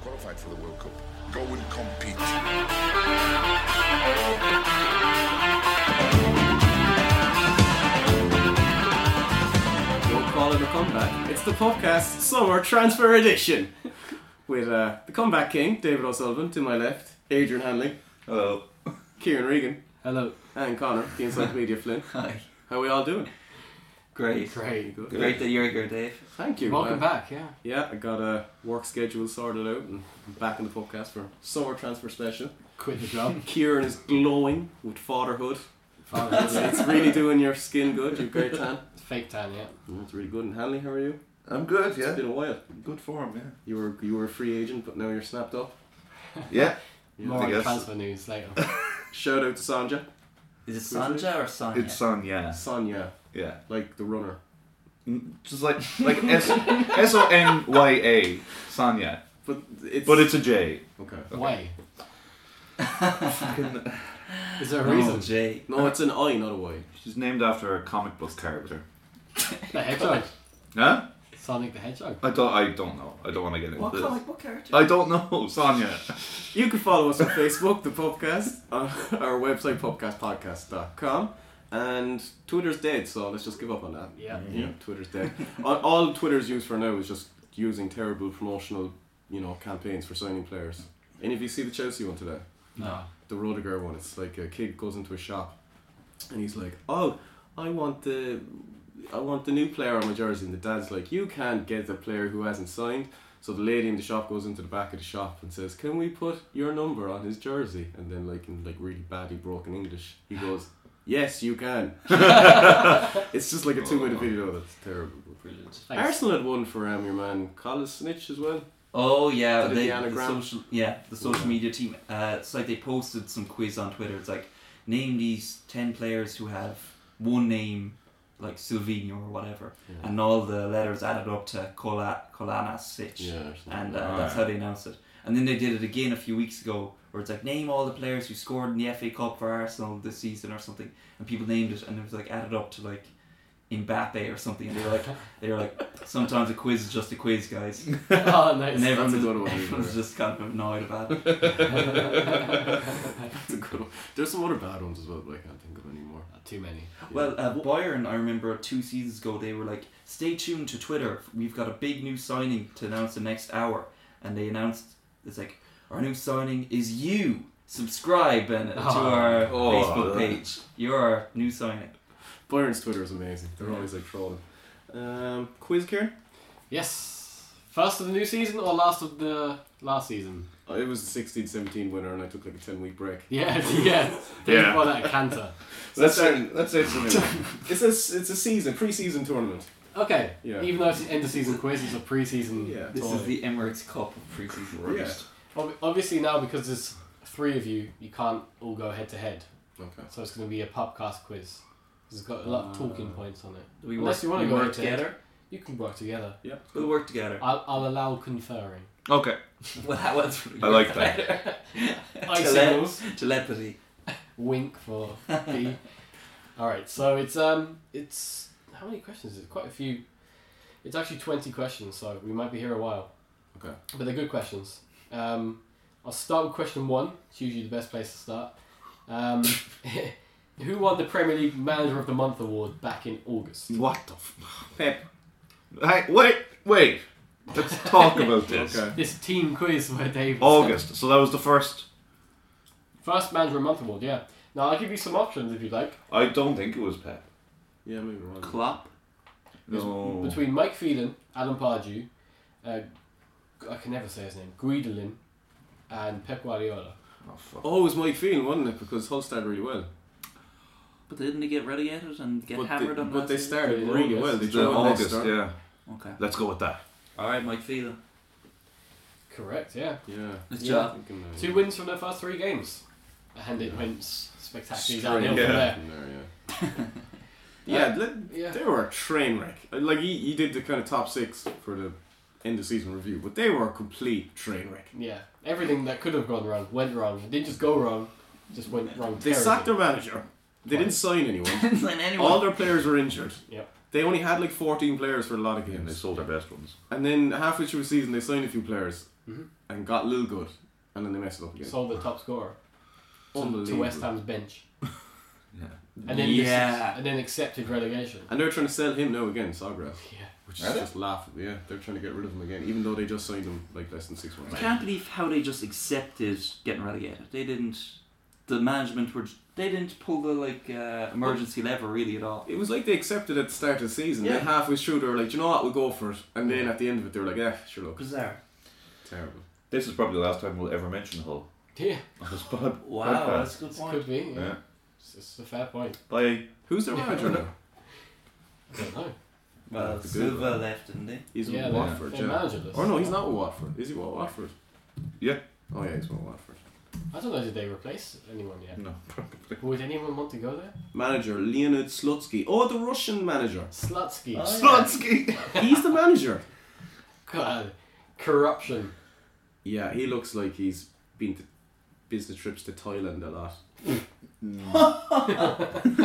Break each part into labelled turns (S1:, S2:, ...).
S1: qualified for the World Cup. Go and compete.
S2: Don't call it a comeback. It's the podcast summer transfer edition with uh, the comeback king David O'Sullivan to my left, Adrian Hanley,
S3: Hello.
S2: Kieran Regan,
S4: Hello.
S2: and Connor, the encyclopedia Flynn.
S3: Hi.
S2: How are we all doing?
S3: Great.
S4: Great.
S2: Good.
S3: Great that you're here, Dave.
S2: Thank you.
S4: Welcome
S2: Uh,
S4: back, yeah.
S2: Yeah, I got a work schedule sorted out and I'm back in the podcast for summer transfer special.
S4: Quit the job.
S2: Kieran is glowing with fatherhood.
S4: Father,
S2: It's, it's really doing your skin good. You've great tan. Mm,
S4: Fake tan, yeah.
S2: It's really good. And Hanley, how are you?
S5: I'm good,
S2: It's
S5: yeah.
S2: been a while.
S5: Good form, yeah.
S2: You were you were a free agent, but now you're snapped up.
S5: Yeah.
S4: More
S5: I
S4: on
S5: guess.
S4: transfer news later.
S2: Shout out to Sanja.
S3: Is it
S2: Who's
S3: Sanja or Sanja?
S5: It's Son, yeah.
S2: Sonia,
S5: Yeah.
S2: like the runner.
S5: Mm, Just like like S S O N Y A Sonya.
S2: But it's
S5: But it's a J.
S2: okay.
S4: Why?
S5: Fucking-
S4: Is there a
S3: Reason
S4: reason?
S3: J.
S2: No, it's an I, not a Y.
S5: She's named after a comic book character.
S4: The Hedgehog.
S5: Huh?
S4: Sonic the Hedgehog.
S5: I don't I don't know. I don't want to get into
S3: What
S5: this.
S3: comic book character?
S5: I don't know, Sonya.
S2: You can follow us on Facebook, the podcast, on our website, podcastpodcast.com, and Twitter's dead, so let's just give up on that.
S4: Yeah.
S2: Yeah, Twitter's dead. all, all Twitter's used for now is just using terrible promotional, you know, campaigns for signing players. And if you see the Chelsea one today,
S4: No.
S2: the Rodiger one. It's like a kid goes into a shop, and he's like, "Oh, I want the, I want the new player on my jersey." And the dad's like, "You can't get the player who hasn't signed." So the lady in the shop goes into the back of the shop and says, "Can we put your number on his jersey?" And then, like in like really badly broken English, he goes, "Yes, you can." it's just like a two-minute video that's terrible.
S3: Brilliant.
S4: Thanks.
S2: Arsenal had one for um, your man Collis Snitch as well.
S3: Oh yeah,
S2: Did it
S3: they,
S2: the anagram?
S3: social yeah the social media team. Uh, it's like they posted some quiz on Twitter. It's like name these ten players who have one name, like Silvino or whatever,
S2: Yeah.
S3: and all the letters added up to Kola Kolana Sitch.
S2: Yeah,
S3: and uh, that's how they announced it. And then they did it again a few weeks ago, where it's like name all the players who scored in the FA Cup for Arsenal this season or something, and people named it, and it was like added up to like Mbappe or something, and they were like they were like sometimes a quiz is just a quiz, guys,
S4: oh,
S3: and
S4: nice.
S3: everyone
S2: a
S3: was,
S2: good one,
S3: everyone was
S2: yeah.
S3: just kind of annoyed about it.
S2: That's a good one. There's some other bad ones as well, but I can't think of any more.
S4: Too many.
S3: Well, uh, Bayern, I remember two seasons ago, they were like, stay tuned to Twitter. We've got a big new signing to announce the next hour. And they announced, it's like, our new signing is you. Subscribe and, to
S4: Oh.
S3: our
S5: Oh,
S3: Facebook
S5: that-
S3: page. You're our new signing.
S2: Byron's Twitter is amazing. They're always like trolling. Um, quiz, Kieran?
S4: Yes. First of the new season or last of the last season?
S2: I Oh, was a 16 17 winner and I took like a 10 week break.
S4: Yeah, yeah. Think
S5: Yeah.
S4: about that canter.
S5: Let's say let's say it's a new one.
S2: It's a, it's a season, pre season tournament.
S4: Okay.
S2: Yeah.
S4: Even though it's the end of season quiz, it's a pre-season.
S2: Yeah.
S3: This
S4: tournament.
S3: is the Emirates Cup of preseason.
S2: Yeah.
S4: Ob- Obviously now because there's three of you, you can't all go head to head.
S2: Okay.
S4: So it's going to be a podcast quiz. It's got a lot of talking points on it.
S3: We
S4: Unless
S3: work,
S4: you wanna
S3: we
S4: go
S3: work
S4: into it.
S3: together.
S4: You can work together.
S2: Yeah.
S3: We'll work together.
S4: I'll, I'll allow conferring.
S5: Okay.
S3: Well, that was
S5: I like that.
S4: Eye
S3: Tele-
S4: signals.
S3: Telepathy.
S4: Wink for B. All right. So it's um it's how many questions is it? Quite a few. It's actually twenty questions, so we might be here a while.
S2: Okay.
S4: But they're good questions. Um, I'll start with question one. It's usually the best place to start. Um, who won the Premier League Manager of the Month award back in August?
S5: What the f-
S2: Pep.
S5: Hey, wait, wait. Let's talk about this.
S2: Okay.
S4: This team quiz where Dave was-
S5: August. So that was the first
S4: First Manager of the Month award, yeah. Now I'll give you some options if you'd like.
S5: I don't think it was Pep.
S2: Yeah, maybe wrong.
S3: Klopp.
S4: It's
S5: No.
S4: Between Mike Phelan, Alan Pardew, uh, I can never say his name, Guidolin, and Pep Guardiola.
S5: Oh, fuck.
S2: Oh, it was my feeling, wasn't it? Because Hull started really well.
S3: But didn't they get relegated and get
S2: but
S3: hammered
S2: they,
S3: on
S2: but
S3: last
S2: they
S3: season?
S2: started
S4: Yeah,
S2: really
S4: August.
S2: well. They
S5: It's in
S2: drew Leicester.
S5: August, yeah.
S3: Okay.
S5: Let's go with that.
S3: Alright, Mike Phelan.
S4: Correct, yeah.
S2: Yeah.
S3: Good
S4: Yeah.
S3: job.
S2: Thinking, uh,
S4: Two wins from their first three games. And it went s- spectacularly downhill
S5: Yeah.
S4: from there.
S2: from there, yeah. yeah, let,
S4: Yeah.
S2: They were a train wreck. Uh, Like you, you did the kind of top six for the end of season review, but they were a complete train wreck.
S4: Yeah. Everything that could have gone wrong went wrong. It didn't just go wrong, it just went wrong
S2: They
S4: terribly.
S2: sacked their manager. They didn't sign anyone.
S3: Didn't sign anyone.
S2: All their players were injured.
S4: Yep.
S2: They only had like 14 players for a lot of
S5: And they
S2: games.
S5: sold their best ones.
S2: And then halfway through the season, they signed a few players.
S4: Mhm.
S2: and got Lil good, and then they messed it up again.
S4: Sold the top scorer to, to
S2: Unbelievable.
S4: West Ham's bench,
S5: Yeah.
S4: and then
S3: Yeah.
S4: and then accepted relegation.
S2: And they're trying to sell him now again, Sawgrass,
S4: Yeah.
S2: which
S5: Are
S2: is
S5: they?
S2: just laughable. Yeah, they're trying to get rid of him again, even though they just signed him like less than six months.
S3: I can't believe how they just accepted getting relegated. They didn't. The management were. They didn't pull the like uh, emergency lever really at all.
S2: It was like they accepted at the start of the season.
S3: Yeah.
S2: Then halfway through, they were like, "Do you know what? We'll go for it." And then at the end of it, they were like, "Yeah, sure, look,
S3: Bizarre.
S2: terrible."
S5: This is probably the last time we'll ever mention Hull
S4: Yeah,
S5: on this pod.
S3: Wow,
S5: podcast.
S3: that's a good point.
S4: could be. Yeah.
S5: Yeah.
S4: It's, it's a fair point.
S5: Bye.
S2: Who's their
S4: Yeah.
S2: manager now?
S4: I don't know.
S3: Well,
S2: That's a good
S3: Silva
S2: one.
S3: left, didn't they?
S2: He's
S4: yeah,
S2: with
S4: they're-
S2: Watford.
S4: they're
S2: Yeah.
S4: managerless.
S2: Or Oh, no, he's not with Watford. Is he with Watford?
S5: Yeah.
S2: Oh yeah, he's with Watford.
S4: I don't know. Did they replace anyone yet?
S5: No, probably.
S4: Would anyone want to go there?
S2: Manager Leonid Slutsky. Oh, the Russian manager.
S4: Slutsky.
S3: Oh,
S5: Uh,
S3: yeah.
S5: Slutsky!
S2: He's the manager.
S4: God, corruption.
S2: Yeah, he looks like he's been to business trips to Thailand a lot.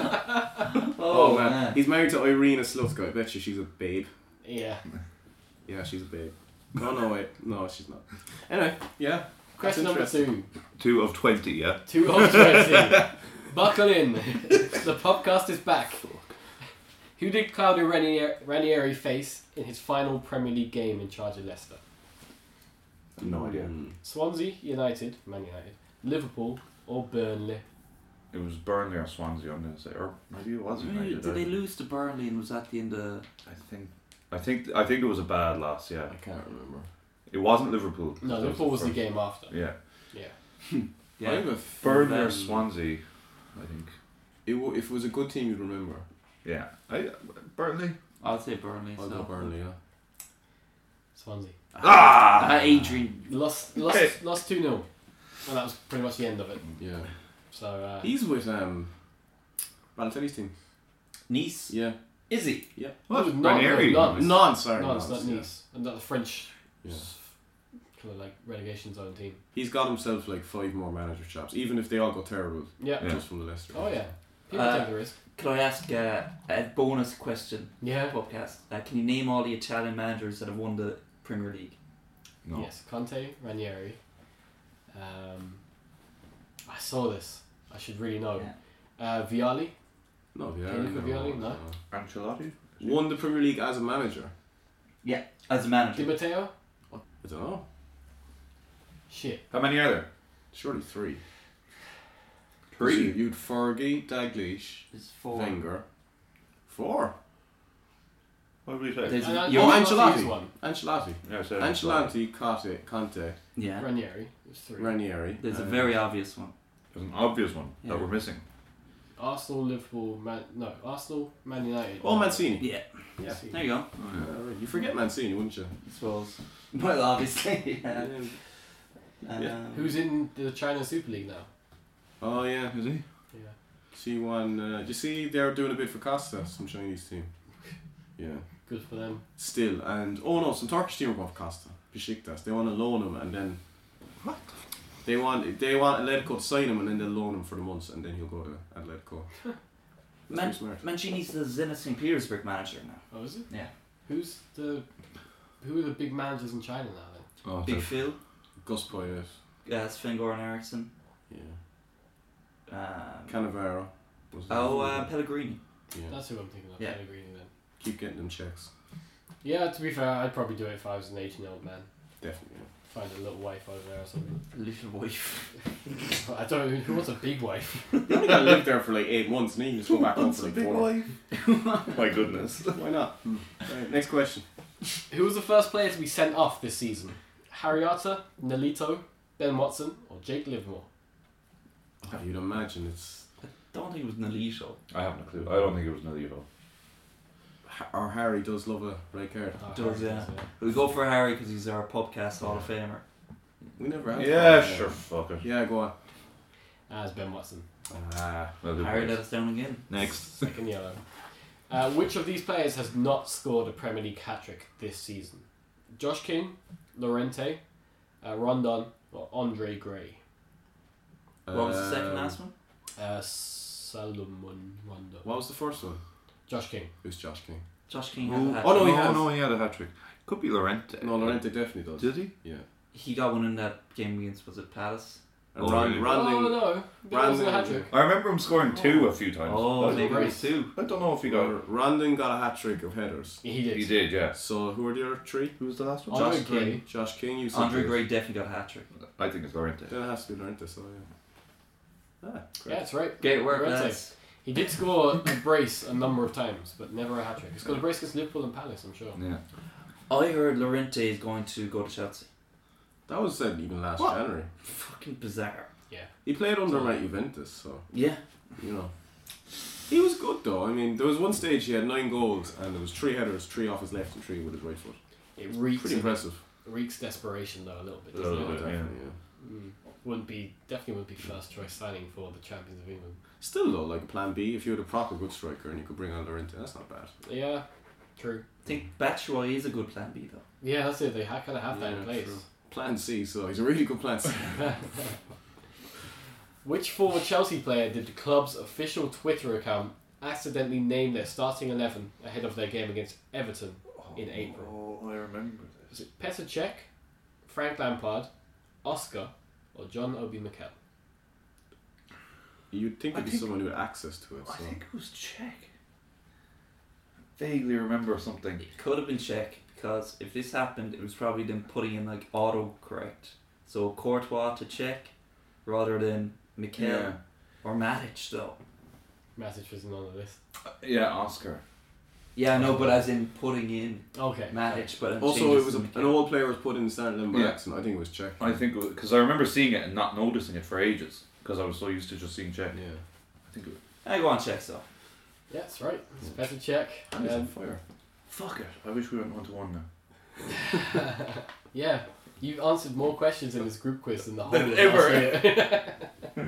S3: Oh, man.
S2: He's married to Irina Slutska. I bet you she's a babe.
S4: Yeah.
S2: Yeah, she's a babe. No, no, wait. No, she's not. Anyway, yeah.
S4: Question number
S2: interesting.
S4: two.
S5: Two of 20, yeah?
S4: Two old twenty. Buckle in. the podcast is back. Who did Claudio Ranieri, Ranieri face in his final Premier League game in charge of Leicester?
S2: No idea.
S4: Swansea, United, Man United, Liverpool, or Burnley?
S5: It was Burnley or Swansea, I'm going to say. Or maybe it was
S3: Really,
S5: United.
S3: did they
S5: I-
S3: lose to Burnley and was that the end of?
S5: I think. I think I think it was a bad loss, yeah.
S2: I can't remember.
S5: It wasn't Liverpool.
S4: No,
S5: That
S4: Liverpool was the
S5: first-
S4: game after.
S5: Yeah.
S4: Yeah.
S2: I have a f-
S5: Burnley or
S3: Um,
S5: Swansea, I think.
S2: it w- if it was a good team, you'd remember.
S5: Yeah. I, Burnley?
S3: I'll say Burnley.
S2: I'll
S3: so.
S2: go Burnley, yeah.
S4: Swansea.
S5: Ah!
S3: Ah, Adrian.
S4: Lost lost
S5: Hey.
S4: lost two 0 and that was pretty much the end of it.
S2: Yeah.
S4: So uh,
S2: He's with um, Balotelli's team.
S3: Nice.
S2: Yeah.
S3: Is he?
S4: Well,
S5: Well,
S4: not-
S5: Ranieri.
S4: not-
S5: was-
S2: Non, sorry.
S4: no, it's not
S2: Nantes, yeah.
S4: Nice. And not the French
S2: Yeah.
S4: kind of like relegation zone team.
S2: He's got himself like five more manager jobs, even if they all go terrible,
S4: Yeah.
S5: Yeah.
S2: just from the Leicester.
S4: Oh yeah. People
S3: Uh,
S4: take the risk.
S3: Could I ask uh, a bonus question?
S4: Yeah.
S3: Podcast. Uh, can you name all the Italian managers that have won the Premier League?
S5: No.
S4: Yes, Conte, Ranieri. Um, I saw this. I should really know.
S3: Yeah.
S4: Uh, Viali.
S2: No, yeah.
S4: Can you
S2: never
S4: Violi?
S2: won,
S4: No.
S5: Ancelotti?
S2: Won the Premier League as a manager.
S3: As a
S4: Di
S3: manager.
S4: Matteo?
S2: I don't know.
S4: Shit.
S5: How many are there?
S2: Surely three.
S5: Three.
S2: You- You'd Fergie, Daglish,
S3: It's four.
S2: Wenger. Four.
S5: What did we say?
S3: There's-
S4: And I-
S3: Yo,
S4: I
S2: Ancelotti.
S4: thought he was one.
S2: Ancelotti.
S5: Yeah, I said Ancelotti.
S2: Ancelotti, Conte, Conte
S3: Yeah.
S4: Ranieri. It was three.
S2: Ranieri.
S3: There's a
S2: uh,
S3: very obvious one.
S5: There's an obvious one
S3: Yeah.
S5: that we're missing.
S4: Arsenal, Liverpool, Man. No, Arsenal, Man United.
S2: Oh, Mancini.
S3: Yeah.
S4: Yeah.
S3: There you go.
S5: Oh,
S2: Uh, you forget Mancini, wouldn't you?
S3: I suppose. Well, obviously. Yeah.
S2: Yeah.
S3: Um,
S4: Who's in the China Super League now?
S2: Oh yeah.
S5: Is he?
S4: Yeah.
S2: She won. Uh, did you see they're doing a bid for Costa, some Chinese team. Yeah.
S4: Good for them.
S2: Still, and oh no, some Turkish team above Costa, Besiktas. They want to loan him, and then
S5: What?
S2: They want they want Atletico to sign him, and then they'll loan him for the months, and then he'll go to Atletico. That's
S3: Man-
S2: pretty smart.
S3: Mancini's the Zenit St. Petersburg manager now.
S4: Oh, is it?
S3: Yeah.
S4: Who's the? Who are the big managers in China now then?
S5: Oh,
S3: Big
S5: there's-
S3: Phil,
S2: Gus Poyet,
S3: uh, Sven-Goran Eriksson,
S2: yeah,
S3: um,
S2: Cannavaro. was the-
S3: oh, uh, Pellegrini.
S2: yeah.
S4: That's who I'm thinking of.
S3: Yeah.
S4: Pellegrini then.
S2: Keep getting them checks,
S4: Yeah. To be fair, I'd probably do it if I was an 18 year old man.
S2: definitely.
S4: Find a little wife over there or something.
S3: Little wife.
S4: I don't. Who wants a big wife?
S2: He only got to live there for like eight months, and then you just go back home for like four. Hmm.
S5: My goodness.
S2: Why not? Right, next question.
S4: Who was the first player to be sent off this season? Harriata, Nolito, Ben Watson, or Jake Livermore?
S2: Oh, you'd imagine it's
S3: Don't think it was Nolito.
S5: I have no clue. I don't think it was Nolito.
S2: or Harry does love a red card.
S4: Oh,
S3: Does,
S4: Harriata,
S3: We go for Harry because he's our podcast Hall of Famer.
S2: We never had.
S5: Yeah,
S2: that.
S5: Oh, sure, fuck it.
S2: Yeah, go on.
S4: As Ben Watson,
S2: Ah,
S5: Well, who
S3: Harry
S5: cares?
S3: let us down again.
S5: Next.
S4: second yellow. Uh, which of these players has not scored a Premier League hat trick this season? Josh King, Lorente, uh, Rondon, or Andre Gray?
S3: What was the second
S2: Um,
S3: last one?
S4: Uh, Solomon Rondon.
S2: What was the first one?
S4: Josh King.
S2: It was Josh King.
S3: Josh King
S5: Oh,
S3: had a hat
S2: oh, no,
S5: no,
S2: he
S5: no,
S2: has.
S5: he had a hat trick. Could be Lorente.
S2: No, Lorente definitely does.
S5: Did he?
S2: Yeah.
S3: he got one in that game against was it Palace?
S2: And
S5: Oh,
S2: Ron,
S5: really?
S4: oh
S2: Ronling,
S4: no, that was a
S2: Randling-
S4: hat trick.
S5: I remember him scoring two a few times.
S3: Oh,
S5: I,
S3: maybe it
S5: don't,
S3: was two.
S5: I don't know if he got.
S2: Rondon got a hat trick of headers.
S4: He did.
S5: He did, yeah.
S2: So who are the other three?
S5: Who was the last
S4: one? Andre
S2: Josh
S4: Gray.
S2: King. Josh King. You said
S3: Andre
S2: this.
S3: Gray definitely got a hat trick.
S5: I think it's Lorente.
S2: Then it has to be Lorente. So yeah. Ah,
S4: Yeah,
S2: great.
S4: that's right.
S3: Get it work,
S4: Right,
S3: lads.
S4: He did score a brace a number of times, but never a hat trick. He scored a brace against Liverpool and Palace, I'm sure.
S5: Yeah.
S3: I heard Lorente is going to go to Chelsea.
S2: That was said even last
S3: What?
S2: January.
S3: Fucking bizarre.
S2: He played under him at Juventus, so
S3: Yeah.
S2: you know. He was good though. I mean, there was one stage he had nine goals and there was three headers, three off his left and three with his right foot.
S4: It reeks
S2: Pretty impressive.
S4: reeks desperation though a little bit.
S5: A
S4: Doesn't
S5: little
S4: it?
S5: bit.
S2: Definitely, yeah.
S4: Mm. Wouldn't be definitely wouldn't be first choice signing for the champions of England.
S2: Still though, like plan B, if you had a proper good striker and you could bring on Lorente, that's not bad.
S4: Yeah, true.
S3: I think Batshuayi is a good plan B though.
S4: Yeah, that's it. They ha- kind of have that
S2: Yeah,
S4: in place.
S2: true. Plan C, so he's a really good plan C.
S4: Which former Chelsea player did the club's official Twitter account accidentally name their starting 11 ahead of their game against Everton in April?
S5: Oh, I remember
S4: Was it Petr Cech, Frank Lampard, Oscar, or John Obi Mikel?
S2: You'd think
S5: I
S2: it'd be
S5: think-
S2: someone who had access to it.
S5: I
S2: So.
S5: think it was Czech. Vaguely remember something.
S3: It could have been Czech because if this happened, it was probably them putting in like autocorrect. So Courtois to Czech rather than Mikel
S5: Yeah.
S3: or Matic though.
S4: Matic was not on the list.
S5: Yeah, Oscar.
S3: Yeah, no, but as in putting in
S4: Okay.
S3: Matic, but it
S2: Also,
S3: changes
S2: it was
S3: to
S2: a,
S3: Mikel.
S2: an old player was put in the starting eleven by
S5: Yeah.
S2: accident. I think it was Czech.
S5: I think because I remember seeing it and not noticing it for ages because I was so used to just seeing Czech.
S2: Yeah.
S5: I think it was,
S3: I go on Czech though.
S4: Yeah, that's right. It's Petr Cech.
S2: And he's on
S4: Um,
S2: fire.
S5: fuck it. I wish we went one to one now.
S4: yeah, you've answered more questions in this group quiz than the whole
S5: Than
S4: of
S5: ever.
S4: last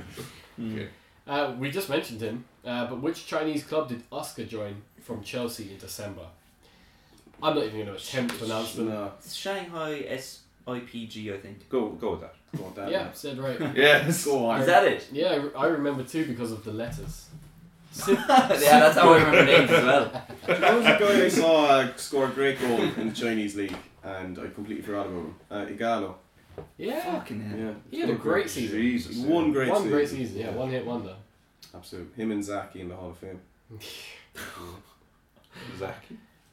S5: Okay.
S4: year. uh, we just mentioned him, uh, but which Chinese club did Oscar join from Chelsea in December? I'm not even going to attempt to pronounce them.
S2: No,
S3: It's Shanghai SIPG, I think.
S5: Go go with that.
S2: go on, Dan.
S4: Yeah, said right.
S5: Yes.
S2: Go on.
S3: Is that it?
S4: Yeah, I re- I remember too because of the letters.
S3: yeah, that's how I remember names as well.
S2: There was a guy I saw uh, score a great goal in the Chinese league, and I completely forgot about him. Uh, Igalo.
S4: Yeah,
S3: Fucking hell.
S2: Yeah.
S4: he had a great season.
S5: Jesus.
S2: One great
S4: one
S2: season.
S4: great season, yeah, one hit wonder.
S2: Absolute. Him and Zaki in the Hall of Fame.
S5: Zach.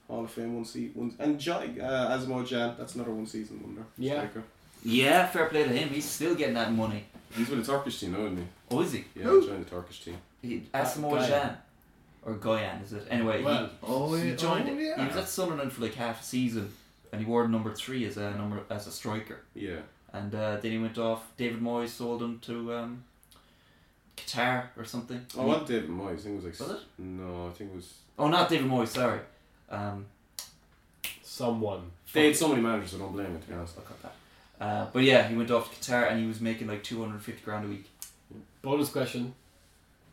S2: Hall of Fame one seat one and Jai uh, Asmo Jan. That's another one season wonder.
S4: Yeah.
S2: Striker.
S3: Yeah, fair play to him. He's still getting that money.
S2: He's with the Turkish team, now, isn't
S3: Oh, is he?
S2: he? Yeah, he joined the Turkish team.
S3: he
S4: Uh, Goyan.
S3: Asamoah Or Goyan, is it? Anyway,
S4: Well,
S5: Oh,
S3: he, he
S5: yeah.
S3: joined
S5: Oh,
S3: it.
S5: yeah.
S3: He was at Sunderland for like half a season, and he wore number three as a number as a striker.
S2: Yeah.
S3: And uh, then he went off. David Moyes sold him to um, Qatar or something.
S2: Oh, what David Moyes? I think it was like.
S3: Was
S2: s- No, I think it was.
S3: Oh, not David Moyes. Sorry. Um,
S4: someone.
S2: They had so many managers, I don't blame it, to be honest.
S3: I'll cut that. Uh, but yeah, he went off to Qatar and he was making like 250 grand a week.
S4: Bonus question: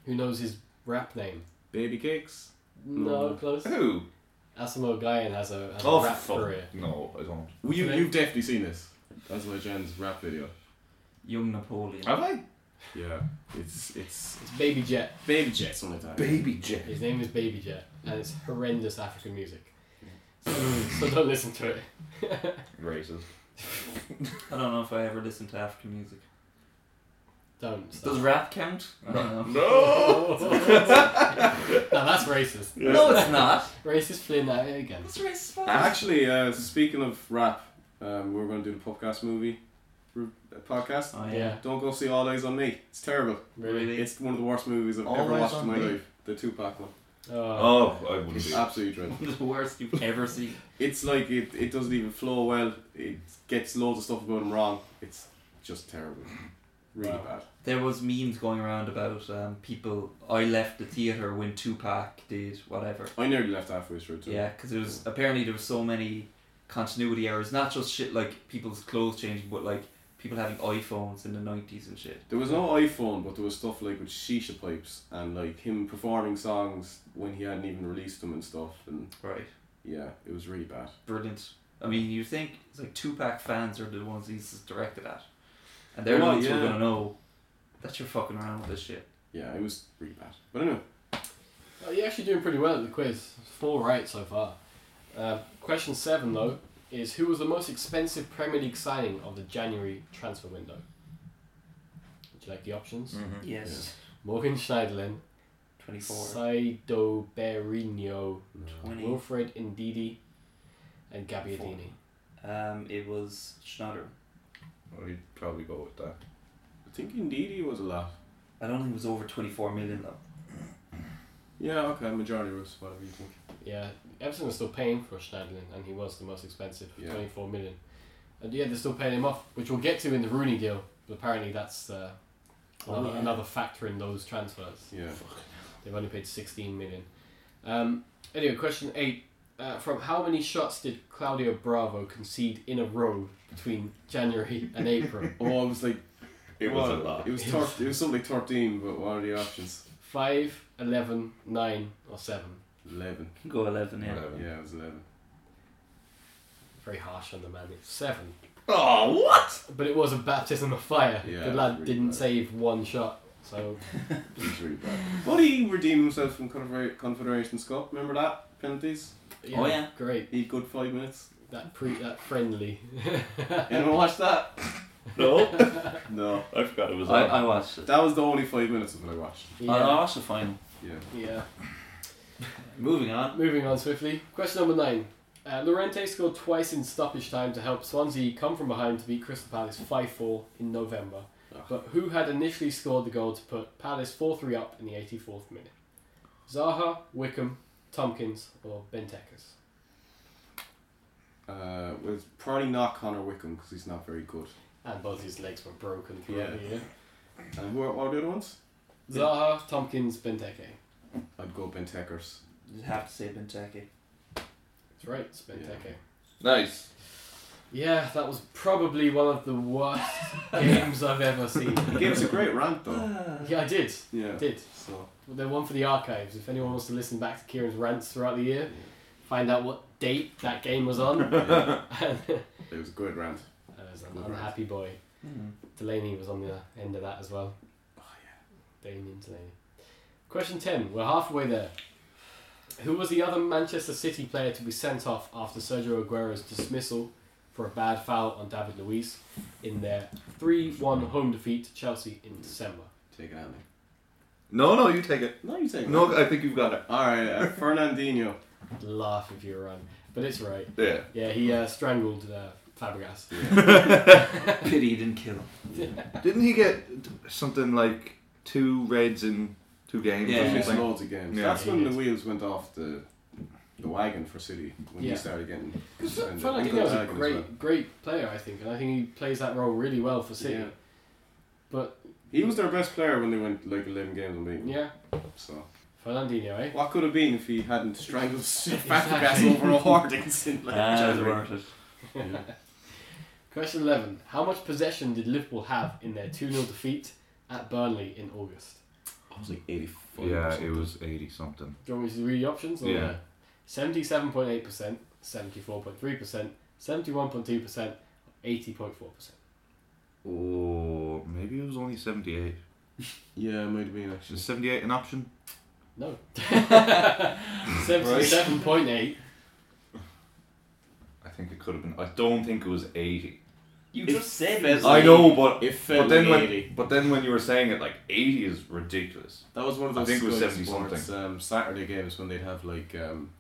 S4: Who knows his rap name?
S2: Baby cakes?
S4: No,
S2: No.
S4: close.
S5: Who?
S4: Asimo Guyan has a, has
S5: Oh,
S4: a rap
S5: fuck.
S4: career.
S5: No, I don't.
S2: Well, you,
S4: Today.
S2: you've definitely seen this. That's my Jen's rap video.
S3: Young Napoleon.
S5: Have I?
S2: Yeah. It's. It's.
S4: It's Baby Jet.
S2: Baby Jet, something like that.
S5: Baby Jet.
S4: His name is Baby Jet, and it's horrendous African music. So, so don't listen to it.
S5: Racist.
S3: I don't know if I ever listened to African music.
S4: Don't. Stop.
S3: Does rap count? I don't know.
S5: No.
S4: now that's racist.
S3: No, it's not.
S4: Racist Flynn out here again.
S3: It's racist.
S2: Actually, uh, speaking of rap, um, we're going to do the podcast movie ru- uh, podcast.
S3: Oh, yeah.
S4: Yeah,
S2: Don't go see All Eyes on Me. It's terrible.
S4: really.
S2: It's one of the worst movies I've
S5: All
S2: ever
S5: Eyes
S2: watched
S5: on
S2: in my
S5: Me?
S2: life. The Tupac one.
S4: Oh.
S5: Oh, I wouldn't
S2: It's
S5: be.
S2: absolutely dreadful.
S3: the worst you've ever seen.
S2: It's like it, it doesn't even flow well. It gets loads of stuff about him wrong. It's just terrible. Really
S4: Wow.
S2: bad.
S3: There was memes going around about um, people. I left the theater when Tupac did whatever.
S2: I nearly left halfway through too.
S3: Yeah, because it was apparently there was so many continuity errors. Not just shit like people's clothes changing, but like people having iPhones in the nineties and shit.
S2: There was no iPhone, but there was stuff like with shisha pipes and like him performing songs when he hadn't even released them and stuff. And
S3: Right.
S2: yeah, it was really bad.
S3: Brilliant. I mean, you think it's like Tupac fans are the ones he's directed at, and they're
S2: Well,
S3: the ones who
S2: yeah.
S3: are gonna know that you're fucking around with this shit.
S2: Yeah, it was really bad. But anyway,
S4: Oh, you're actually doing pretty well at the quiz. Four right so far. Uh, question seven though. is who was the most expensive Premier League signing of the January transfer window? Would you like the options?
S5: Mm. Mm-hmm.
S3: Yes.
S4: Morgan Schneiderlin,
S3: 24.
S4: Saido Berino,
S3: 20.
S4: Wilfred Ndidi, and Gabbiadini.
S3: Um, it was Schnatter.
S5: I'd probably go with that.
S2: I think Ndidi was a lot.
S3: I don't think it was over 24 million though.
S2: Yeah, okay, majority was whatever you think.
S4: Yeah, Everton was still paying for Schneiderlin, and he was the most expensive,
S2: Yeah.
S4: 24 million. And yeah, they're still paying him off, which we'll get to in the Rooney deal. But apparently, that's uh,
S2: Oh,
S4: another,
S2: yeah.
S4: another factor in those transfers.
S2: Yeah.
S4: They've only paid 16 million. Um, anyway, question eight. Uh, from how many shots did Claudio Bravo concede in a row between January and April?
S2: Oh, I was like,
S5: It was a
S2: what?
S5: lot.
S2: It was thir- It was something like thirteen, but what are the options?
S4: Five, eleven, nine, or 7?
S2: Eleven.
S3: Go 11, yeah.
S5: Whatever.
S2: Yeah, it was eleven.
S4: Very harsh on the man. It's 7.
S5: Oh, what?
S4: But it was a baptism of fire.
S2: Yeah,
S4: the lad
S2: really
S4: didn't
S2: bad.
S4: save one shot. So
S2: It was really bad. But he redeemed himself from Confeder- Confederations Cup. Remember that penalties?
S3: Oh, yeah.
S4: great.
S2: He had good five minutes.
S4: That pre that friendly.
S2: Anyone watch that?
S5: No,
S2: No.
S5: I forgot it was.
S3: I,
S5: on.
S3: I watched it.
S2: That was the only five minutes of it I watched.
S3: I
S4: yeah.
S3: watched the final.
S2: Yeah.
S4: yeah.
S3: Moving on.
S4: Moving on swiftly. Question number nine. Uh, Lorente scored twice in stoppage time to help Swansea come from behind to beat Crystal Palace 5 4 in November.
S2: Ugh.
S4: But who had initially scored the goal to put Palace 4 3 up in the 84th minute? Zaha, Wickham, Tompkins, or Bentekas?
S2: Uh, well, it's probably not Connor Wickham because he's not very good.
S4: And both his legs were broken throughout
S2: Yeah.
S4: the year.
S2: And who are, what are the other ones?
S4: Zaha, Tompkins, Benteke.
S2: I'd go Bentekers.
S3: Just have to say Benteke.
S4: That's right, it's Benteke.
S5: Nice.
S4: Yeah. that was probably one of the worst games I've ever seen.
S2: He gave us a great rant though.
S4: Yeah, I did. I
S2: Yeah.
S4: did.
S2: So
S4: Well, they're one for the archives. If anyone wants to listen back to Kieran's rants throughout the year, find out what date that game was on.
S2: yeah,
S4: and
S2: it was a good rant.
S4: as an unhappy boy, Delaney was on the end of that as well. Damien Delaney. Question 10. We're halfway there. Who was the other Manchester City player to be sent off after Sergio Aguero's dismissal for a bad foul on David Luiz in their 3 1 home defeat to Chelsea in December?
S2: Take it out. Nick.
S5: No, no, you take it.
S2: No, you take it.
S5: No, I think you've got it.
S2: All right, uh, Fernandinho.
S4: Laugh if you're wrong. But it's right.
S5: Yeah.
S4: Yeah, he uh, strangled uh, Fabregas.
S3: Pity he didn't kill him.
S5: Didn't he get d- something like two reds in two games
S3: Yeah.
S2: He
S5: or
S2: missed
S5: something?
S2: loads of games.
S5: Yeah.
S2: That's
S4: He
S2: when
S4: did.
S2: the wheels went off the the wagon for City when
S4: Yeah.
S2: he started getting.
S4: Because
S2: and- and
S4: Fernandinho's a
S2: Gonzaga as
S4: great,
S2: well.
S4: great player, I think, and I think he plays that role really well for City.
S2: Yeah.
S4: But
S2: He was their best player when they went like eleven games unbeaten.
S4: yeah,
S2: So
S4: Fernandinho, eh?
S2: what could have been if he hadn't strangled Fabregas
S4: Exactly.
S2: over a Hardings in like
S3: Ah, it was
S2: January?
S3: worth it.
S4: Question eleven: How much possession did Liverpool have in their two 0 defeat at Burnley in August?
S2: I was like eighty-four.
S5: Yeah, it was eighty something.
S4: Do you want me to read the options? or-
S5: Yeah.
S4: Seventy-seven point eight percent, seventy-four point three percent, seventy-one point two percent, eighty point four percent.
S5: Oh, maybe it was only seventy-eight.
S2: Yeah, it might have been actually.
S5: Is seventy-eight an option?
S4: No. Seventy-seven point eight.
S5: I think it could have been. I don't think it was eighty.
S3: You
S2: It
S3: just said
S2: felt
S3: it.
S5: I know, but
S2: It felt
S5: but then
S2: like
S5: when
S2: 80.
S5: but then when you were saying it, like eighty is ridiculous.
S2: That was one of
S5: I
S2: those
S5: think it was
S2: Sky
S5: 70
S2: Sports, um, Saturday games when they'd have like um,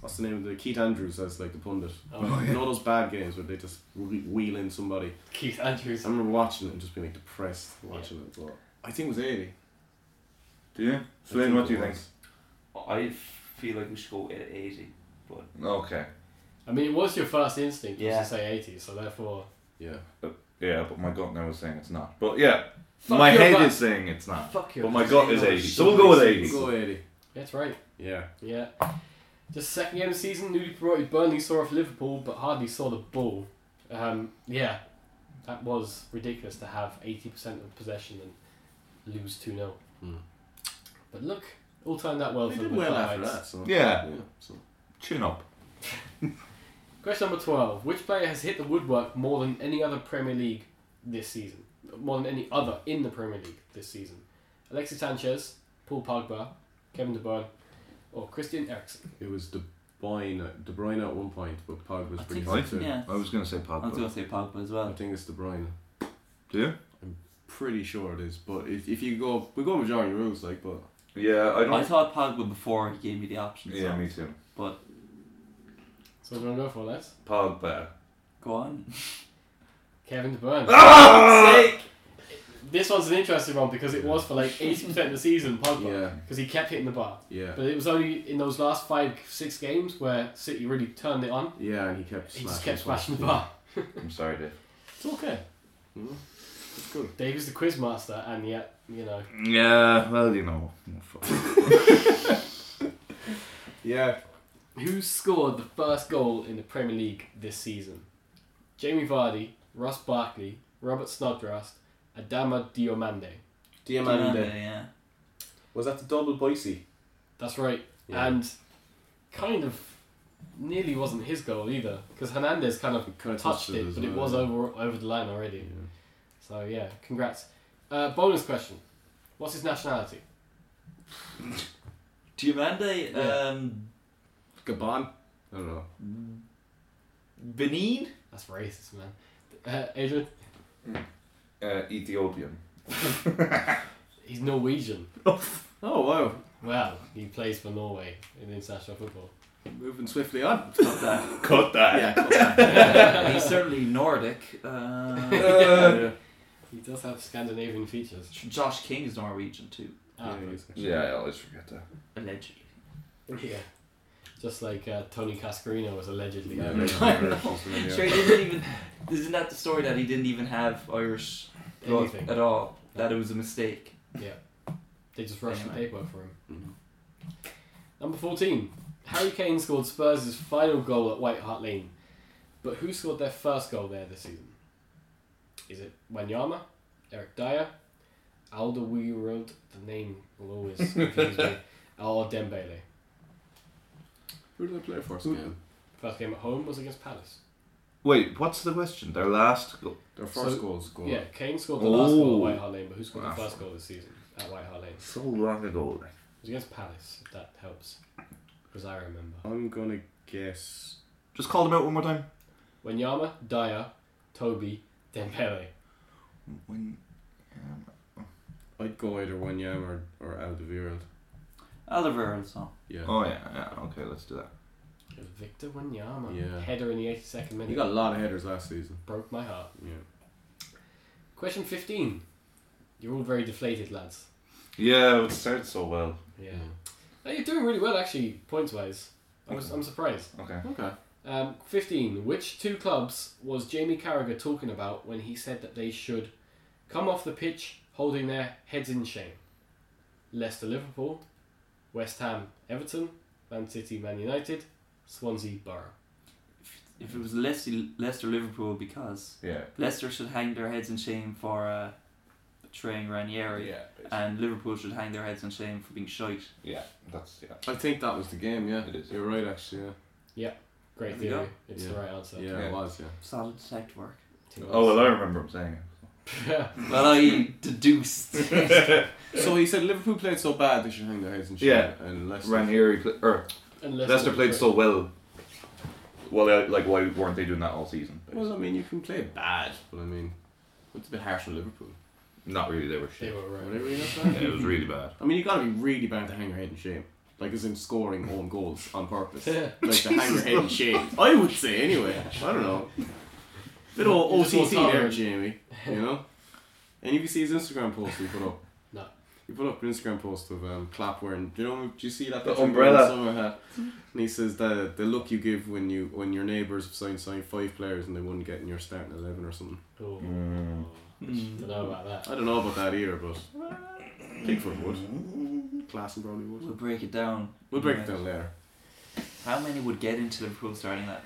S2: what's the name of the Keith Andrews as like the pundit.
S4: Oh,
S2: You know those bad games where they just re- wheel in somebody.
S4: Keith Andrews.
S2: I
S5: Um,
S2: remember watching it and just being like depressed watching it. But I think it was eighty.
S5: Do you?
S2: I
S5: Flynn, what do you
S2: it
S5: think?
S2: was.
S3: I feel like we should go at 80.
S5: Okay.
S4: I mean, it was your first instinct was
S3: Yeah.
S4: to say eighty, so therefore.
S2: Yeah.
S5: Yeah, but my gut now is saying it's not. But yeah,
S4: Fuck
S5: my
S4: your
S5: head
S4: gut.
S5: is saying it's not.
S4: Fuck your
S5: But my
S4: gut.
S5: gut is
S2: Oh,
S5: 80.
S2: shit.
S5: So we'll go with 80.
S2: We'll go eighty.
S4: That's right.
S2: Yeah.
S4: Yeah. Just second game of the season, newly promoted Burnley saw off Liverpool, but hardly saw the ball. Um, yeah, that was ridiculous to have 80% of possession and lose 2 0.
S2: Hmm.
S4: But look, all turned out well
S2: They
S4: for
S2: did
S4: the
S2: well
S4: Black
S2: after
S4: Knights.
S2: that. So
S5: Yeah.
S2: so.
S5: Chin up.
S4: Question number 12. Which player has hit the woodwork more than any other Premier League this season? More than any other in the Premier League this season? Alexis Sanchez, Paul Pogba, Kevin De Bruyne, or Christian Eriksen?
S2: It was the Bruyne, De Bruyne at one point, but Pog was
S3: I
S2: pretty
S3: think
S2: good
S5: Right?
S2: too.
S3: yeah.
S5: I was going to say
S3: I was
S5: Pogba.
S3: going to say Pogba as
S2: I
S3: well.
S2: think it's De Bruyne.
S5: Do you?
S2: Pretty sure it is, but if, if you go, we go majority rules, like, but
S5: Yeah, I
S3: I
S5: don't.
S3: thought Pogba before he gave me the option. so-
S5: Yeah, me too.
S3: But
S4: So what do you want to go for, Les?
S5: Pogba.
S3: go on.
S4: Kevin De Bruyne. This one's an interesting one because it was for like 80% of the season, Pogba.
S2: yeah,
S4: Because he kept hitting the bar.
S2: yeah,
S4: But it was only in those last five, six games where City really turned it on.
S2: yeah, and he kept smashing.
S4: He just kept
S2: it.
S4: smashing the bar. Mm-hmm.
S5: I'm sorry, Dave.
S4: It's okay.
S2: Mhm. It's good.
S4: Dave is the quiz master, and yet, you know.
S5: Yeah, well, you know. Oh, fuck.
S2: Yeah,
S4: Who scored the first goal in the Premier League this season? Jamie Vardy, Ross Barkley, Robert Snodgrass, Adama Diomande.
S2: Diamande.
S3: yeah.
S2: uh, Was that the double Boise?
S4: That's right.
S2: Yeah.
S4: And kind of nearly wasn't his goal either, because Hernandez kind of
S2: He kind of
S4: touched it,
S2: as
S4: but it
S2: well,
S4: was
S2: yeah.
S4: over over the line already.
S2: Yeah.
S4: So yeah, congrats. Uh, bonus question: What's his nationality?
S3: Diomande,
S4: Yeah.
S3: um,
S2: Gabon? I don't know.
S3: Benin?
S4: That's racist, man. Uh, Adrian,
S5: Uh, Ethiopian.
S4: he's Norwegian.
S2: Oh, wow.
S4: Well, he plays for Norway in international football.
S2: Moving swiftly on.
S3: Not that.
S5: Cut that.
S2: yeah, cut that.
S3: Uh, he's certainly Nordic. Uh,
S2: yeah,
S4: He does have Scandinavian features.
S3: Josh King is Norwegian too,
S4: Ah,
S2: he is.
S5: Yeah, I always forget that.
S3: allegedly.
S4: yeah. Just like uh, Tony Cascarino was allegedly.
S2: Yeah,
S4: Irish.
S3: I
S2: Irish
S3: know.
S2: or something, yeah.
S3: Sure, he didn't even. Isn't that the story that he didn't even have Irish blood
S4: Anything.
S3: at all? That it was a mistake.
S4: They just rushed the
S3: Anyway.
S4: paperwork for him.
S2: Mhm.
S4: Number 14. Harry Kane scored Spurs' final goal at White Hart Lane. But who scored their first goal there this season? Is it Wanyama? Eric Dyer? Alderweireld? The name will always confuse me. Or Dembele?
S2: Who did I play for again?
S4: First game at home was against Palace.
S5: Wait, what's the question? Their last goal.
S2: Their first
S4: So-
S2: goal's goal.
S4: Yeah, Kane scored the last goal
S5: Oh.
S4: at White Hart Lane, but who scored
S5: Ah.
S4: the first goal this season at White Hart Lane? It
S5: So long ago.
S4: was against Palace, if that helps. Because I remember.
S2: I'm gonna guess.
S5: Just call them out one more time.
S4: Wanyama, Dyer, Toby, Dembele.
S5: When, um,
S2: I'd go either Wanyam or, or Alderweireld.
S3: Oliver, so.
S2: Yeah.
S5: oh yeah, yeah. Okay, let's do that.
S4: Victor Wanyama.
S2: Yeah.
S4: Header in the 82nd minute.
S2: He got a lot of headers last season.
S4: Broke my heart.
S2: Yeah.
S4: Question 15. You're all very deflated, lads.
S5: Yeah, it started so well.
S4: Yeah. Oh, you're doing really well, actually, points wise. I was, I'm surprised.
S5: Okay.
S2: Okay.
S4: Um, 15. Which two clubs was Jamie Carragher talking about when he said that they should come off the pitch holding their heads in shame? Leicester Liverpool, West Ham Everton, Man City Man United, Swansea Borough.
S3: If, if it was Leicester, Leicester Liverpool, because
S5: Yeah.
S3: Leicester should hang their heads in shame for uh, betraying Ranieri, and Liverpool should hang their heads in shame for being shite.
S5: Yeah. That's yeah.
S2: I think that was the game. Yeah.
S5: It is.
S2: You're right, actually. Yeah.
S4: Great
S3: There we
S4: theory.
S3: go.
S4: It's
S2: Yeah.
S4: the right answer.
S2: yeah,
S5: Yeah.
S2: it was. Yeah.
S3: Solid detective work.
S5: Oh well, I remember him saying it.
S3: Well, I deduced.
S2: So he said Liverpool played so bad they should hang their heads in shame.
S5: Yeah.
S2: And Leicester.
S5: Ranieri pl- or
S4: Unless
S5: Leicester played so well. Well, I- like why weren't they doing that all season?
S2: Well, I mean, you can play bad, but I mean, it's a bit harsh on Liverpool.
S5: Not really. They were
S4: They
S5: shit.
S4: were right.
S2: Whatever you
S5: Yeah, it was really bad.
S2: I mean, you gotta be really bad to hang your head in shame. Like, as in scoring own goals on purpose.
S4: Yeah.
S2: Like, to hang your head in shame. I would say, anyway. I don't know. Bit of
S4: You're just
S2: OTT
S4: more
S2: there,
S4: tolerant.
S2: Jamie. You know? And you can see his Instagram post he put up.
S4: No.
S2: He put up an Instagram post of um, Klopp wearing. Do you know? Do you see that? picture
S5: The
S2: of him
S5: umbrella.
S2: wearing a Summer hat. And he says the the look you give when you when your neighbours have signed signed five players and they wouldn't get in your starting eleven or something.
S4: Cool.
S5: Mm.
S3: Hmm.
S4: Don't know about that.
S2: I don't know about that either, but uh, Pickford would. Class and probably
S3: We'll
S2: would.
S3: break it down.
S2: We'll break it down later.
S3: How many would get into Liverpool starting that?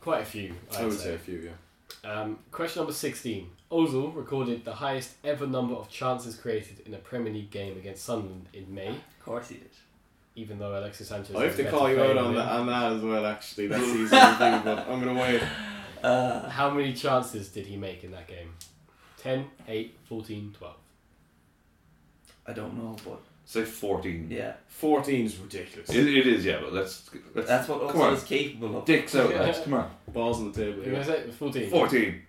S4: Quite a few, I'd
S2: I would say
S4: say.
S2: a few, yeah.
S4: Um, question number 16. Ozil recorded the highest ever number of chances created in a Premier League game against Sunderland in May,
S3: Of course he did.
S4: even though Alexis Sanchez...
S2: I
S4: is
S2: have to
S4: a
S2: call
S4: better
S2: you out
S4: player
S2: on
S4: than
S2: that,
S4: him.
S2: on that as well, actually. That's easy to think, but I'm going to wait.
S3: Uh,
S4: How many chances did he make in that game? 10, 8, 14, 12.
S3: I don't know, but
S5: Say 14.
S3: Yeah,
S2: 14 is ridiculous.
S5: It, it is, yeah, but let's. let's
S3: that's what
S5: come
S3: Ozil
S5: on.
S3: is capable of.
S5: Dicks out, lads, come on.
S2: Balls on the table.
S4: Who
S2: Yeah.
S4: was it? 14.
S5: 14.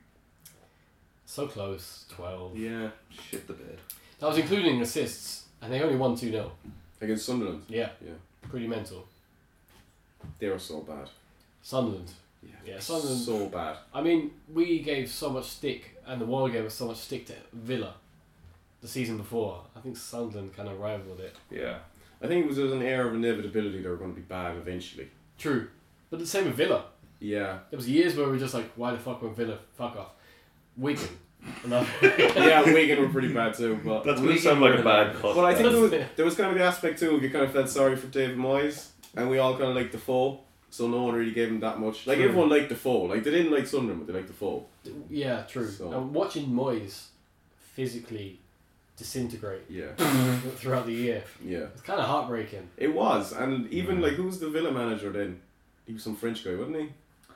S4: So close. 12.
S2: yeah.
S5: Shit the bed.
S4: That was including assists, and they only won 2 0.
S2: Against Sunderland,
S4: Yeah.
S2: Yeah.
S4: Pretty mental.
S2: they were so bad.
S4: Sunderland.
S2: Yeah.
S4: Yeah, Sunderland.
S2: So bad.
S4: I mean, we gave so much stick, and the world gave us so much stick to Villa the season before. I think Sunderland kind of rivaled it.
S5: Yeah.
S2: I think it was, there was an air of inevitability they were going to be bad eventually.
S4: True. But the same with Villa.
S2: Yeah.
S4: There was years where we were just like, why the fuck won't Villa fuck off? Wigan. Another-
S2: yeah, Wigan were pretty bad too. But
S5: That's
S3: We
S5: going to
S3: can
S5: sound like a
S3: really-
S5: bad cut.
S2: Well, I think
S5: that.
S2: there was, there was kind of the aspect too of you kind of felt sorry for David Moyes, and we all kind of liked the fall, so no one really gave him that much. Like
S4: True.
S2: everyone liked the fall, like they didn't like Sunderland, but they liked the fall.
S4: yeah, true.
S2: So-
S4: And watching Moyes physically disintegrate
S2: Yeah,
S4: throughout the year,
S2: yeah,
S4: it's kind of heartbreaking.
S2: it was, and even
S5: Mm.
S2: like who was the Villa manager then? He was some French guy, wasn't he?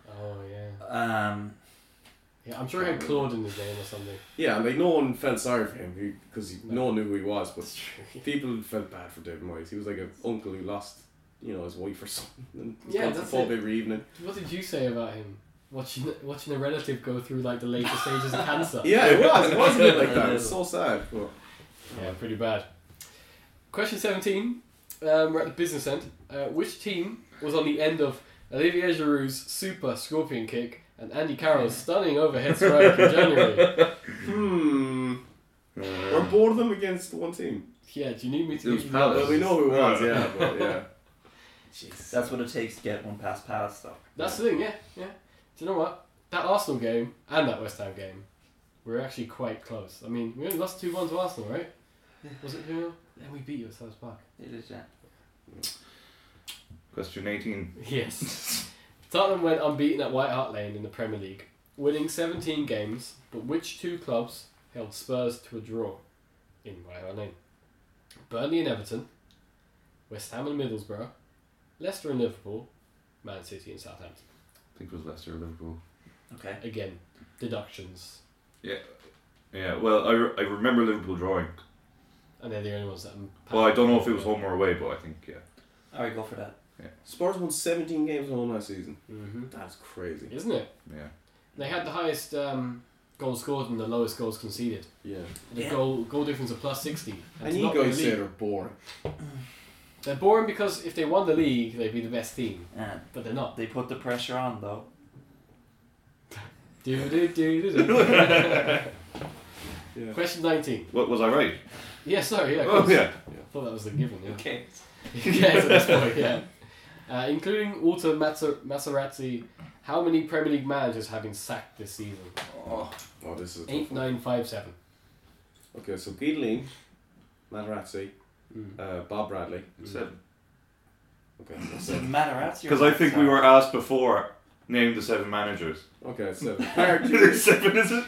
S4: Oh, yeah.
S3: Um,
S4: Yeah, I'm sure he had Claude in his name or something.
S2: Yeah, and like no one felt sorry for him because no.
S4: No.
S2: one knew who he was, but
S4: That's true.
S2: people felt bad for David Moyes. He was like an uncle who lost, you know, his wife or something. And
S4: Yeah,
S2: yeah,
S4: that's
S2: that's pub
S4: it.
S2: every evening.
S4: What did you say about him? Watching watching a relative go through like the later stages of cancer.
S2: Yeah, it was. It was a bit like that. It was so sad. But
S4: Yeah, pretty bad. Question 17. Um, we're at the business end. Uh, which team was on the end of Olivier Giroud's super scorpion kick and Andy Carroll's stunning overhead strike in January?
S2: hmm.
S5: Uh,
S2: Or both of them against one team.
S4: Yeah, do you need me to
S5: It
S4: give
S5: was
S4: you
S5: Palace.
S2: Well, we know who it was, yeah, but yeah.
S4: Jeez.
S3: that's what it takes to get one past Palace, though.
S4: That's the thing, yeah, yeah. Do you know what? That Arsenal game and that West Ham game were actually quite close. I mean, we only lost 2 1 to Arsenal, right? Was it 2 0? Then we beat you at South Park.
S3: It is, yeah.
S5: Question 18.
S4: Yes. Tottenham went unbeaten at White Hart Lane in the Premier League, winning 17 games, but which two clubs held Spurs to a draw in White Hart Lane? Burnley and Everton, West Ham and Middlesbrough, Leicester and Liverpool, Man City and Southampton.
S5: I think it was Leicester or Liverpool.
S3: Okay.
S4: Again, deductions.
S5: Yeah, well, I, re- I remember Liverpool drawing.
S4: And they're the only ones that. I'm-
S5: Well, I don't know if it was home or away, but I think, yeah.
S3: All right, go for that.
S2: Spurs won 17 games at home last season.
S4: Mhm.
S2: That's crazy.
S4: Isn't it?
S5: Yeah.
S4: They had the highest um, goals scored and the lowest goals conceded.
S2: Yeah.
S4: The
S3: Yeah.
S4: goal goal difference of plus 60. That's
S2: And you
S4: not in the
S2: guys say
S4: league.
S2: they're boring.
S4: They're boring because if they won the league, they'd be the best team.
S3: Yeah.
S4: But they're not.
S3: They put the pressure on, though.
S4: Do, do, do, do, do.
S2: Yeah.
S4: Question 19.
S5: What, was I right?
S4: Yeah, sorry, yeah. of
S5: oh,
S4: course.
S5: yeah.
S4: I thought that was the given, yeah.
S3: Okay.
S4: yes, at this point, yeah. Uh, including Walter Maser- Maserati, how many Premier League managers have been sacked this season?
S2: Oh, oh this is a tough
S4: Eight,
S2: one.
S4: nine, five, seven.
S2: Okay, so Peter Lean, Materazzi,
S4: Mm.
S2: uh, Bob Bradley.
S5: Seven.
S2: Okay, that's
S3: So
S2: seven.
S3: Materazzi. or
S5: Because I think we
S3: Mazzarri?
S5: were asked before, name the seven managers.
S2: Okay, that's seven.
S5: seven, is it?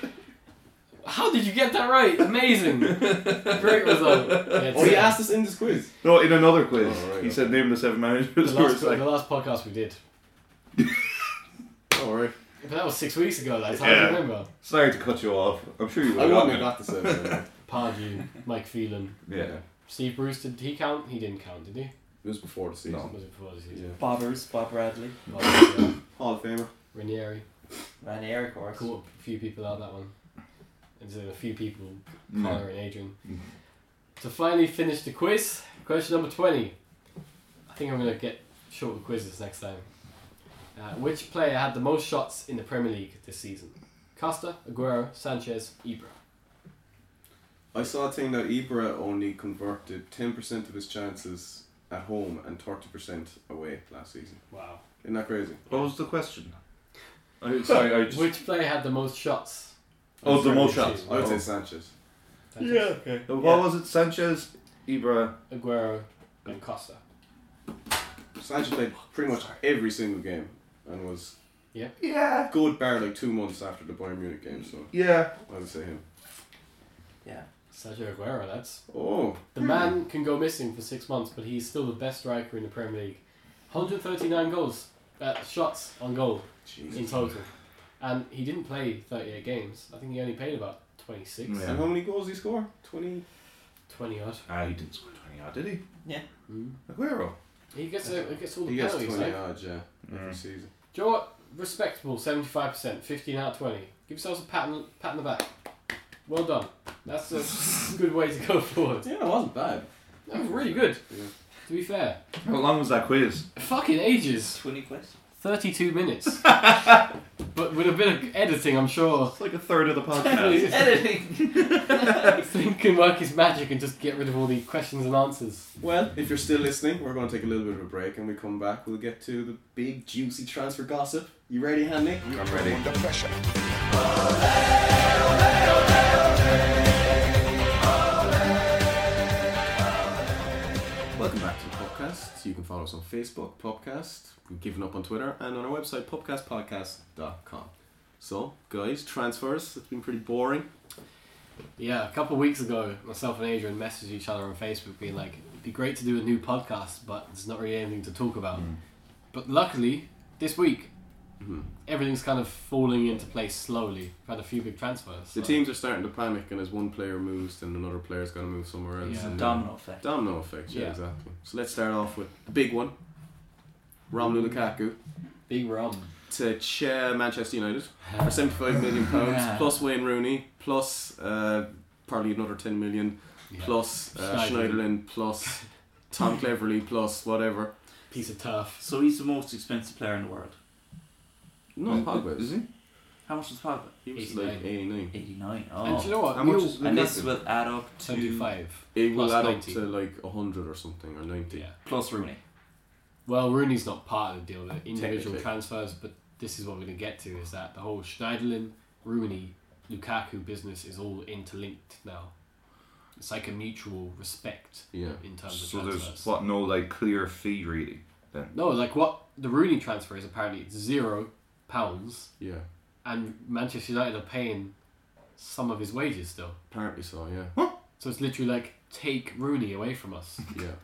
S4: How did you get that right? Amazing! Great result. Yeah,
S2: oh, he
S4: seven.
S2: asked us in this quiz.
S5: No, in another quiz.
S2: Oh, right,
S5: he
S2: okay.
S5: said, name the seven
S4: the
S5: managers. We were
S4: last,
S5: like,
S4: the last podcast we did.
S2: Don't worry.
S4: But that was six weeks ago, lads. How do you
S5: Yeah.
S4: remember?
S5: sorry to cut you off. I'm sure you
S2: I
S5: would
S2: wouldn't have got the seven. anyway.
S4: Pardew, Mike Phelan,
S5: Yeah.
S4: Steve Bruce, did he count? He didn't count, did he?
S2: It was before the season.
S5: No.
S4: Was it before the
S2: Yeah.
S4: season?
S3: Bobbers, Bob Bradley,
S4: Oh, yeah.
S2: Hall of Famer.
S4: Ranieri.
S3: Van Eric, or
S4: Caught a few people out that one. And so a few people,
S5: Mm.
S4: Connor and Adrian.
S5: Mm.
S4: To finally finish the quiz, question number 20. I think I'm going to get shorter quizzes next time. Uh, which player had the most shots in the Premier League this season? Costa, Aguero, Sanchez, Ibra.
S2: I saw a thing that Ibra only converted 10% of his chances at home and 30% away last season.
S4: Wow.
S2: Isn't that crazy?
S5: What was the question? I, sorry, I just.
S4: Which player had the most shots?
S5: oh, the most
S4: This
S5: shots.
S4: season?
S2: I would
S5: Oh.
S2: say Sanchez.
S4: Sanchez,
S5: okay. What
S4: Yeah.
S5: was it? Sanchez, Ibra.
S4: Aguero, and Costa.
S2: Sanchez played pretty much every single game and was
S5: Yeah.
S2: good bar like two months after the Bayern Munich game, so
S5: Yeah.
S2: I would say him.
S3: Yeah.
S4: Sergio Aguero, lads.
S2: Oh,
S4: The man can go missing for six months, but he's still the best striker in the Premier League. 139 goals, uh, shots on goal in
S2: Jesus.
S4: total. And he didn't play 38 games. I think he only played about 26.
S5: Yeah.
S2: And how many goals did he score? 20?
S4: Twenty odd.
S5: Ah, he didn't score 20 odd, did he?
S4: Mm.
S5: Hmm. Aguero.
S4: He gets a, he gets all the
S2: He gets
S4: penalties.
S2: 20
S4: eh?
S2: odd, yeah, every
S5: Mm.
S2: season.
S4: Do you know what? Respectable, seventy-five percent, fifteen out of twenty. Give yourselves a pat on, pat on the back. Well done. That's a good way to go forward.
S2: Yeah, it wasn't bad.
S4: That was really good.
S2: Yeah.
S4: To be fair,
S5: How long was that quiz?
S4: fucking ages.
S3: 20 questions.
S4: Thirty-two minutes. but with a bit of editing, I'm sure
S5: It's like a third of the podcast.
S3: Editing!
S4: Think can work his magic and just get rid of all the questions and answers.
S2: Well, if you're still listening, we're going to take a little bit of a break and we come back. We'll get to the big, juicy transfer gossip. You ready, Hanley?
S5: I'm ready.
S1: Under pressure.
S2: Welcome back to the podcast. You can follow us on Facebook, Popcast. We've given up on Twitter and on our website, popcastpodcast.com. So, guys, transfers, it's been pretty boring.
S4: Yeah, a couple of weeks ago, myself and Adrian messaged each other on Facebook, being like, "It'd be great to do a new podcast, but there's not really anything to talk
S2: Mm.
S4: about."
S5: Um,
S4: But luckily, this week,
S5: Mm-hmm.
S2: Mhm.
S4: everything's kind of falling into place slowly. We've had a few big transfers.
S2: The
S4: so-
S2: teams are starting to panic, and as one player moves, then another player's going to move somewhere else.
S4: Yeah.
S2: and
S3: Domino effect.
S2: Domino effect, yeah,
S4: Yeah.
S2: exactly. So let's start off with the big one Romelu Lukaku
S4: Big rum.
S2: to chair Manchester United. for 75 million pounds
S3: Yeah.
S2: plus Wayne Rooney plus uh, probably another 10 million
S4: Yeah.
S2: plus uh,
S4: Schneiderlin.
S2: Schneiderlin plus Tom Cleverley plus whatever
S4: Piece of turf.
S3: So he's the most expensive player in the world.
S2: no Pogba
S5: Is
S2: is
S5: he?
S3: How much was Pogba?
S2: he was like
S4: 89.
S2: 89
S3: 89.
S4: And do you know what?
S5: How much
S4: We'll-
S5: is
S3: Oh. And this
S5: Lukaku?
S3: will add up to
S4: seventy-five.
S2: it will
S4: Plus
S2: add up
S4: 90.
S2: to like 100 or something or 90
S4: Yeah.
S3: plus Rooney.
S4: Well, Rooney's not part of the deal. They're individual
S2: Technically.
S4: transfers, but this is what we're going to get to: is that the whole Schneiderlin, Rooney, Lukaku business is all interlinked now. It's like a mutual respect
S2: yeah
S4: in terms
S5: So
S4: of
S5: there's
S4: transfers.
S5: what no like clear fee really.
S4: No, like what the Rooney transfer is apparently it's zero pounds,
S2: yeah
S4: and Manchester United are paying some of his wages still.
S2: apparently so yeah
S4: So it's literally like take Rooney away from us.
S2: yeah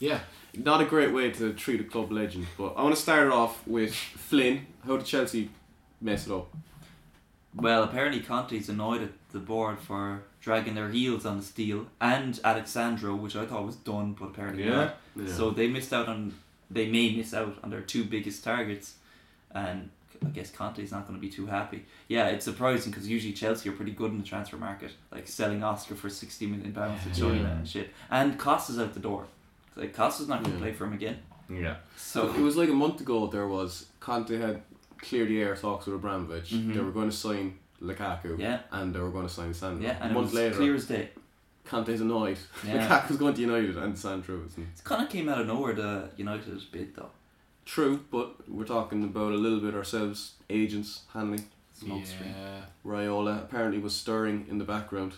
S4: yeah,
S2: not a great way to treat a club legend but I want to start it off with Flynn how did Chelsea mess it up
S3: Well, apparently Conte's annoyed at the board for dragging their heels on this deal and Alexandro, which I thought was done, but apparently not.
S2: yeah.
S3: So they missed out on they may miss out on their two biggest targets, and I guess Conte's not going to be too happy. Yeah, it's surprising because usually Chelsea are pretty good in the transfer market, like selling Oscar for sixty million pounds to China
S5: Yeah.
S3: and shit. And Costa's out the door. Like Costa's not going to
S2: Yeah.
S3: play for him again.
S5: Yeah.
S2: So it
S3: So
S2: was like a month ago. There was Conte had cleared the air talks with Abramovich.
S3: Mhm.
S2: They were going to sign Lukaku,
S3: yeah,
S2: and they were going to sign Sandro.
S3: yeah, and
S2: a
S3: it
S2: month
S3: was
S2: later,
S3: clear as day.
S2: Conte's annoyed.
S3: Yeah,
S2: Lukaku's going to United, and Sandro isn't.
S3: it kind of came out of nowhere. The United bid though.
S2: True, but we're talking about a little bit ourselves. Agents Hanley,
S3: Smoke screen.
S4: yeah.
S2: Raiola apparently was stirring in the background.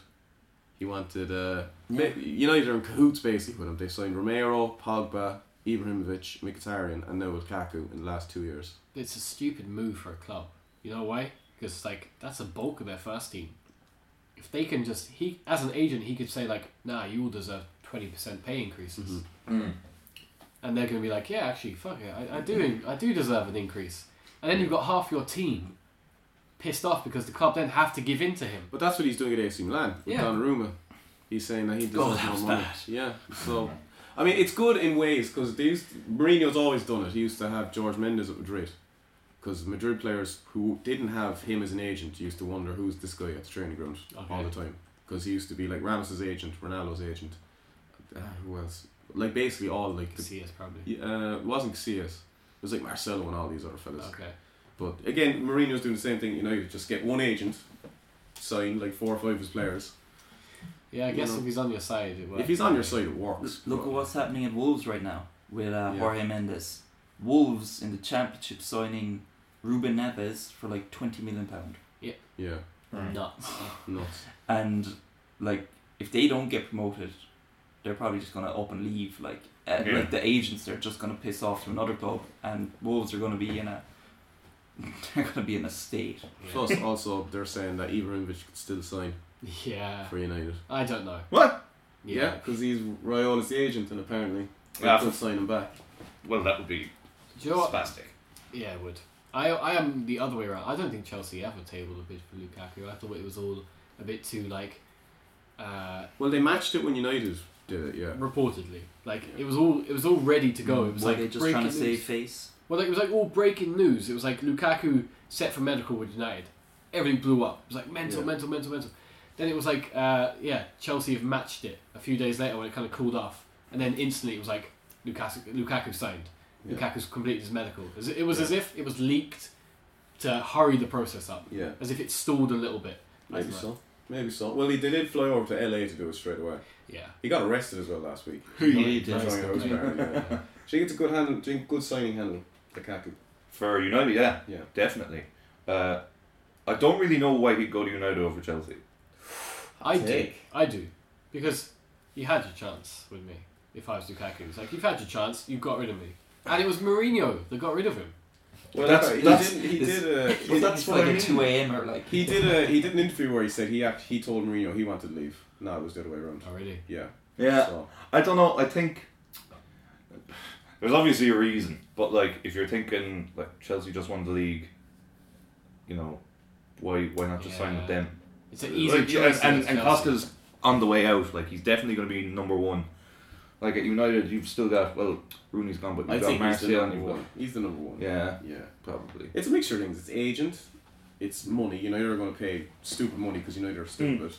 S2: He wanted uh, Ma- United are in cahoots basically with him. They signed Romero, Pogba, Ibrahimovic, Mkhitaryan, and now Lukaku in the last two years.
S4: It's a stupid move for a club. You know why? Because like that's a bulk of their first team. If they can just he as an agent he could say like, nah, you all deserve twenty percent pay increases,
S2: Mhm.
S4: and they're gonna be like, yeah, actually, fuck it, I, I do, I do deserve an increase, and then you've got half your team pissed off because the club then have to give in to him.
S2: But that's what he's doing at AC Milan with
S4: Yeah.
S2: Donnarumma. He's saying that he doesn't
S3: Oh, that
S2: have
S3: was
S2: money.
S3: bad.
S2: Yeah, so I mean, it's good in ways because Mourinho's always done it. He used to have George Mendes at Madrid because Madrid players who didn't have him as an agent used to wonder who's this guy at the training ground all the time because he used to be like Ramos's agent, Ronaldo's agent, uh, who else? Like basically all like the,
S4: See us probably.
S2: uh, it wasn't Casillas. It was like Marcelo and all these other fellas.
S4: Okay.
S2: But again, Mourinho's doing the same thing. You know, you just get one agent, sign like four or five of his players.
S4: Yeah, I
S2: You
S4: guess
S2: know.
S4: if he's on your side, it works.
S2: If he's on your side, it works.
S3: Look at
S2: but-
S3: what's happening at Wolves right now with uh,
S2: Yeah.
S3: Jorge Mendes. Wolves in the Championship signing Ruben Neves for like twenty million pound,
S2: Yeah,
S5: Mm. Hmm.
S4: nuts.
S2: nuts.
S3: and like if they don't get promoted, they're probably just gonna up and leave. Like uh,
S5: Yeah.
S3: like the agents, they're just gonna piss off to another club, and Wolves are gonna be in a they're gonna be in a state.
S4: Yeah.
S2: Plus, also they're saying that Ibrahimovic could still sign
S4: yeah,
S2: for United.
S4: I don't know.
S5: What?
S2: Yeah, because he's Raiola's the agent, and apparently they
S5: Yeah.
S2: could sign him back.
S5: Well, that would be
S4: Do you know what?
S5: spastic.
S4: Yeah, it would. I I am the other way around. I don't think Chelsea ever tabled a bid for Lukaku. I thought it was all a bit too like uh,
S2: Well, they matched it when United did it. Yeah.
S4: reportedly. Like it was all it was all ready to go. It was
S3: Were
S4: like
S3: they just
S4: breaking
S3: trying to
S4: news.
S3: save face?
S4: Well, like, it was like all breaking news. It was like Lukaku set for medical with United. Everything blew up. It was like mental,
S2: Yeah.
S4: mental, mental, mental. Then it was like, uh, yeah, Chelsea have matched it a few days later when it kind of cooled off, and then instantly it was like Lukaku, Lukaku signed.
S2: Yeah.
S4: Lukaku's completed his medical. As- It was
S2: Yeah.
S4: as if it was leaked to hurry the process up,
S2: Yeah.
S4: as if it stalled a little bit.
S2: Maybe
S4: That's
S2: so. Maybe so. Well, he, they did fly over to LA to do it straight away.
S4: Yeah.
S2: He got arrested as well last week.
S3: He
S2: That's
S3: did.
S2: why I was barred, yeah. So you get a good handle, do you think good signing handle, Lukaku.
S5: For United, yeah,
S2: Yeah.
S5: definitely. Uh, I don't really know why he'd go to United over Chelsea.
S4: I do.
S2: Take.
S4: I do. Because you had your chance with me. If I was Lukaku, it's like you've had your chance. You got rid of me, and it was Mourinho that got rid of him.
S2: Well,
S5: That's-
S2: he,
S5: that's-
S2: did, he
S3: it's-
S2: did a.
S3: Well,
S2: He,
S3: that's
S5: that's
S3: like
S5: what I
S3: at
S5: mean.
S3: two a.m. or like
S2: he did a. He did an interview where he said he act, he told Mourinho he wanted to leave. No, it was the other way around.
S4: Oh really?
S2: Yeah. So,
S5: I don't know. I think there's obviously a reason, but like if you're thinking like Chelsea just won the league, you know, why why not just sign
S4: Yeah.
S5: with them?
S4: It's an easy
S5: Like,
S4: choice.
S5: And, and,
S4: against
S5: and
S4: Chelsea.
S5: Costa's on the way out. Like he's definitely going to be number one. Like at United, you've still got well, Rooney's gone, but
S2: I
S5: you've got
S2: think he's the
S5: Martial. and
S2: number
S5: you've got-
S2: one. He's the number one.
S5: Yeah,
S2: Yeah.
S5: probably.
S2: It's a mixture of things. It's agent, it's money. United are going to pay stupid money because United are stupid.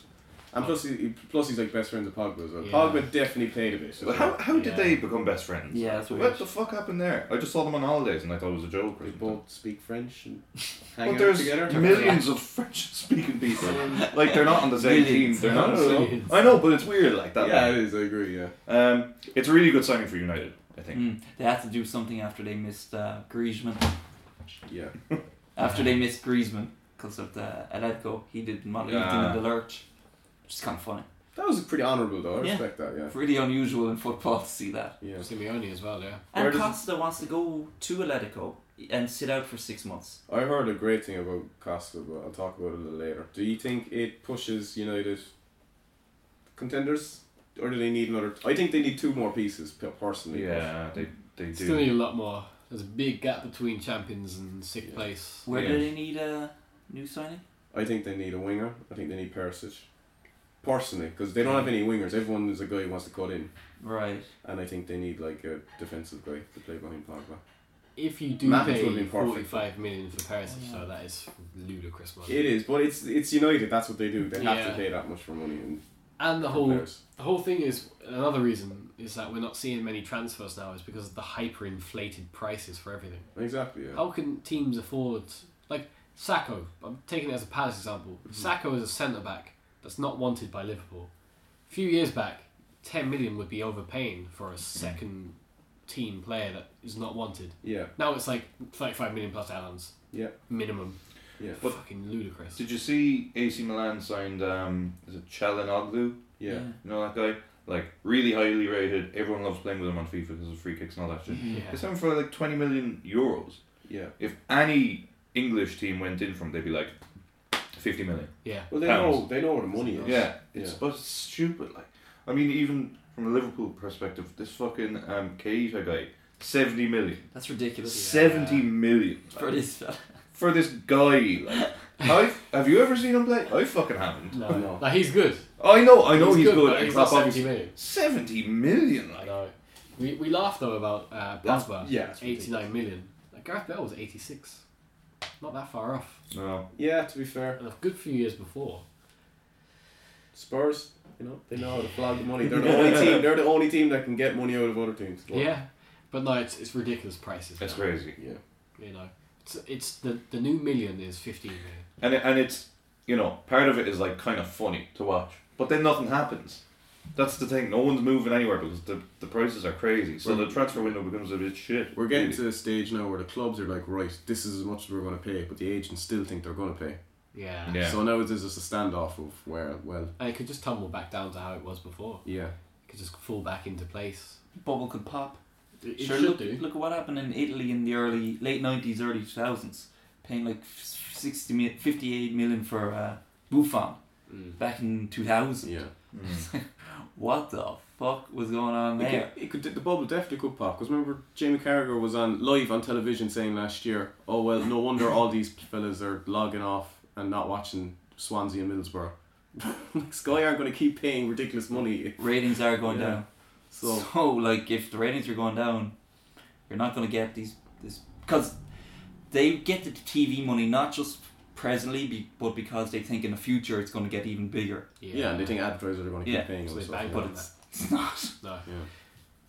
S2: And plus, he, plus he's like best friend of Pogba as well.
S4: Yeah.
S2: Pogba definitely played a bit. as
S5: Well,
S2: well.
S5: how how
S4: Yeah.
S5: did they become best friends?
S3: Yeah, that's
S5: What
S3: weird.
S5: the fuck happened there? I just saw them on holidays and I thought it was a joke. Or
S2: They
S5: something.
S2: both speak French and hang
S5: But
S2: out
S5: there's
S2: together.
S5: millions of French-speaking people. Like they're not on the same team.
S3: Millions.
S5: They're not.
S4: Millions.
S5: I know, but it's weird like that.
S2: Yeah, it is. I agree. Yeah.
S5: Um, it's a really good signing for United. I think.
S3: Mm, they had to do something after they missed uh, Griezmann.
S2: Yeah.
S3: After they missed Griezmann because of the Atletico, he didn't want to leave
S4: Ah.
S3: them in the lurch. Which is kind of funny.
S2: That was pretty honourable, though. I
S3: Yeah.
S2: respect that. Yeah.
S3: Really unusual in football to see that.
S2: Yeah.
S4: Simeone as well, yeah.
S3: And
S2: Where does-
S3: Costa wants to go to Atletico and sit out for six months.
S2: I heard a great thing about Costa, but I'll talk about it a little later. Do you think it pushes United contenders, or do they need another? I think they need two more pieces pe- personally.
S5: Yeah, they they do.
S4: Still need a lot more. There's a big gap between champions and sixth
S2: Yeah.
S4: place.
S3: Where
S5: Yeah.
S3: do they need a new signing?
S2: I think they need a winger. I think they need Perisic. Personally, because they don't have any wingers. Everyone is a guy who wants to cut in,
S3: Right.
S2: and I think they need like a defensive guy to play behind Pogba.
S4: If you do
S2: Matic would've
S4: pay
S2: been perfect.
S4: 45 million for Perisic,
S3: Oh, yeah.
S4: though, that is ludicrous money.
S2: It is, but it's it's United. That's what they do. They have
S4: Yeah. Oh.
S2: to pay that much for money and
S4: And the
S2: for
S4: whole
S2: players.
S4: the whole thing is another reason is that we're not seeing many transfers now is because of the hyperinflated prices for everything.
S2: Exactly. Yeah.
S4: How can teams afford like Sacco? I'm taking it as a Palace example. Sacco is a centre back that's not wanted by Liverpool. A few years back, 10 million would be overpaying for a second team player that is not wanted.
S2: Yeah.
S4: Now it's like 35 million plus allowance.
S2: Yeah.
S4: Minimum.
S2: Yeah.
S5: But-
S4: Fucking ludicrous.
S5: Did you see AC Milan signed? Um, is it Chalinoglu? You
S2: Yeah.
S5: know that guy? Like really highly rated. Everyone loves playing with him on FIFA because of free kicks and all that shit.
S4: Yeah.
S5: They signed for like twenty million euros.
S2: Yeah.
S5: If any English team went in from, they'd be like fifty million.
S4: Yeah.
S2: Well, they
S5: Pounds.
S2: know they know where the money is.
S5: Yeah, it's
S2: Yeah.
S5: but it's stupid. Like, I mean, even from a Liverpool perspective, this fucking um, Keita guy, seventy million.
S3: That's ridiculous.
S5: Seventy million
S3: For this fella.
S5: for this guy. Like, I've, have you ever seen him play? I fucking haven't.
S4: No.
S2: No.
S4: Like, he's good.
S5: I know, I know he's, good.
S4: but
S5: it's
S4: he's
S5: not
S4: not 70
S5: obvious-
S4: million.
S5: Seventy million,
S4: I
S5: like.
S4: know. We, we laugh though about uh,
S2: That's-
S4: Pogba.
S2: yeah, it's
S4: 89 million. Like, Gareth Bale was 86. Not that far off.
S5: No.
S2: Yeah, to be fair,
S4: And a good few years before.
S2: Spurs, you know, they know how to flog the money. They're the only team. They're the only team that can get money out of other teams.
S4: Yeah. But no, it's, it's ridiculous prices.
S5: That's
S4: now,
S5: crazy.
S2: Yeah.
S4: You know. It's, it's the, the new million is 15 million.
S5: And it, and it's you know part of it is like kind of funny to watch, but then nothing happens. That's the thing. No one's moving anywhere because the, the prices are crazy. So the transfer window becomes a bit shit.
S2: We're getting to a stage now where the clubs are like, right, this is as much as we're going to pay, but the agents still think they're going to pay.
S4: Yeah.
S5: Yeah.
S2: So now there's just a standoff of where, well,
S4: And it could just tumble back down to how it was before.
S2: yeah,
S4: It could just fall back into place.
S3: Bubble could pop.
S4: It,
S3: sure,
S4: should
S3: look,
S4: do.
S3: look at what happened in Italy in the early late nineties, early two thousands, paying like f- 60 mi- 58 million for uh, Buffon
S4: Mm.
S3: back in two thousand.
S2: yeah.
S3: What the fuck was going on
S2: It
S3: there?
S2: could, it could, the bubble definitely could pop because remember Jamie Carragher was on live on television saying last year, oh well, no wonder all these fellas are logging off and not watching Swansea and Middlesbrough like Sky are going to keep paying ridiculous money.
S3: Ratings are going
S2: Yeah.
S3: down. So,
S2: So
S3: like if the ratings are going down, you're not going to get these this because they get the TV money not just presently, be, but because they think in the future it's going to get even bigger.
S2: yeah, and they think advertisers are going to keep
S3: Yeah,
S2: paying.
S4: so
S2: them,
S4: they
S2: so,
S4: bank
S2: yeah.
S3: But it's it's not.
S4: No,
S2: Yeah.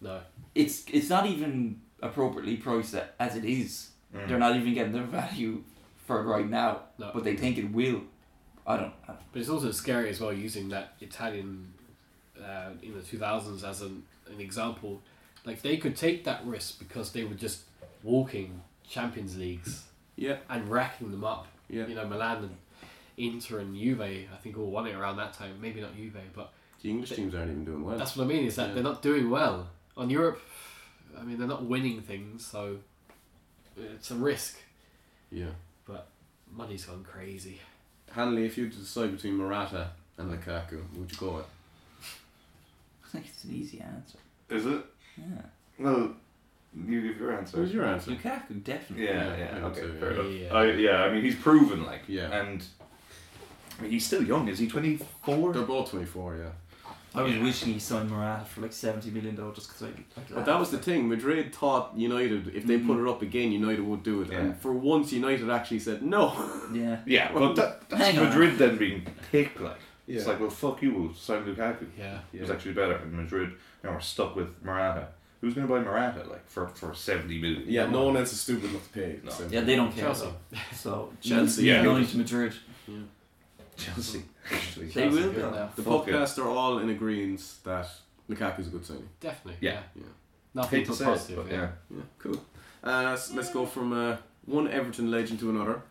S4: no.
S3: It's it's not even appropriately priced a- as it is. They're not even getting their value for it right now,
S4: No.
S3: but they think it will. I don't. I don't
S4: But it's also scary as well using that Italian uh, in the 2000s as an, an example. Like they could take that risk because they were just walking Champions Leagues
S2: yeah,
S4: and racking them up.
S2: yeah,
S4: You know, Milan and Inter and Juve, I think, all won it around that time. Maybe not Juve, but
S2: The English teams aren't even doing well.
S4: that's what I mean is that
S2: Yeah.
S4: they're not doing well. On Europe, I mean, they're not winning things, so it's a risk.
S2: yeah.
S4: Money's gone crazy.
S2: Hanley, if you had to decide between Morata and Lukaku, who would you go with?
S3: think it's an easy answer.
S5: Is it?
S3: Yeah,
S5: Well, you give your answer.
S2: Who's your answer?
S3: Lukaku definitely.
S5: Yeah, yeah,
S2: Yeah, I would
S5: okay,
S2: say,
S5: fair
S4: yeah.
S5: enough.
S4: Yeah.
S5: Yeah. I, yeah, I mean, he's proven, like,
S2: Yeah.
S5: and I mean, he's still young. Is he 24?
S2: They're both twenty four. Yeah.
S3: I was
S5: Yeah.
S3: wishing he signed Morata for like seventy million dollars just because I. Like
S2: But that was the thing. Madrid thought United, if they put
S3: Mhm.
S2: it up again, United would do it.
S5: Yeah.
S2: And for once, United actually said no.
S3: Yeah.
S5: Yeah, but that, that's
S3: Hang on.
S5: Madrid then being picked, like. It's
S2: Yeah.
S5: like, well, fuck you, we'll sign Lukaku.
S4: Yeah.
S5: He was actually better in Madrid. Now we're stuck with Morata. Who's going to buy Morata, like, for, for 70 million?
S2: Yeah, no one else is stupid enough to pay.
S5: No.
S2: so-
S3: Yeah, they don't care.
S4: Chelsea.
S3: though. So
S2: Chelsea,
S5: yeah.
S3: going to Madrid.
S5: Chelsea, actually.
S3: They
S4: Chelsea
S3: will
S4: good
S3: go.
S4: now.
S2: The
S5: Fuck it.
S2: podcasts are all in agreement that Lukaku's a good signing.
S4: Definitely.
S5: Yeah.
S4: Yeah.
S2: Yeah.
S4: Nothing
S5: Hate to
S4: but
S5: say
S4: positive.
S5: it, but
S4: yeah.
S5: yeah.
S2: Yeah, cool. Uh, so let's go from uh, one Everton legend to another.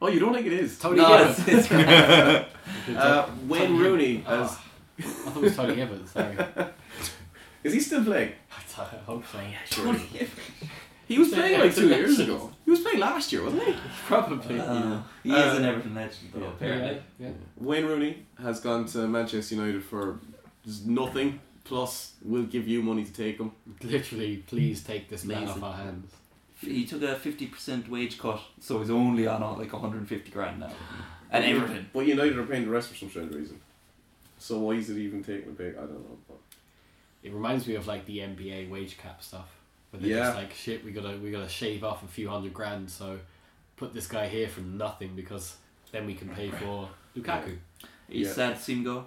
S2: Oh, you don't think it is?
S4: Tony
S3: No,
S4: Evans.
S3: it's, it's gonna-
S2: Uh, Wayne
S4: Tony
S2: Rooney.
S4: Oh,
S2: As,
S4: I thought it was Tony Evans. Sorry. I
S2: is he still playing?
S4: hope so.
S2: He was playing like two years ago. He was playing last year, wasn't he?
S4: Probably.
S3: Uh, he is an Everton legend, though.
S2: yeah.
S3: Apparently,
S4: Yeah.
S2: Wayne Rooney has gone to Manchester United for just nothing. Plus, we'll give you money to take him.
S4: Literally, please take this man
S3: Amazing.
S4: off our hands.
S3: he took a fifty percent wage cut, so he's only on uh, like one hundred and fifty grand now. And Everton.
S2: But United are paying the rest for some strange reason. So why is it even taking a pay? I don't know. But
S4: It reminds me of like the NBA wage cap stuff, where they're
S2: Yeah.
S4: just like, shit, we gotta we gotta shave off a few hundred grand, so put this guy here for nothing because then we can pay for Lukaku.
S3: Are you
S2: Yeah.
S3: sad to see him go?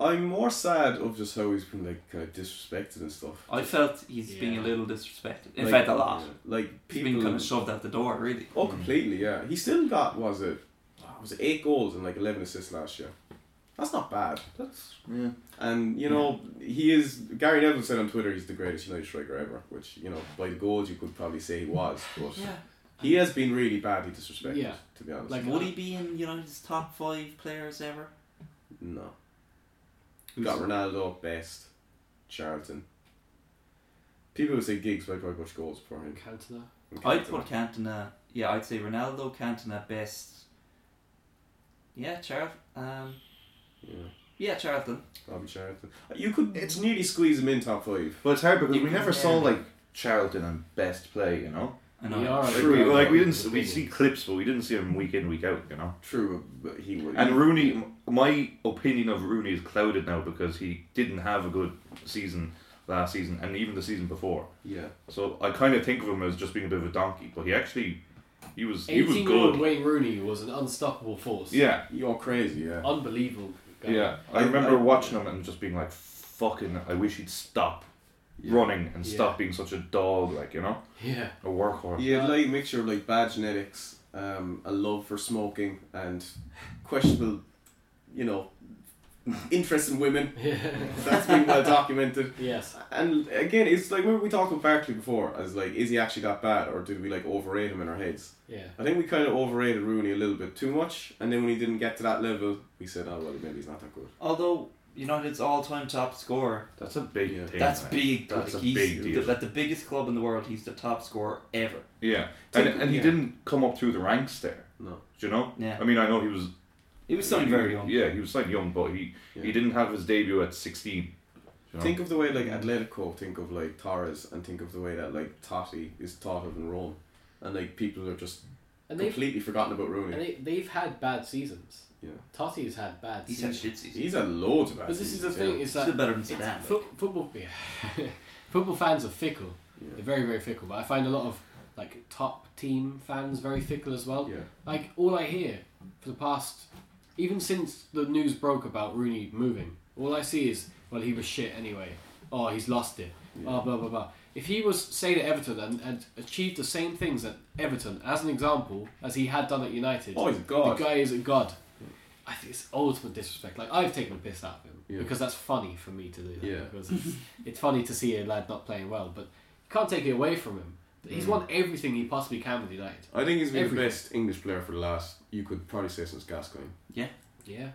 S2: I'm more sad of just how he's been like kind of disrespected and stuff.
S3: I felt he's being a
S4: Yeah.
S3: little disrespected. In
S2: Like,
S3: fact, a lot.
S2: yeah, Like
S3: He's been
S2: people.
S3: kind of shoved out the door, really.
S2: oh, completely. Yeah, he still got was it Ah, was it eight goals and like eleven assists last year. That's not bad.
S5: That's, yeah.
S2: And you know he is. Gary Neville said on Twitter he's the greatest United striker ever, which you know by the goals you could probably say he was, but he has been really badly disrespected.
S4: Yeah.
S2: To be honest,
S4: Like-
S3: Would he be in United's top five players ever?
S2: no. We got Ronaldo best, Charlton. People would say gigs, but I probably put goals for him.
S4: Cantona.
S3: I'd put Cantona. Yeah, I'd say Ronaldo, Cantona, best. Yeah, Charlton. Um,
S2: Yeah,
S3: yeah, Charlton.
S2: Robbie Charlton. You could. It's nearly squeeze him in top five.
S5: Well, it's hard because we
S3: Yeah.
S5: never saw, like, Charlton and best play, you know?
S3: I
S4: We are
S5: Like,
S2: True.
S5: we, like, we didn't s- we see clips, but we didn't see him week in, week out, you know?
S2: True, but he would.
S5: And Rooney, m- my opinion of Rooney is clouded now because he didn't have a good season last season and even the season before.
S2: yeah,
S5: So I kind of think of him as just being a bit of a donkey, but he actually, he was he was
S4: Eighteen-year-old
S5: good.
S4: Wayne Rooney was an unstoppable force.
S5: Yeah,
S2: you're crazy. Yeah,
S4: Unbelievable. Guy.
S5: yeah.
S2: I-
S5: I remember
S2: I-
S5: watching him and just being like, "Fucking, I wish he'd stop
S2: Yeah.
S5: running and
S4: Yeah.
S5: stop being such a dog, like you know,
S4: Yeah.
S5: a workhorse."
S2: He had like a mixture of like bad genetics, um, a love for smoking, and questionable, you know, interest in women. That's been well documented.
S4: yes.
S2: And again, it's like remember we talked about Barkley before as like is he actually that bad or did we like overrate him in our heads?
S4: Yeah.
S2: I think we kind of overrated Rooney a little bit too much, and then when he didn't get to that level, we said, oh well, maybe he's not that good.
S3: Although United's all-time top scorer,
S5: That's a big
S2: Yeah.
S5: thing.
S3: that's
S5: man.
S3: big.
S5: That's
S3: like,
S5: a
S3: he's
S5: big
S3: the-
S5: deal.
S3: at the biggest club in the world, he's the top scorer ever.
S5: Yeah, and
S2: Think-
S5: and he
S2: yeah.
S5: didn't come up through the ranks there.
S2: No.
S5: Do you know?
S3: Yeah.
S5: I mean, I know he was
S3: He was something
S5: he-
S3: very young.
S5: Yeah, he was signed young, but he
S2: Yeah.
S5: he didn't have his debut at sixteen. You know?
S2: Think of the way like Atletico think of like Torres, and think of the way that like Totti is thought of in Rome, and like people are just
S4: And they've
S2: completely forgotten about Rooney.
S4: and they, they've had bad seasons.
S2: Yeah.
S4: Totti's had bad
S3: He's had
S4: seasons.
S3: shit season.
S2: He's had loads of bad
S4: But this is the
S2: seasons,
S4: thing,
S2: yeah.
S4: it's
S3: Still
S4: like
S3: better than Zidane. like.
S4: fo- football yeah. football fans are fickle. They're
S2: Yeah.
S4: very, very fickle. But I find a lot of like top team fans very fickle as well.
S2: Yeah.
S4: Like all I hear for the past, even since the news broke about Rooney moving, all I see is well he was shit anyway. Oh he's lost it. Oh blah blah blah. If he was say to Everton and, and achieved the same things at Everton as an example as he had done at United,
S2: Oh, he's a god.
S4: the guy is a god. I think it's ultimate disrespect. Like I've taken a piss out of him
S2: Yeah.
S4: because that's funny for me to do. That
S2: Yeah.
S4: Because it's, it's funny to see a lad not playing well, but you can't take it away from him.
S2: Mm.
S4: He's won everything he possibly can with United.
S2: I think he's been
S4: Everything.
S2: the best English player for the last. You could probably say since Gascoigne,
S4: Yeah.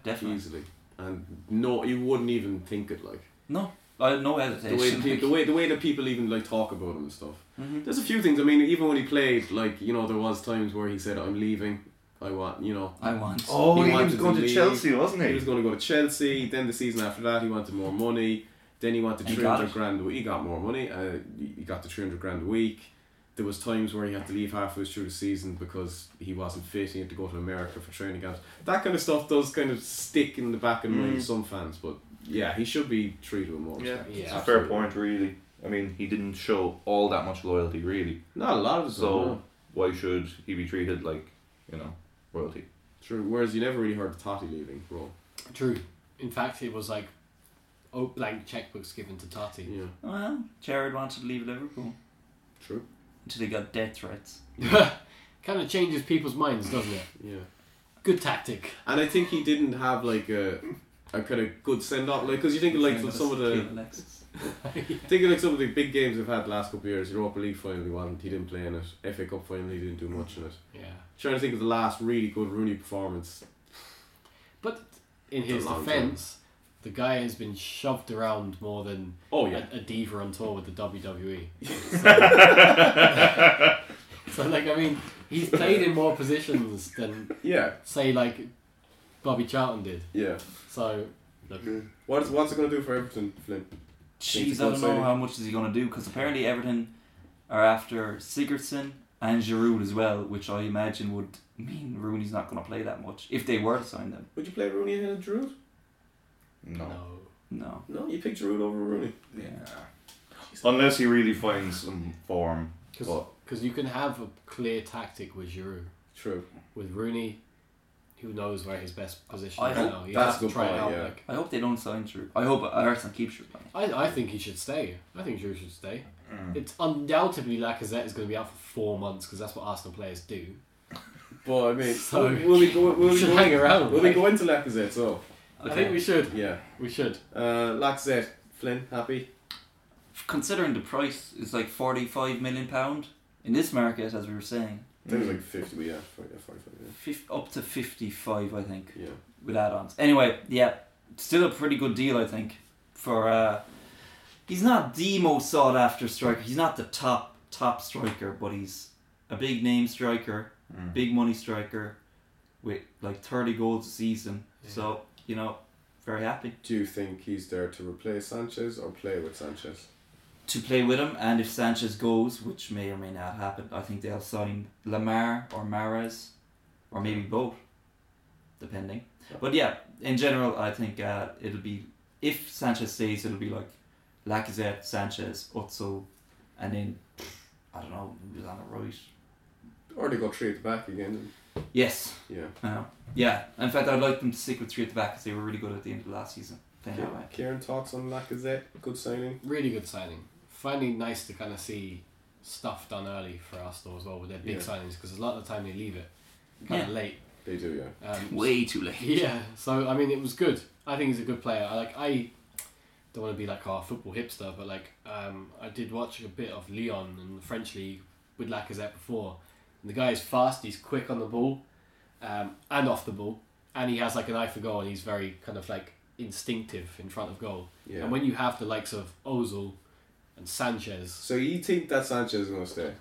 S3: Definitely.
S2: easily, and no, you wouldn't even think it like
S3: No, I no
S2: the way
S3: hesitation.
S2: the, pe- the way the way that people even like talk about him and stuff.
S4: Mm-hmm.
S3: Mhm.
S2: There's a few things. I mean, even when he played, like you know, there was times where he said, "I'm leaving. I want," you know.
S3: I want.
S5: Oh,
S2: He
S5: he,
S2: wanted
S5: was
S2: to
S5: going to
S2: leave.
S5: Chelsea, wasn't
S2: He was
S5: he?
S2: going to go to Chelsea. Then the season after that, he wanted more money. Then he wanted
S3: And he
S2: three
S3: got
S2: hundred
S3: it.
S2: grand. a week. He got more money. Uh, he got the three hundred grand a week. There was times where he had to leave halfway through the season because he wasn't fit. He had to go to America for training camps. That kind of stuff does kind of stick in the back of the mind
S5: Mm.
S2: of some fans. But yeah, he should be treated with more
S5: Yeah.
S2: respect.
S4: Yeah.
S5: It's a fair
S2: Absolutely.
S5: point, really. I mean, he didn't show all that much loyalty, really.
S2: Not a lot of us,
S5: So-
S2: no.
S5: Why should he be treated like, you know, royalty?
S2: True. Whereas you never really heard of Totti leaving, bro.
S4: True. In fact, it was like oh, blank checkbooks given to Tati.
S2: Yeah.
S3: Well, Jared wanted to leave Liverpool
S2: True.
S3: until he got death threats.
S4: kind of changes people's minds, doesn't it?
S2: Yeah.
S4: Good tactic.
S2: And I think he didn't have like a a kind of good send off, like because you think of like
S3: Same with
S2: some of
S3: us,
S2: the
S3: Keane Alexis.
S2: think of like some of the big games we've had the last couple of years. Europa League final, he wasn't. He didn't play in it. FA Cup final, he didn't do much in it.
S4: Yeah.
S2: Trying to think of the last really good Rooney performance.
S4: But in
S2: It's a
S4: his
S2: long
S4: defense, the guy has been shoved around more than
S2: Oh yeah,
S4: a, a diva on tour with the WWE. So, so, like, I mean, he's played in more positions than,
S2: yeah,
S4: say, like Bobby Charlton did.
S2: yeah.
S4: So, look,
S2: What's what's it gonna do for Everton, Flynn?
S3: Jeez,
S2: Think
S3: I
S2: about
S3: don't know
S2: signing.
S3: how much is he gonna do because apparently Everton are after Sigurdsson and Giroud as well, which I imagine would mean Rooney's not gonna play that much if they were to sign them.
S2: Would you play Rooney ahead of Giroud?
S5: No.
S4: no.
S3: No.
S2: No, you picked Giroud over Rooney.
S3: Yeah.
S5: Unless he really finds some form. But
S4: Because you can have a clear tactic with Giroud.
S2: True.
S4: With Rooney, who knows where his best position
S3: I
S4: is
S3: hope
S4: now? He
S2: that's
S4: has to
S2: a good
S4: try it
S2: point,
S4: out.
S2: yeah.
S4: Like,
S3: I hope they don't sign Giroud. I hope Arsenal keeps Giroud.
S4: I, I think he should stay. I think Giroud should stay.
S2: Mm.
S4: It's undoubtedly Lacazette is going to be out for four months because that's what Arsenal players do.
S2: But I mean,
S4: So-
S2: will we go? Will
S4: We
S2: we
S4: should
S2: go?
S4: hang around.
S2: Will we
S4: right?
S2: go into Lacazette? So
S4: I think we should.
S2: yeah,
S4: We should.
S2: uh, Lacazette, Flynn, happy.
S3: Considering the price is like forty-five million pound in this market, as we were saying,
S2: I think it was like fifty. Yeah, forty- yeah, forty-five. Yeah.
S3: fif- up to fifty-five, I think.
S2: Yeah.
S3: with add-ons. Anyway, yeah, still a pretty good deal, I think. For uh, he's not the most sought-after striker. He's not the top top striker, but he's a big name striker, big money striker, with like thirty goals a season. So you know, very happy
S2: Do you think he's there to replace Sanchez or play with Sanchez?
S3: to play with him. And if Sanchez goes, which may or may not happen, I think they'll sign Lamar or Mares, or maybe both, depending. But yeah, in general, I think uh, it'll be if Sanchez stays, it'll be like Lacazette, Sanchez, Otso, and then I don't know who's on the right.
S2: Or they go three at the back again?
S3: Yes,
S2: Yeah.
S3: I know. Uh, Yeah, in fact, I'd like them to stick with three at the back because they were really good at the end of last season. Playing that way.
S2: Kieran talks on Lacazette. Good signing.
S4: Really good signing. Finally, nice to kind of see stuff done early for Arsenal as well with their big
S2: Yeah.
S4: signings because a lot of the time they leave it kind of
S3: Yeah.
S4: late.
S2: They do, yeah.
S4: Um,
S3: Way too late.
S4: Yeah, so I mean, it was good. I think he's a good player. I like I don't want to be like our football hipster, but like um, I did watch a bit of Lyon and the French league with Lacazette before. And the guy is fast. He's quick on the ball, um, and off the ball, and he has like an eye for goal, and he's very kind of like instinctive in front of goal.
S2: Yeah.
S4: And when you have the likes of Ozil and Sanchez,
S2: so you think that Sanchez is gonna stay?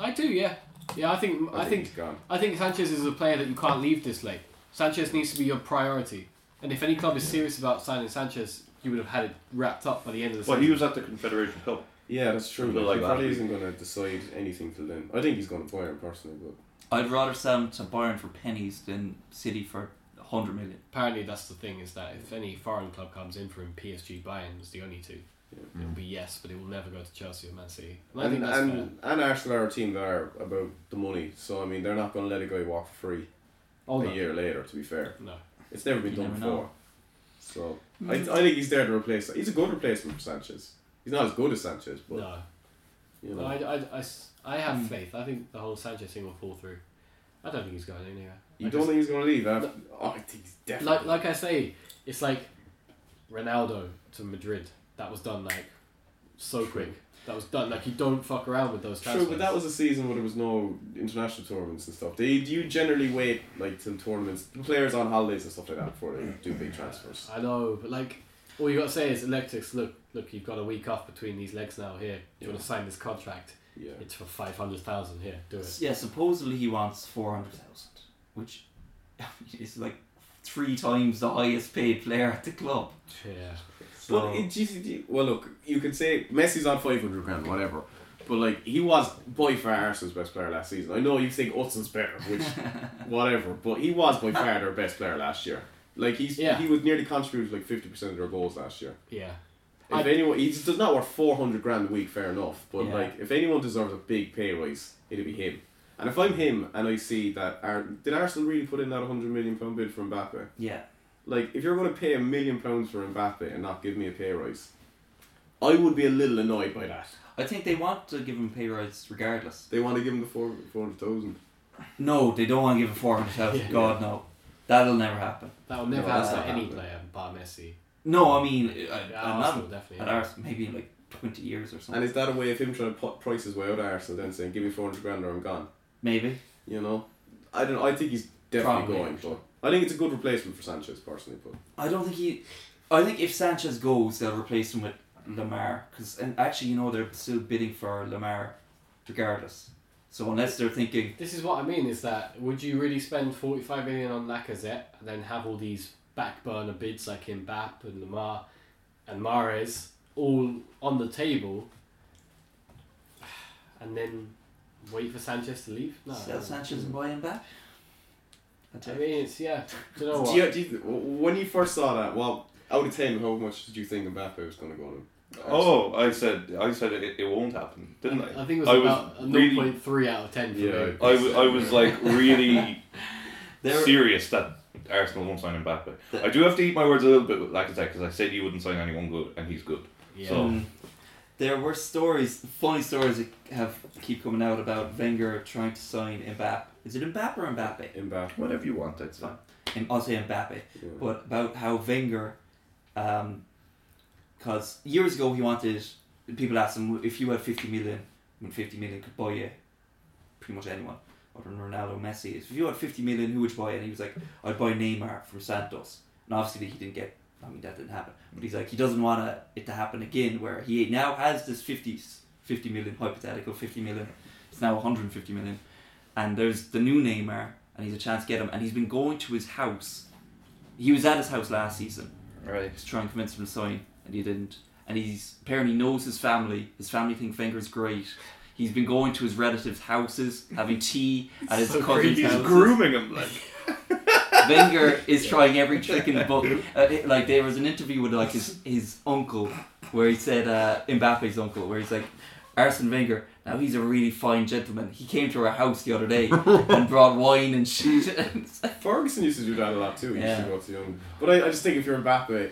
S4: I do, yeah, yeah. I think I think
S2: he's gone.
S4: I think Sanchez is a player that you can't leave this late. Sanchez needs to be your priority. And if any club is serious about signing Sanchez, you would have had it wrapped up by the end of the
S5: well,
S4: season.
S5: he was at the Confederation Cup.
S2: Yeah, that's true.
S5: Something
S2: Like,
S5: like
S2: he
S5: that.
S2: probably isn't gonna decide anything till then. I think he's gonna buy him personally, but
S3: I'd rather sell him to Bayern for pennies than City for 100 million.
S4: Apparently, that's the thing is that if any foreign club comes in for him, PSG, Bayern was the only two. It'll be yes, but it will never go to Chelsea or Man City. And I think
S2: And,
S4: that's fair.
S2: and, and Arsenal are a team that are about the money, so I mean they're not going to let a guy walk for free
S4: Oh,
S2: a
S4: no.
S2: year later. To be fair,
S4: No.
S2: it's never been
S3: You
S2: done
S3: never
S2: before.
S3: know.
S2: So I,
S4: Mm.
S2: I think he's there to replace. He's a good replacement for Sanchez. He's not as good as Sanchez, but
S4: No.
S2: you know.
S4: No, I, I, I s- I have
S3: Mm.
S4: faith. I think the whole Sanchez thing will fall through. I don't think he's going anywhere.
S2: you
S4: I
S2: don't
S4: just-
S2: think he's going to leave? After, oh, I think he's definitely.
S4: like like I say, it's like Ronaldo to Madrid. That was done like so quick. That was done like you don't fuck around with those transfers.
S2: True, but that was a season where there was no international tournaments and stuff. They do you generally wait like till tournaments, players on holidays and stuff like that before they do big transfers.
S4: I know, but like all you gotta say is Electrics. Look, look, you've got a week off between these legs now. Here, you want to sign this contract?
S2: Yeah,
S4: It's for five hundred thousand. Here, do it.
S3: Yeah, supposedly he wants 400,000, which is like three times the highest paid player at the club.
S4: Yeah,
S3: So,
S2: but in GCD, well, look, you could say Messi's on five hundred grand, whatever. But like he was by far Arsenal's best player last season. I know you think Utson's better, which whatever, but he was by far their best player last year. Like he's
S4: Yeah.
S2: he was nearly contributed like fifty percent of their goals last year.
S4: yeah.
S2: If
S4: I-
S2: anyone, he just does not worth four hundred grand a week. Fair enough, but
S3: Yeah.
S2: like if anyone deserves a big pay rise, it'd be him. And if I'm him, and I see that, Ar- did Arsenal really put in that hundred million pound bid for Mbappe?
S3: yeah.
S2: Like, if you're going to pay a million pounds for Mbappe and not give me a pay rise, I would be a little annoyed by that.
S3: I think they want to give him pay rides regardless.
S2: They want to give him the four four hundred thousand.
S3: No, they don't want to give him 400,000.
S4: Yeah.
S3: God, no. That'll never happen.
S4: That will never
S2: No,
S4: happen
S2: that's
S4: to
S2: not
S4: any
S2: happening.
S4: player bar Messi.
S3: No, I mean, I,
S4: At
S3: I'm
S4: Arsenal,
S3: not,
S4: definitely.
S3: at ours, maybe in like 20 years or
S2: And
S3: something.
S2: is that a way of him trying to put prices way out of Arsenal, then saying, "Give me four hundred grand or I'm gone"?
S3: Maybe.
S2: You know, I don't. know. I think he's definitely
S3: Probably,
S2: going.
S3: actually.
S2: But I think it's a good replacement for Sanchez, personally. But
S3: I don't think he. I think if Sanchez goes, they'll replace him with Lamar. Cause, and actually, you know, they're still bidding for Lamar regardless. So unless they're thinking,
S4: This is what I mean is that would you really spend 45 million on Lacazette and then have all these back burner bids like Mbappe and Lamar and Mares all on the table and then wait for Sanchez to leave? No.
S3: sell Sanchez and buy him back? That's
S4: I
S3: it.
S4: mean, it's, yeah. Do you know what?
S2: Do you, do you, th- when you first saw that, well, out of ten, how much did you think Mbappe was going to go to?
S5: Oh, I said, I said it, it won't happen, didn't I?
S4: I think it was
S5: I was
S4: about a
S5: really-
S4: 0.3 out of 10 for
S2: Yeah.
S4: me.
S5: I, w- I was like really
S3: They're-
S5: serious that Arsenal won't sign him back. But
S3: The-
S5: I do have to eat my words a little bit with Lacazette because I said you wouldn't sign anyone good, and he's good.
S4: Yeah.
S5: So-
S3: Mm. There were stories, funny stories that have keep coming out about Wenger trying to sign Mbappe. Is it Mbappe or Mbappe?
S2: Mbappe.
S5: Whatever you want, I'd say.
S3: Um, I'll say Mbappe.
S2: Yeah.
S3: But about how Wenger, because years ago he wanted, people asked him if you had 50 million, when 50 million could buy you pretty much anyone, other than Ronaldo Messi, if you had 50 million, who would you buy? And he was like, I'd buy Neymar from Santos. And obviously he didn't get, I mean, that didn't happen. But he's like, he doesn't want to- it to happen again, where he now has this 50, 50 million, hypothetical 50 million. It's now 150 million. And there's the new Neymar, and he's a chance to get him. And he's been going to his house he was at his house last season
S5: Right.
S3: to try and convince him to sign, and he didn't. And he's apparently knows his family. His family think Wenger's great. He's been going to his relatives' houses, having tea at his
S4: So
S3: cousin's
S4: creepy.
S5: He's
S3: houses.
S5: grooming him like.
S3: Wenger is trying every trick in the book. Uh, it- like there was an interview with like his, his uncle, where he said uh, Mbappe's uncle, where he's like, Arsene Wenger. Now he's a really fine gentleman. He came to our house the other day and brought wine and shit. It's like-
S2: Ferguson used to do that a lot too. He used
S3: Yeah.
S2: to go to young. But I, I just think if you're Mbappe,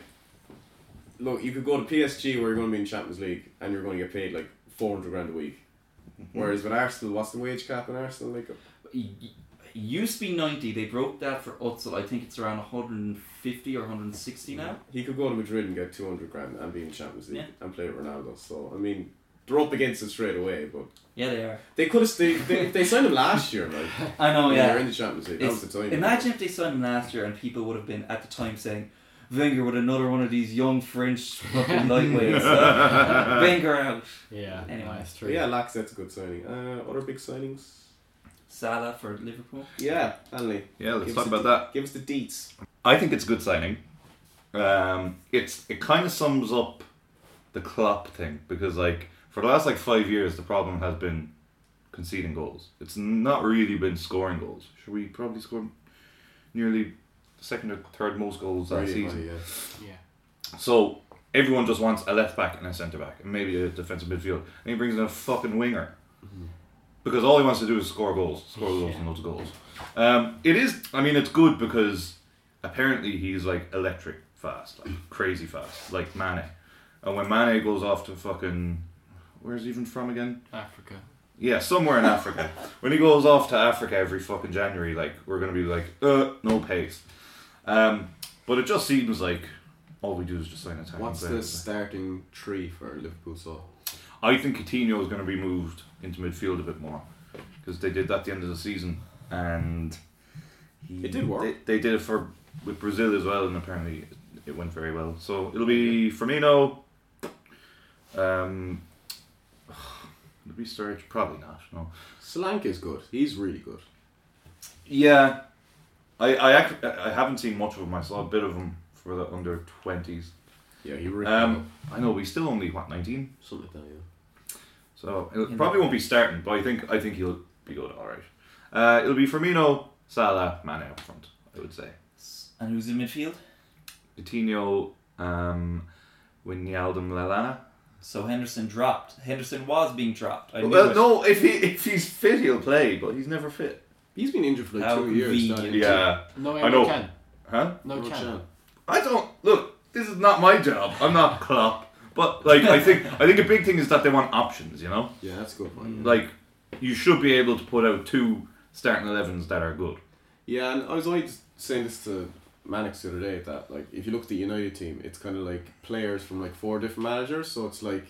S2: look, you could go to PSG where you're going to be in Champions League and you're going to get paid like 400 grand a week.
S3: Mm-hmm.
S2: Whereas with Arsenal, what's the wage cap in Arsenal? Like, uh,
S3: y- y- used to be 90 they broke that for Utzel I think it's around 150 or 160 now
S2: he could go to Madrid and get 200 grand and be in Champions League
S3: Yeah.
S2: and play with Ronaldo. So, I mean, they're up against it straight away, but
S3: yeah they are
S2: they could have stayed. They, they signed him last year, like.
S3: I know
S2: when
S3: yeah
S2: They were in the Champions League. That
S3: It's-
S2: was the time.
S3: imagine if they signed him last year and people would have been at the time saying Wenger with another one of these young French fucking lightweights uh, Wenger out
S4: yeah,
S3: Anyway.
S4: no, it's true.
S2: But yeah, Lacazette's a good signing. Uh, other big signings?
S3: Salah for Liverpool
S2: Yeah, Hanley.
S5: Yeah, let's
S2: Give
S5: talk
S2: us the
S5: about that.
S2: de- Give us the deets.
S5: I think it's a good signing. Um, it's it kind of sums up the Klopp thing because like for the last like five years, the problem has been conceding goals. It's not really been scoring goals. Should we probably score nearly second or third most goals that
S2: Really
S5: season.
S2: high, yeah.
S4: Yeah.
S5: So everyone just wants a left back and a centre back and maybe a defensive midfield. And he brings in a fucking winger. Because all he wants to do is score goals, score goals,
S4: Yeah.
S5: and loads of goals. Um, it is, I mean, it's good because apparently he's like electric fast, like crazy fast, like Mane. And when Mane goes off to fucking, where's he even from again?
S4: Africa.
S5: Yeah, somewhere in Africa. when he goes off to Africa every fucking January, like we're gonna be like, uh, no pace. Um, but it just seems like all we do is just sign a time.
S2: What's the starting three for Liverpool? So
S5: I think Coutinho is gonna be moved into midfield a bit more because they did that at the end of the season and he,
S2: It did work.
S5: They, they did it for with Brazil as well, and apparently it went very well. So it'll be Firmino. Um, it'll be Sturridge, probably not. No.
S2: Solanke is good. He's really good.
S5: Yeah, I I, act, I haven't seen much of him. I saw a bit of him for the under twenties.
S2: Yeah, he really.
S5: Um, I know, but he's still only what nineteen,
S2: something like that. Yeah.
S5: so it
S3: Yeah.
S5: probably won't be starting. But I think I think he'll be good. All right, uh, it'll be Firmino, Salah, Mane up front. I would say
S3: And who's in midfield?
S5: Coutinho, um, Wijnaldum, Lallana.
S3: So Henderson dropped. Henderson was being dropped. I knew
S5: Well,
S3: it.
S5: no, if he if he's fit, he'll play, but he's never fit.
S2: He's been injured for like
S3: How
S2: two years. not-
S3: convenient.
S5: Yeah,
S4: No,
S5: I know.
S4: no can.
S5: huh?
S4: No can.
S5: I don't look. This is not my job. I'm not Klopp. But like, I think I think a big thing is that they want options. You know.
S2: Yeah, that's a good one.
S5: like you should be able to put out two starting 11s that are good
S2: Yeah, and I was always saying this to Mannix the other day that like if you look at the United team, it's kind of like players from like four different managers. So it's like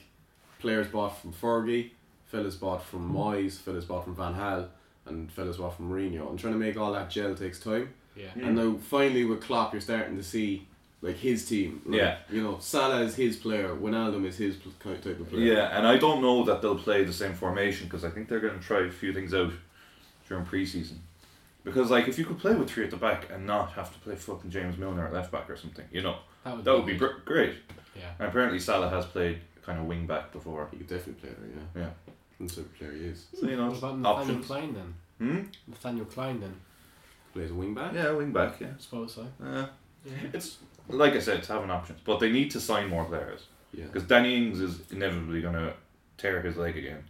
S2: players bought from Fergie, fellas bought
S5: Hmm.
S2: from Moyes, fellas bought from Van Hal, and fellas bought from Mourinho. And trying to make all that gel takes time.
S4: Yeah.
S5: Hmm.
S2: And now finally with Klopp, you're starting to see like his team. Like,
S5: Yeah.
S2: You know, Salah is his player. Wijnaldum is his pl- type of player.
S5: yeah and i don't know that they'll play the same formation because i think they're going to try a few things out during preseason because like if you could play with three at the back and not have to play fucking james milner at left back or something you know
S4: That would,
S5: that would be
S4: good.
S5: br- great
S4: Yeah.
S5: and apparently salah has played kind of wing back before
S2: He could definitely play there. Yeah.
S5: Yeah.
S2: That's the type of player he is.
S5: so you know
S4: What about Nathaniel
S5: options
S4: Klein then?
S5: hmm?
S4: Nathaniel Klein then.
S2: Plays a wing back.
S5: yeah wing back yeah
S4: I suppose so.
S5: uh,
S4: Yeah.
S5: it's like i said it's having options but they need to sign more players
S2: Yeah.
S5: because danny ings is inevitably going to tear his leg again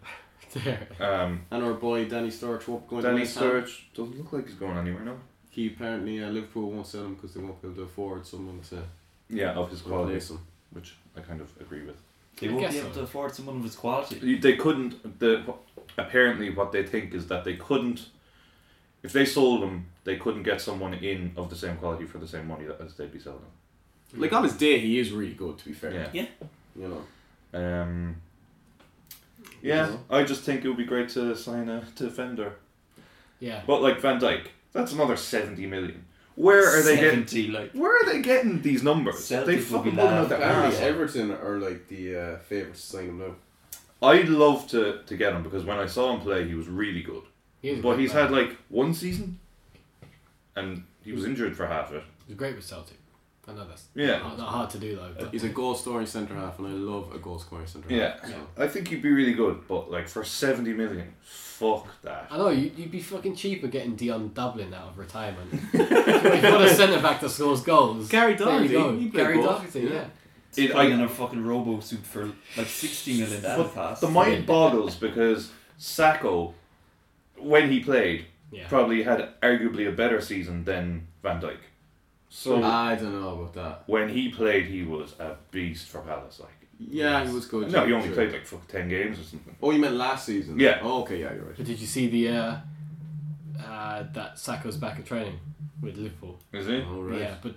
S4: there.
S5: Um,
S2: And our boy Danny Sturridge won't going to
S5: Danny
S2: West Ham.
S5: Sturridge doesn't look like he's going anywhere now.
S2: He apparently uh, Liverpool won't sell him because they won't be able to afford someone to
S5: Yeah, of his quality,
S2: replace him.
S5: which I kind of agree with.
S3: They
S4: I
S3: won't
S4: guess
S3: be able
S4: so.
S3: to afford someone of his quality.
S5: They couldn't. The apparently what they think is that they couldn't. If they sold him, they couldn't get someone in of the same quality for the same money that- as they'd be selling him.
S2: Mm. Like on his day, he is really good. To be fair,
S5: Yeah.
S2: you know.
S5: Um, yeah,
S2: You know?
S5: I just think it would be great to sign a defender,
S4: Yeah.
S5: but like Van Dijk, that's another seventy million. Where are they getting?
S3: 70, like
S5: Where are they getting these numbers?
S3: Celtic
S5: they
S3: would be
S5: fucking
S3: mad.
S5: pulling out their
S2: Apparently,
S5: arse.
S2: Everton are like the uh, favourites to sign him now.
S5: I'd love to, to get him because when I saw him play, he was really good.
S4: He is a
S5: But
S4: good
S5: he's
S4: player.
S5: had like one season, and he was injured for half of it.
S4: He's great with Celtic. I know that's
S5: Yeah.
S4: not, not hard to do though. But
S2: He's a goal scoring centre half, and I love a goal scoring centre
S5: Yeah.
S2: half. so.
S5: I think he'd be really good, but like for seventy million, fuck that.
S4: I know you, you'd be fucking cheaper getting Dion Dublin out of retirement. You've got a centre back that scores goals.
S2: Gary
S4: There
S2: Doherty,
S4: you go.
S2: he played
S4: Gary
S2: both,
S4: Doherty,
S2: yeah.
S4: yeah.
S5: It,
S3: I
S5: I,
S3: in a fucking robo suit for like sixty million that
S5: but
S3: pass.
S5: the mind boggles because Sacco, when he played,
S4: Yeah.
S5: probably had arguably a better season than Van Dijk. So
S4: Ah.
S2: I don't know about that.
S5: when he played, he was a beast for Palace. Like
S2: Yeah, he was good.
S5: no, he
S2: yeah,
S5: only
S2: sure.
S5: played like fuck ten games or something.
S2: Oh, you meant last season?
S5: Yeah.
S2: Oh, okay, yeah, you're right.
S4: But did you see the uh, uh, that Sacco's back at training with Liverpool?
S5: Is he
S2: All right.
S4: Yeah, but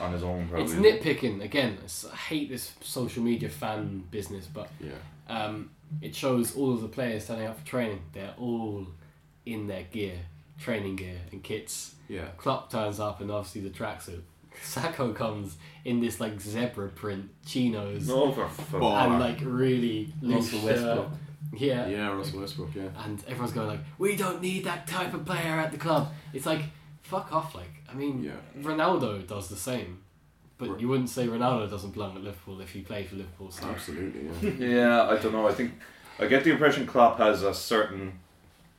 S5: on his own? Probably.
S4: Uh-huh. it's nitpicking again. It's, I hate this social media fan business, but
S2: Yeah.
S4: um, it shows all of the players standing up for training. They're all in their gear, training gear and kits.
S2: Yeah.
S4: Klopp turns up and obviously the tracksuit. Sacco comes in this like zebra print chinos
S5: No, for fuck.
S2: Ball.
S4: and
S2: baller.
S4: like really loose
S3: Russell Westbrook.
S4: shirt. Yeah.
S2: Yeah, Russell Westbrook. Yeah.
S4: and everyone's going like, "We don't need that type of player at the club." It's like, fuck off. Like, I mean,
S2: Yeah.
S4: Ronaldo does the same, but
S2: Right.
S4: you wouldn't say Ronaldo doesn't belong at Liverpool if he played for Liverpool. So.
S2: Absolutely. Yeah.
S5: Yeah, I don't know. I think I get the impression Klopp has a certain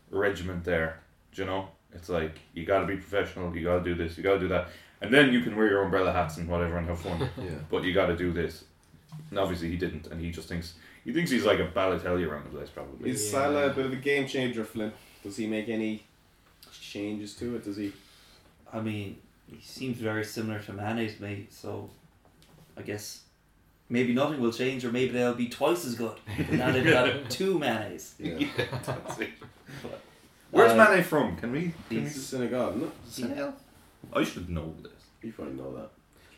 S5: regiment there. Do you know? It's like you got to be professional. You got to do this. You got to do that, and then you can wear your umbrella hats and whatever and have fun.
S2: Yeah.
S5: but you got to do this. And obviously, he didn't, and he just thinks he thinks he's like a Balotelli around the place, probably.
S2: Is
S4: Yeah.
S2: Salah a bit of a game changer, Flynn? Does he make any changes to it? Does he?
S3: I mean, he seems very similar to Mane to me, so I guess maybe nothing will change, or maybe they'll be twice as good. Now they've got two Manes.
S2: Yeah.
S5: That's it. Where's
S3: Uh,
S5: Mane from? Can we? Can we
S2: He's a Senegal, no?
S3: Yeah.
S5: I should know this.
S2: You probably know that.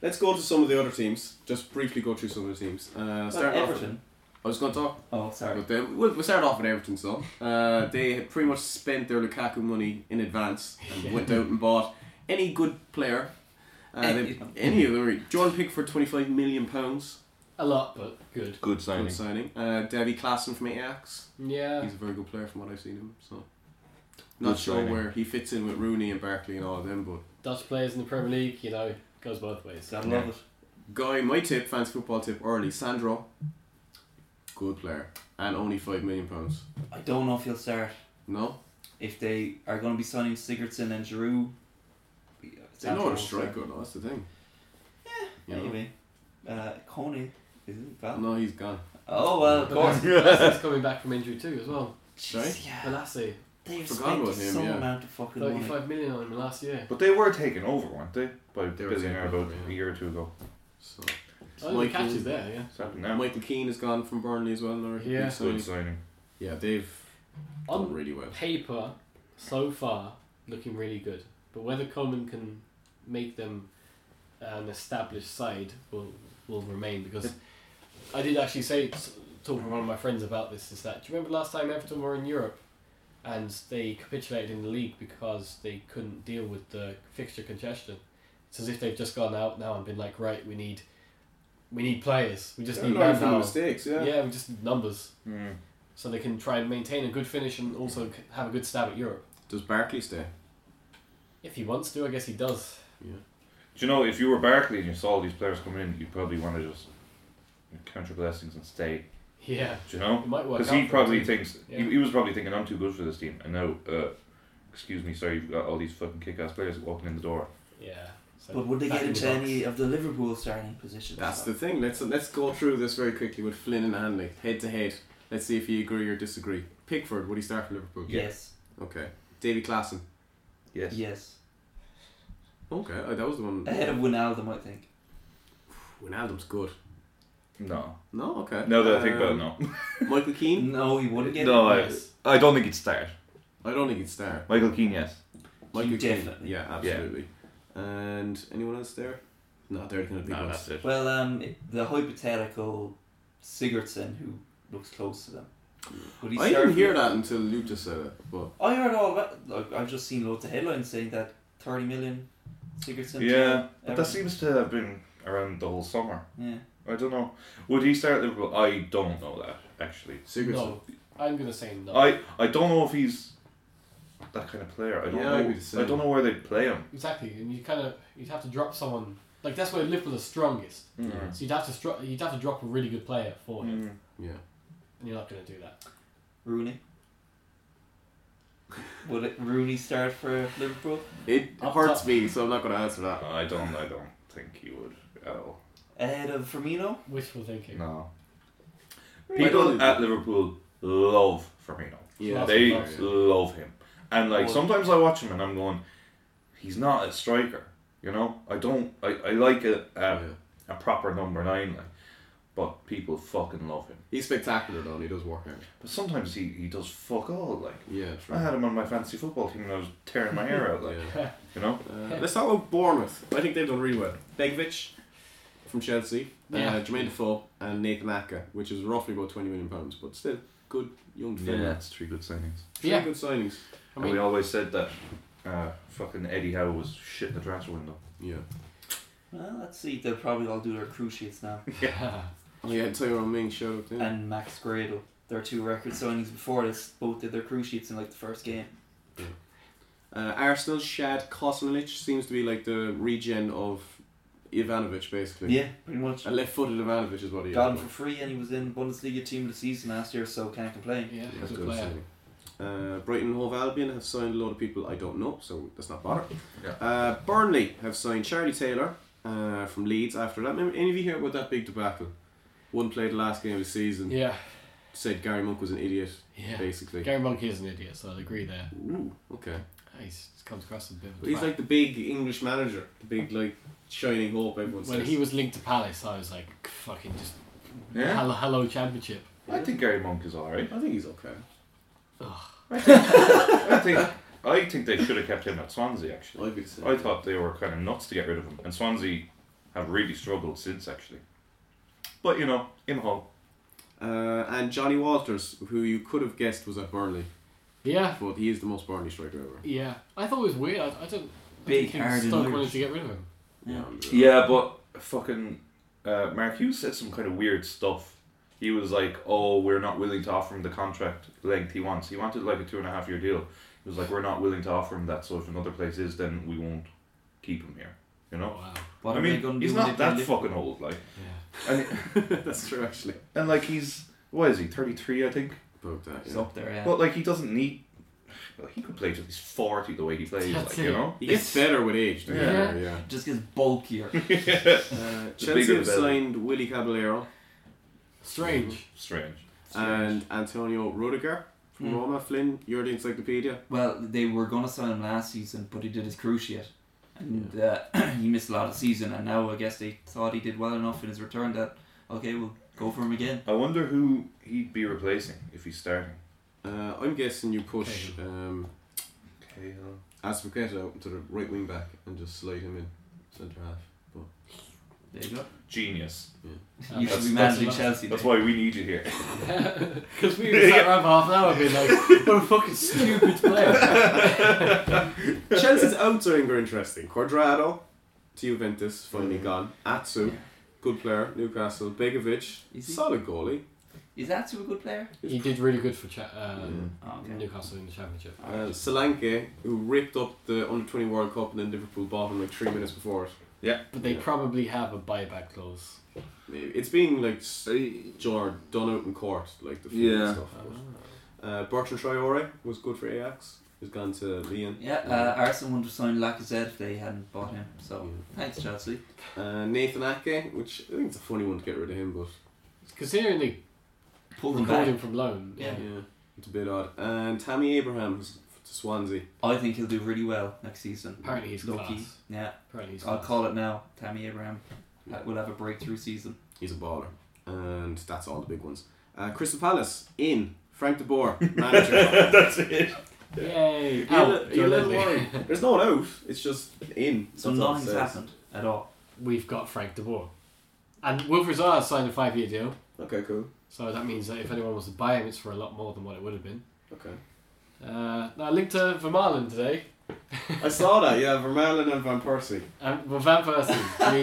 S2: Let's go to some of the other teams. Just briefly go through some of the teams. Uh,
S3: Well,
S2: start off. With,
S3: Everton.
S2: I was going to talk,
S3: Oh, sorry.
S2: about them. We'll, we'll start off with Everton. So uh, they had pretty much spent their Lukaku money in advance and went out and bought any good player. Uh,
S3: Any
S2: they,
S3: of them.
S2: any of them. really. Jordan Pickford, twenty five million pounds.
S4: A lot, but good.
S5: Good
S2: Good signing. Uh, Davy Klassen from Ajax.
S4: Yeah.
S2: He's a very good player from what I've seen him. So not
S5: Good
S2: sure
S5: signing.
S2: where he fits in with Rooney and Barkley and all of them, but
S4: Dutch players in the Premier League, you know, goes both ways.
S3: Gotta
S5: Yeah.
S3: love it.
S2: guy, my tip, fans football tip early, Sandro. Good player. And only five million pounds.
S3: I don't know if he'll start.
S2: No?
S3: If they are going to be signing Sigurdsson and Giroud, uh,
S2: It's an order
S3: Sancho will start.
S2: striker, no, that's the thing. Yeah. You know?
S3: Anyway, uh, Coney is it Val?
S2: No, he's gone.
S3: Oh well, of
S4: But
S3: course.
S4: Melassie's coming back from injury too, as well.
S2: Sorry?
S3: Jeez, yeah,
S4: Malassi,
S3: they've
S2: Forgot
S3: spent
S2: about him,
S3: some
S2: yeah.
S3: amount of fucking money.
S4: 35 million on him last year.
S5: But they were taken over, weren't they? By a
S2: They were
S5: billionaire
S2: taken
S5: about
S2: over, yeah.
S5: a year or two ago.
S2: So
S4: I think Oh, the catch is there, yeah.
S5: It's happened now.
S2: Michael Keane has gone from Burnley as well, another big
S4: Yeah.
S5: Good
S2: signing.
S5: signing.
S2: Yeah, they've done
S4: On
S2: really well.
S4: paper, so far, looking really good. But whether Coleman can make them an established side will will remain because I did actually say talking to one of my friends about this is that do you remember last time Everton were in Europe and they capitulated in the league because they couldn't deal with the fixture congestion. It's as if they've just gone out now and been like, right, we need we need players. We just
S2: They're
S4: need
S2: learning
S4: man
S2: from the
S4: power.
S2: mistakes, yeah.
S4: Yeah, we just need numbers.
S5: Mm.
S4: So they can try and maintain a good finish and also c- have a good stab at Europe.
S2: Does Barkley stay?
S4: If he wants to, I guess he does.
S5: Do you know if you were Barkley and you saw all these players coming in, you'd probably want to just count your blessings and stay.
S4: Yeah.
S5: Do you know?
S4: It might work
S5: Because
S4: out
S5: he
S4: for
S5: probably
S4: him, too.
S5: thinks
S4: Yeah.
S5: he, he was probably thinking I'm too good for this team, and now, uh, excuse me, sorry, you've got all these fucking kick-ass players walking in the door.
S4: Yeah. So
S3: But would they
S4: back
S3: get
S4: in the
S3: into
S4: box.
S3: any of the Liverpool starting positions?
S2: That's the thing. Let's let's go through this very quickly with Flynn and Hanley, head to head. Let's see if you agree or disagree. Pickford, would he start for Liverpool?
S3: Yes.
S2: Okay. Davy Classen.
S5: Yes.
S3: Yes.
S2: Okay, oh, that was the one.
S3: Ahead of Wijnaldum, I think.
S2: Wijnaldum's good.
S5: No.
S2: No, okay.
S5: Now that I think about it,
S2: Um,
S5: no.
S2: Michael Keane.
S3: No, he wouldn't get
S5: No,
S3: it.
S5: I, I don't think he'd start.
S2: I don't think he'd start.
S5: Michael Keane, yes.
S2: Michael Keane.
S3: definitely.
S2: Yeah, absolutely. And anyone else there? No, they're kind of big ones.
S5: it.
S3: Well, um, the hypothetical Sigurdsson, who looks close to them. Would he
S2: I
S3: start
S2: didn't hear
S3: for-
S2: that until Luke just said it. But
S3: I heard all about. Like, I've just seen loads of headlines saying that thirty million Sigurdsson.
S5: Yeah, but
S3: Everton.
S5: that seems to have been around the whole summer.
S3: Yeah.
S5: I don't know. Would he start Liverpool? I don't know that actually.
S2: Sigurdsson.
S4: No, I'm gonna say no.
S5: I I don't know if he's that kind of player. I don't
S2: Yeah, I'd be the
S5: know.
S2: same.
S5: I don't know where they'd play him.
S4: exactly, and you kind of you'd have to drop someone like that's where Liverpool are strongest.
S5: Mm.
S4: So you'd have to str- you'd have to drop a really good player for him,
S5: Mm.
S2: Yeah.
S4: and you're not gonna do that.
S3: Rooney. Would it, Rooney start for Liverpool?
S2: It
S4: Up
S2: hurts
S4: top.
S2: me, so I'm not going to answer that.
S5: I don't. I don't think he would at all.
S3: Ahead of Firmino?
S4: Wishful thinking.
S5: No.
S2: I don't-
S5: People at Liverpool love Firmino.
S2: Yeah.
S4: That's
S5: They
S4: a fair,
S5: love him, and like
S3: Well-
S5: sometimes I watch him and I'm going, he's not a striker. You know, I don't. I, I like a, a
S2: Yeah.
S5: a proper number nine, like, but people fucking love him.
S2: He's spectacular though, and he does work out.
S5: But sometimes he, he does fuck all. Like
S2: Yeah, true.
S5: I had him on my fantasy football team and I was tearing my hair out. Like
S2: Yeah.
S5: you know,
S2: Uh, let's talk about Bournemouth. I think they've done really well. Begovic from Chelsea,
S4: Yeah.
S2: uh, Jermaine Defoe, and Nathan Aka, which is roughly about twenty million pounds, but still good young defender.
S5: that's three good signings.
S2: Three
S4: Yeah.
S2: good signings.
S4: I
S5: and
S4: mean,
S5: we always said that uh, fucking Eddie Howe was shit in the transfer window.
S2: Yeah.
S3: Well, let's see. They'll probably all do their cruciates now.
S2: Oh yeah, Tyrone Ming showed up. Didn't
S3: And Max Gradle. Their two record signings before this both did their cruciates in like the first game.
S2: he? uh, Arsenal Shad Kosmanic seems to be like the regen of Ivanovic, basically.
S3: Yeah, pretty much.
S2: A left-footed Ivanovic is what he
S3: Got him
S2: is.
S3: for free and he was in Bundesliga team of the season last year, so can't complain.
S4: yeah,
S2: Yeah,
S4: good
S2: good
S4: player.
S2: signing. Uh, Brighton and Hove Albion have signed a lot of people I don't know, so let's not bother.
S5: Yeah.
S2: Uh, Burnley have signed Charlie Taylor uh, from Leeds after that. Remember, any of you hear about that big debacle? One played the last game of the season,
S4: Yeah.
S2: said Gary Monk was an idiot,
S4: Yeah.
S2: basically.
S4: Gary Monk is an idiot, so I'd agree there.
S2: Ooh, okay.
S4: He's, he comes across as a bit of a
S2: But he's
S4: twat.
S2: like the big English manager, the big, like, shining hope everyone
S4: When
S2: says.
S4: he was linked to Palace, I was like, fucking just
S5: Yeah.
S4: hello, hello championship.
S5: I think Gary Monk is alright.
S2: I think he's okay.
S5: I think I think they should have kept him at Swansea actually.
S2: I'd be the same.
S5: I thought they were kind of nuts to get rid of him, and Swansea have really struggled since actually. But you know, in Hull,
S2: Uh, and Johnny Walters, who you could have guessed was at Burnley,
S4: Yeah.
S2: but he is the most Burnley striker ever.
S4: Yeah. I thought it was weird. I, I don't. I didn't
S3: Big,
S4: think
S3: hard and
S4: Stoke
S3: Irish.
S4: wanted to get rid of him.
S3: Yeah.
S2: I'm-
S5: yeah, but fucking uh, Mark Hughes said some kind of weird stuff. He was like, "Oh, we're not willing to offer him the contract length he wants. He wanted like a two and a half year deal. He was like, we're not willing to offer him that. So if another place is, then we won't keep him here. You know."
S4: Oh, Wow.
S3: What
S5: I
S3: are they
S5: mean,
S3: gonna
S5: he's
S3: do when
S5: not
S3: they play
S5: that
S3: Liverpool?
S5: fucking old, like,
S4: Yeah.
S5: and
S2: That's true, actually.
S5: and like he's what is he? Thirty three, I think.
S2: About that,
S3: He's
S2: yeah.
S3: up there, yeah.
S5: But like he doesn't need. Well, he could play till he's forty the way he plays,
S4: That's
S5: like you
S4: it.
S5: know.
S2: He gets
S4: It's-
S2: better with age. doesn't he?
S4: Yeah.
S2: yeah.
S3: just gets bulkier.
S2: Uh,
S5: The
S2: Chelsea
S5: bigger
S2: have
S5: the better.
S2: signed Willie Caballero
S4: Strange.
S5: Strange.
S3: Uh,
S2: and Antonio Rudiger from
S3: Hmm.
S2: Roma. Flynn, you're the encyclopedia.
S3: Well, they were gonna sign him last season, but he did his cruciate, and uh, he missed a lot of season. And now I guess they thought he did well enough in his return that okay, we'll go for him again.
S5: I wonder who he'd be replacing if he's starting.
S2: Uh, I'm guessing you push um,
S5: Cahill.
S2: Azpilicueta out to the right wing back and just slide him in centre half.
S3: There you go.
S5: Genius.
S4: Uh,
S3: you should
S5: that's-
S3: be
S4: that's
S3: managing
S4: enough.
S3: Chelsea.
S5: That's
S3: then.
S5: why we need you here.
S4: Because we were sat around for half an hour being like, what a fucking stupid player.
S2: Chelsea's outing are interesting. Quadrado to Juventus, finally gone. Atsu, good player. Newcastle. Begovic,
S3: Is he-
S2: solid goalie.
S3: Is that a good player?
S4: he did really good for cha- uh,
S3: Oh, okay.
S4: Newcastle in the championship.
S2: Uh, Solanke, who ripped up the under 20 World Cup and then Liverpool bought him like three minutes before it.
S4: But they
S2: Yeah.
S4: probably have a buyback clause.
S2: Maybe. It's being like s- jar done out in court, like the food
S5: Yeah.
S2: and stuff. Uh, Bertrand Traore was good for Ajax. He's gone to Lyon.
S3: Yeah, uh, Arsenal wouldn't have signed Lacazette if they hadn't bought him. So
S2: Yeah.
S3: thanks, Chelsea.
S2: Uh, Nathan Ake, which I think it's a funny one to get rid of him, but
S4: Considering they
S3: Pull them
S4: recalled
S3: back.
S4: him from loan.
S3: Yeah.
S2: yeah, it's a bit odd. And Tammy Abraham was to Swansea.
S3: I think he'll do really well next season.
S4: Apparently he's class.
S3: Yeah,
S4: Apparently he's
S3: I'll
S4: class.
S3: call it now. Tammy Abraham ha- will have a breakthrough season.
S2: He's a baller, and that's all the big ones. Uh, Crystal Palace in Frank de Boer manager.
S5: That's it.
S4: Yay!
S2: You're a
S4: Out,
S2: li-
S4: Joe
S2: you're a little
S4: Leslie.
S2: worried. There's no one out. It's just in.
S3: So
S2: That's all it
S3: nothing's
S2: says.
S3: happened at all.
S4: We've got Frank de Boer. And Wilfred Zaha signed a five year deal,
S2: Okay, cool.
S4: so that means that if anyone was to buy him, it's for a lot more than what it would have been.
S2: Okay.
S4: Uh, now, I linked to Vermaelen today.
S2: I saw that. Yeah, Vermaelen and Van Persie.
S4: And, well, Van Persie,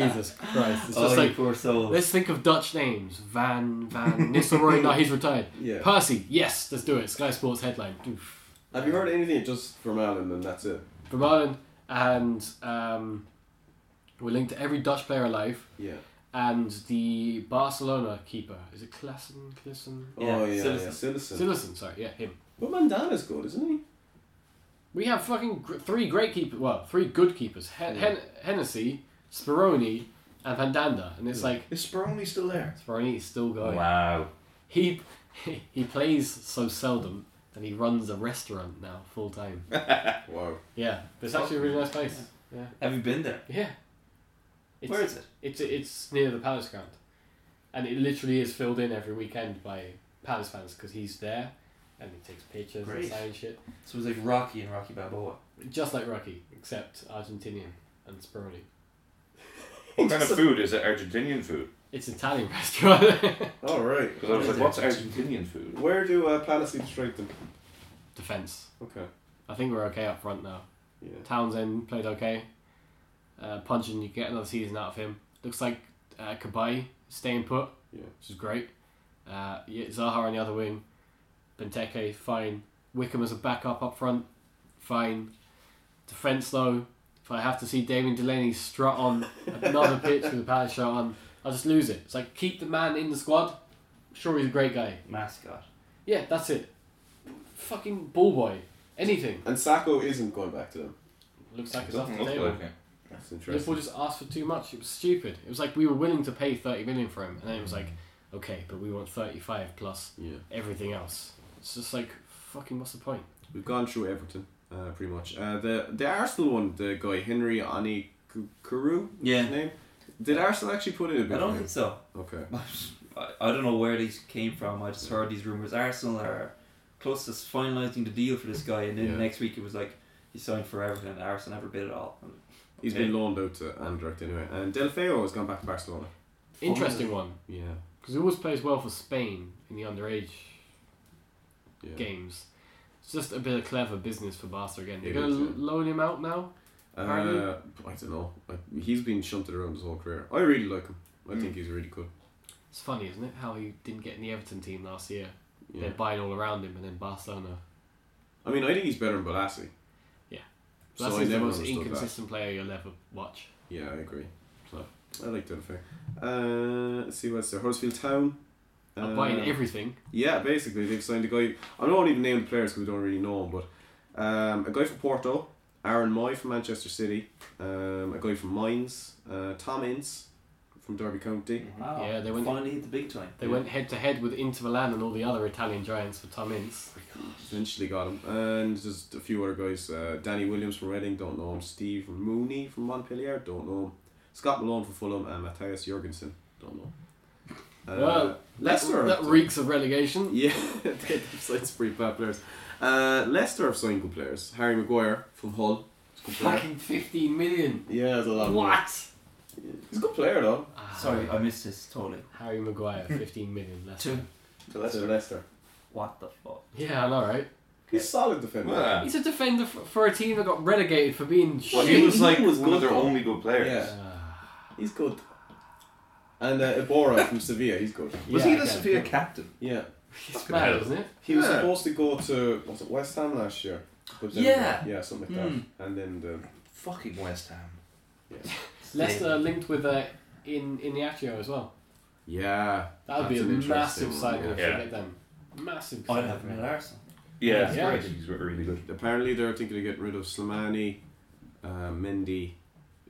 S4: Jesus Christ. It's
S3: oh,
S4: just
S3: you
S4: like,
S3: poor soul.
S4: let's think of Dutch names. Van, Van, Nistelrooy, no, he's retired.
S2: Yeah.
S4: Percy, yes, let's do it. Sky Sports headline. Oof.
S2: Have you heard anything just Vermaelen and that's it?
S4: Vermaelen and um, we're linked to every Dutch player alive
S2: Yeah.
S4: and the Barcelona keeper. Is it Klassen? Klassen?
S3: Yeah,
S2: oh yeah, yeah.
S3: Sillerson.
S2: Citizen.
S4: Sillison, sorry, yeah, him.
S2: But Mandana's good, isn't he?
S4: We have fucking gr- three great keepers, well, three good keepers. He-
S2: Yeah.
S4: Hen- Hennessy, Spironi, and Vandanda. And it's like,
S5: Is Speroni still there?
S4: Spironi is still going.
S5: Wow.
S4: He, he plays so seldom that he runs a restaurant now full time.
S2: Wow.
S4: yeah, but it's actually a really nice place. Yeah.
S3: Have you been there?
S4: Yeah. It's,
S3: Where is it?
S4: It's it's near the Palace ground, and it literally is filled in every weekend by Palace fans because he's there, and he takes pictures
S3: Great.
S4: and signs shit,
S3: So it was like Rocky and Rocky Balboa.
S4: just like Rocky, except Argentinian and Spironi.
S5: What kind of food is it? Argentinian food?
S4: It's Italian restaurant.
S2: All right.
S5: Because I was like, what's Argentinian food?
S2: Where do uh, Palace need to strengthen?
S4: Defense.
S2: Okay.
S4: I think we're okay up front now.
S2: Yeah.
S4: Townsend played okay. Uh, punching, you get another season out of him. Looks like uh, Kabay staying put,
S2: Yeah.
S4: which is great. Uh, yeah, Zaha on the other wing. Benteke, fine. Wickham as a backup up front, fine. Defence though, if I have to see Damien Delaney strut on another pitch with a Palace shirt on, I'll just lose it. It's like keep the man in the squad. Sure, he's a great guy.
S3: Mascot.
S4: Yeah, that's it. fucking ball boy. Anything.
S2: And Sacco isn't going back to them.
S4: Looks like it's off
S5: Doesn't
S4: the
S5: look
S4: table.
S5: like it.
S2: That's
S4: Liverpool
S2: interesting.
S4: just asked for too much. It was stupid. It was like we were willing to pay 30 million for him, and then it was like, okay, but we want 35 plus
S2: Yeah,
S4: everything else. It's just like, fucking, what's the point?
S2: we've gone through Everton, uh, pretty much. Uh, the the Arsenal one, the guy Henry Ani Kuru,
S3: Yeah.
S2: his name. Did Arsenal actually put in a bit?
S3: I don't
S2: of
S3: think so.
S2: him? Okay.
S3: I, I don't know where these came from. I just heard these rumors. Arsenal are close to finalizing the deal for this guy, and then
S2: Yeah.
S3: next week it was like he signed for Everton. and Arsenal never bid at all. And
S2: He's
S3: Okay.
S2: been loaned out to Anderlecht anyway, and Del Feo has gone back to Barcelona.
S4: Interesting one.
S2: Yeah,
S4: Because he always plays well for Spain in the underage
S2: yeah.
S4: games. It's just a bit of clever business for Barca again. They're
S2: It
S4: going
S2: is,
S4: to
S2: yeah.
S4: loan him out now?
S2: Uh, I don't know. Like, he's been shunted around his whole career. I really like him. I
S5: Mm.
S2: think he's really good.
S4: It's funny, isn't it? How he didn't get in the Everton team last year.
S2: Yeah.
S4: They're buying all around him, and then Barcelona.
S2: I mean, I think he's better than Balassi.
S4: Yeah.
S2: So
S4: That's
S2: I
S4: the
S2: never
S4: most
S2: understood that.
S4: inconsistent player you'll ever watch.
S2: Yeah, I agree. So I like Del Feo. Uh, let's see what's there. Huddersfield Town.
S4: They're
S2: Uh,
S4: buying everything.
S2: Yeah, basically they've signed a guy. I don't even name the players because we don't really know them, but um, a guy from Porto, Aaron Moy from Manchester City, um, a guy from Mines, uh, Tom Ince from Derby County.
S3: Wow.
S4: Yeah, they went-
S3: finally hit the big time.
S4: They went head to head with Inter Milan and all the other Italian giants for Tom Ince.
S2: Eventually got him, and there's a few other guys. Uh, Danny Williams from Reading, don't know him. Steve Mooney from Montpellier, don't know him. Scott Malone from Fulham and Matthias Jurgensen, don't know. him. Uh,
S4: Well,
S2: Leicester are
S4: that,
S2: up
S4: that
S2: to-
S4: reeks of relegation.
S2: Yeah, they signed some pretty bad players. Uh, Leicester have signed good players. Harry Maguire from Hull. is a good player.
S4: Fucking 15 million.
S2: Yeah, it's a lot. of money.
S4: What?
S2: He's a good player though.
S4: Ah,
S3: Sorry, I missed this totally.
S4: Harry Maguire, 15 million less.
S3: Two.
S2: To Leicester. Leicester.
S3: What the fuck?
S4: Yeah, I know, right?
S2: He's a solid defender.
S5: Yeah.
S4: He's a defender f- for a team that got relegated for being
S5: Well,
S4: shit.
S5: he was
S2: He
S5: like
S2: was
S5: one
S2: good
S5: of their
S2: though.
S5: only good players.
S2: Yeah.
S4: Ah.
S2: He's good. And uh, Ibora from Sevilla, he's good.
S5: Was
S4: Yeah,
S5: he the
S4: okay.
S5: Sevilla captain?
S2: Yeah.
S4: It's bad, isn't it?
S2: He was
S5: Yeah.
S2: supposed to go to was it West Ham last year. But then-
S3: Yeah.
S2: Yeah, Hmm. something like that. And then the
S5: Fucking West Ham.
S4: Leicester linked with uh, in Iniacio as well.
S2: yeah.
S4: That would be a
S2: That's an interesting
S4: massive
S2: one,
S4: signing if they
S5: yeah.
S4: get them. Massive.
S3: I'd
S4: signing.
S3: have him at Arsenal.
S5: Yeah,
S4: Yeah.
S5: I think he's really good.
S2: Apparently, they're thinking of getting rid of Slimani, uh, Mendy,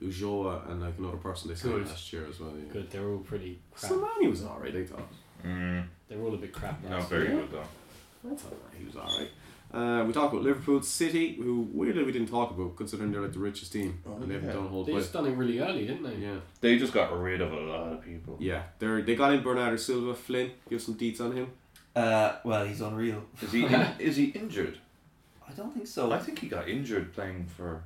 S2: Ujoa, and like another person they signed
S4: Good.
S2: last year as well. Yeah.
S4: Good. They're all pretty crap.
S2: Slimani was alright, I thought.
S5: Mm,
S4: They're all a bit crap. now.
S5: not very good though.
S2: I thought he was alright. Uh, we talked about Liverpool City, who weirdly we didn't talk about, considering they're like the richest team
S5: Oh,
S2: and they haven't
S5: yeah.
S2: done a whole
S4: They
S2: bunch.
S4: just done it really early, didn't they?
S2: Yeah,
S5: They just got rid of a lot of people.
S2: yeah. They they got in Bernardo Silva, Flynn. Give some deets on him.
S3: Uh, well, he's unreal.
S5: Is he in, is he injured? Oh,
S3: I don't think so.
S5: I think he got injured playing for.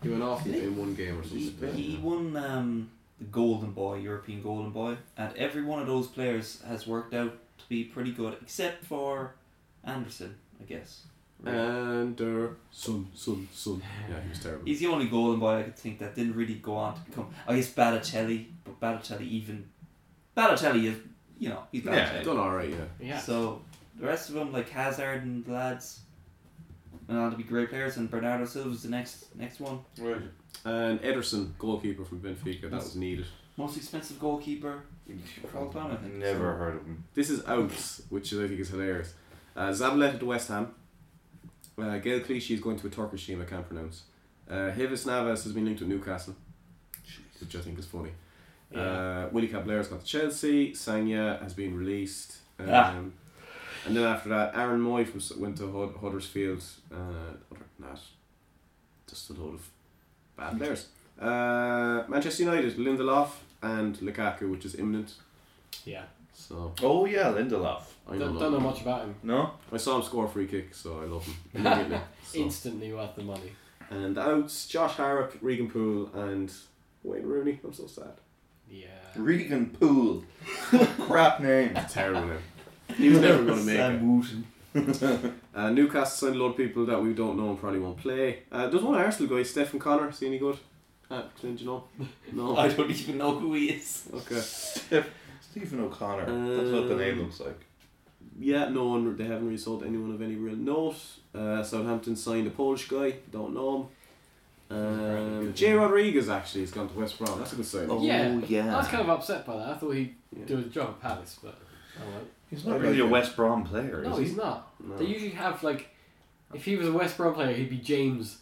S2: He went off
S3: Did he?
S2: in one game or
S3: He,
S2: something. like that.
S3: he won um, the Golden Boy, European Golden Boy, and every one of those players has worked out to be pretty good, except for Anderson, I guess.
S2: And uh, son, son, son. Yeah, he was terrible.
S3: He's the only Golden Boy I could think that didn't really go on to become. I guess Balotelli, but Balotelli even Balotelli is, you know, he's
S5: Yeah,
S3: Balotelli.
S2: done alright, yeah.
S4: Yeah.
S3: So the rest of them, like Hazard and the lads, went on to be great players, and Bernardo Silva's the next next one.
S5: Right.
S2: And Ederson, goalkeeper from Benfica, that was needed.
S3: Most expensive goalkeeper. For all time, I think.
S5: Never heard of him.
S2: This is Oates, which I think is hilarious. Uh, Zabaleta to West Ham. Uh, Gail Clichy is going to a Turkish team I can't pronounce. Uh, Hivis Navas has been linked to Newcastle, which I think is funny.
S4: Yeah.
S2: Uh, Willie Caballero has gone to Chelsea. Sanya has been released. Um,
S3: Ah.
S2: And then after that, Aaron Moy from, went to Hud- Huddersfield. Uh, other than that, just a load of bad players. Uh, Manchester United, Lindelof and Lukaku, which is imminent.
S4: yeah.
S2: So
S5: Oh yeah, Lindelof.
S2: I
S4: Don't, don't know much about him.
S5: No.
S2: I saw him score a free kick, so I love him immediately. so.
S4: Instantly worth the money.
S2: And outs Josh Harrop, Regan Poole, and Wayne Rooney. I'm so sad.
S4: Yeah.
S5: Regan Poole. Crap name.
S2: Terrible name. He was never going to make it.
S3: Wooten.
S2: Uh, Newcastle signed a lot of people that we don't know and probably won't play. Uh, there's one Arsenal guy, Stephen Connor. See any good? Uh, do you know?
S3: I
S2: No.
S3: don't even know who he is.
S2: Okay.
S5: Stephen O'Connor. That's what the name looks like.
S2: Yeah, no one. They haven't really sold anyone of any real note. Uh, Southampton signed a Polish guy. Don't know him. Um, Jay Rodriguez actually has gone to West Brom. That's a good sign.
S4: Oh, Yeah.
S5: yeah.
S4: I was kind of upset by that. I thought he'd
S2: Yeah.
S4: do a job at Palace, but. I won't.
S5: He's not really a West Brom player, is
S4: No,
S5: he?
S4: he's not.
S2: No.
S4: They usually have like If he was a West Brom player, he'd be James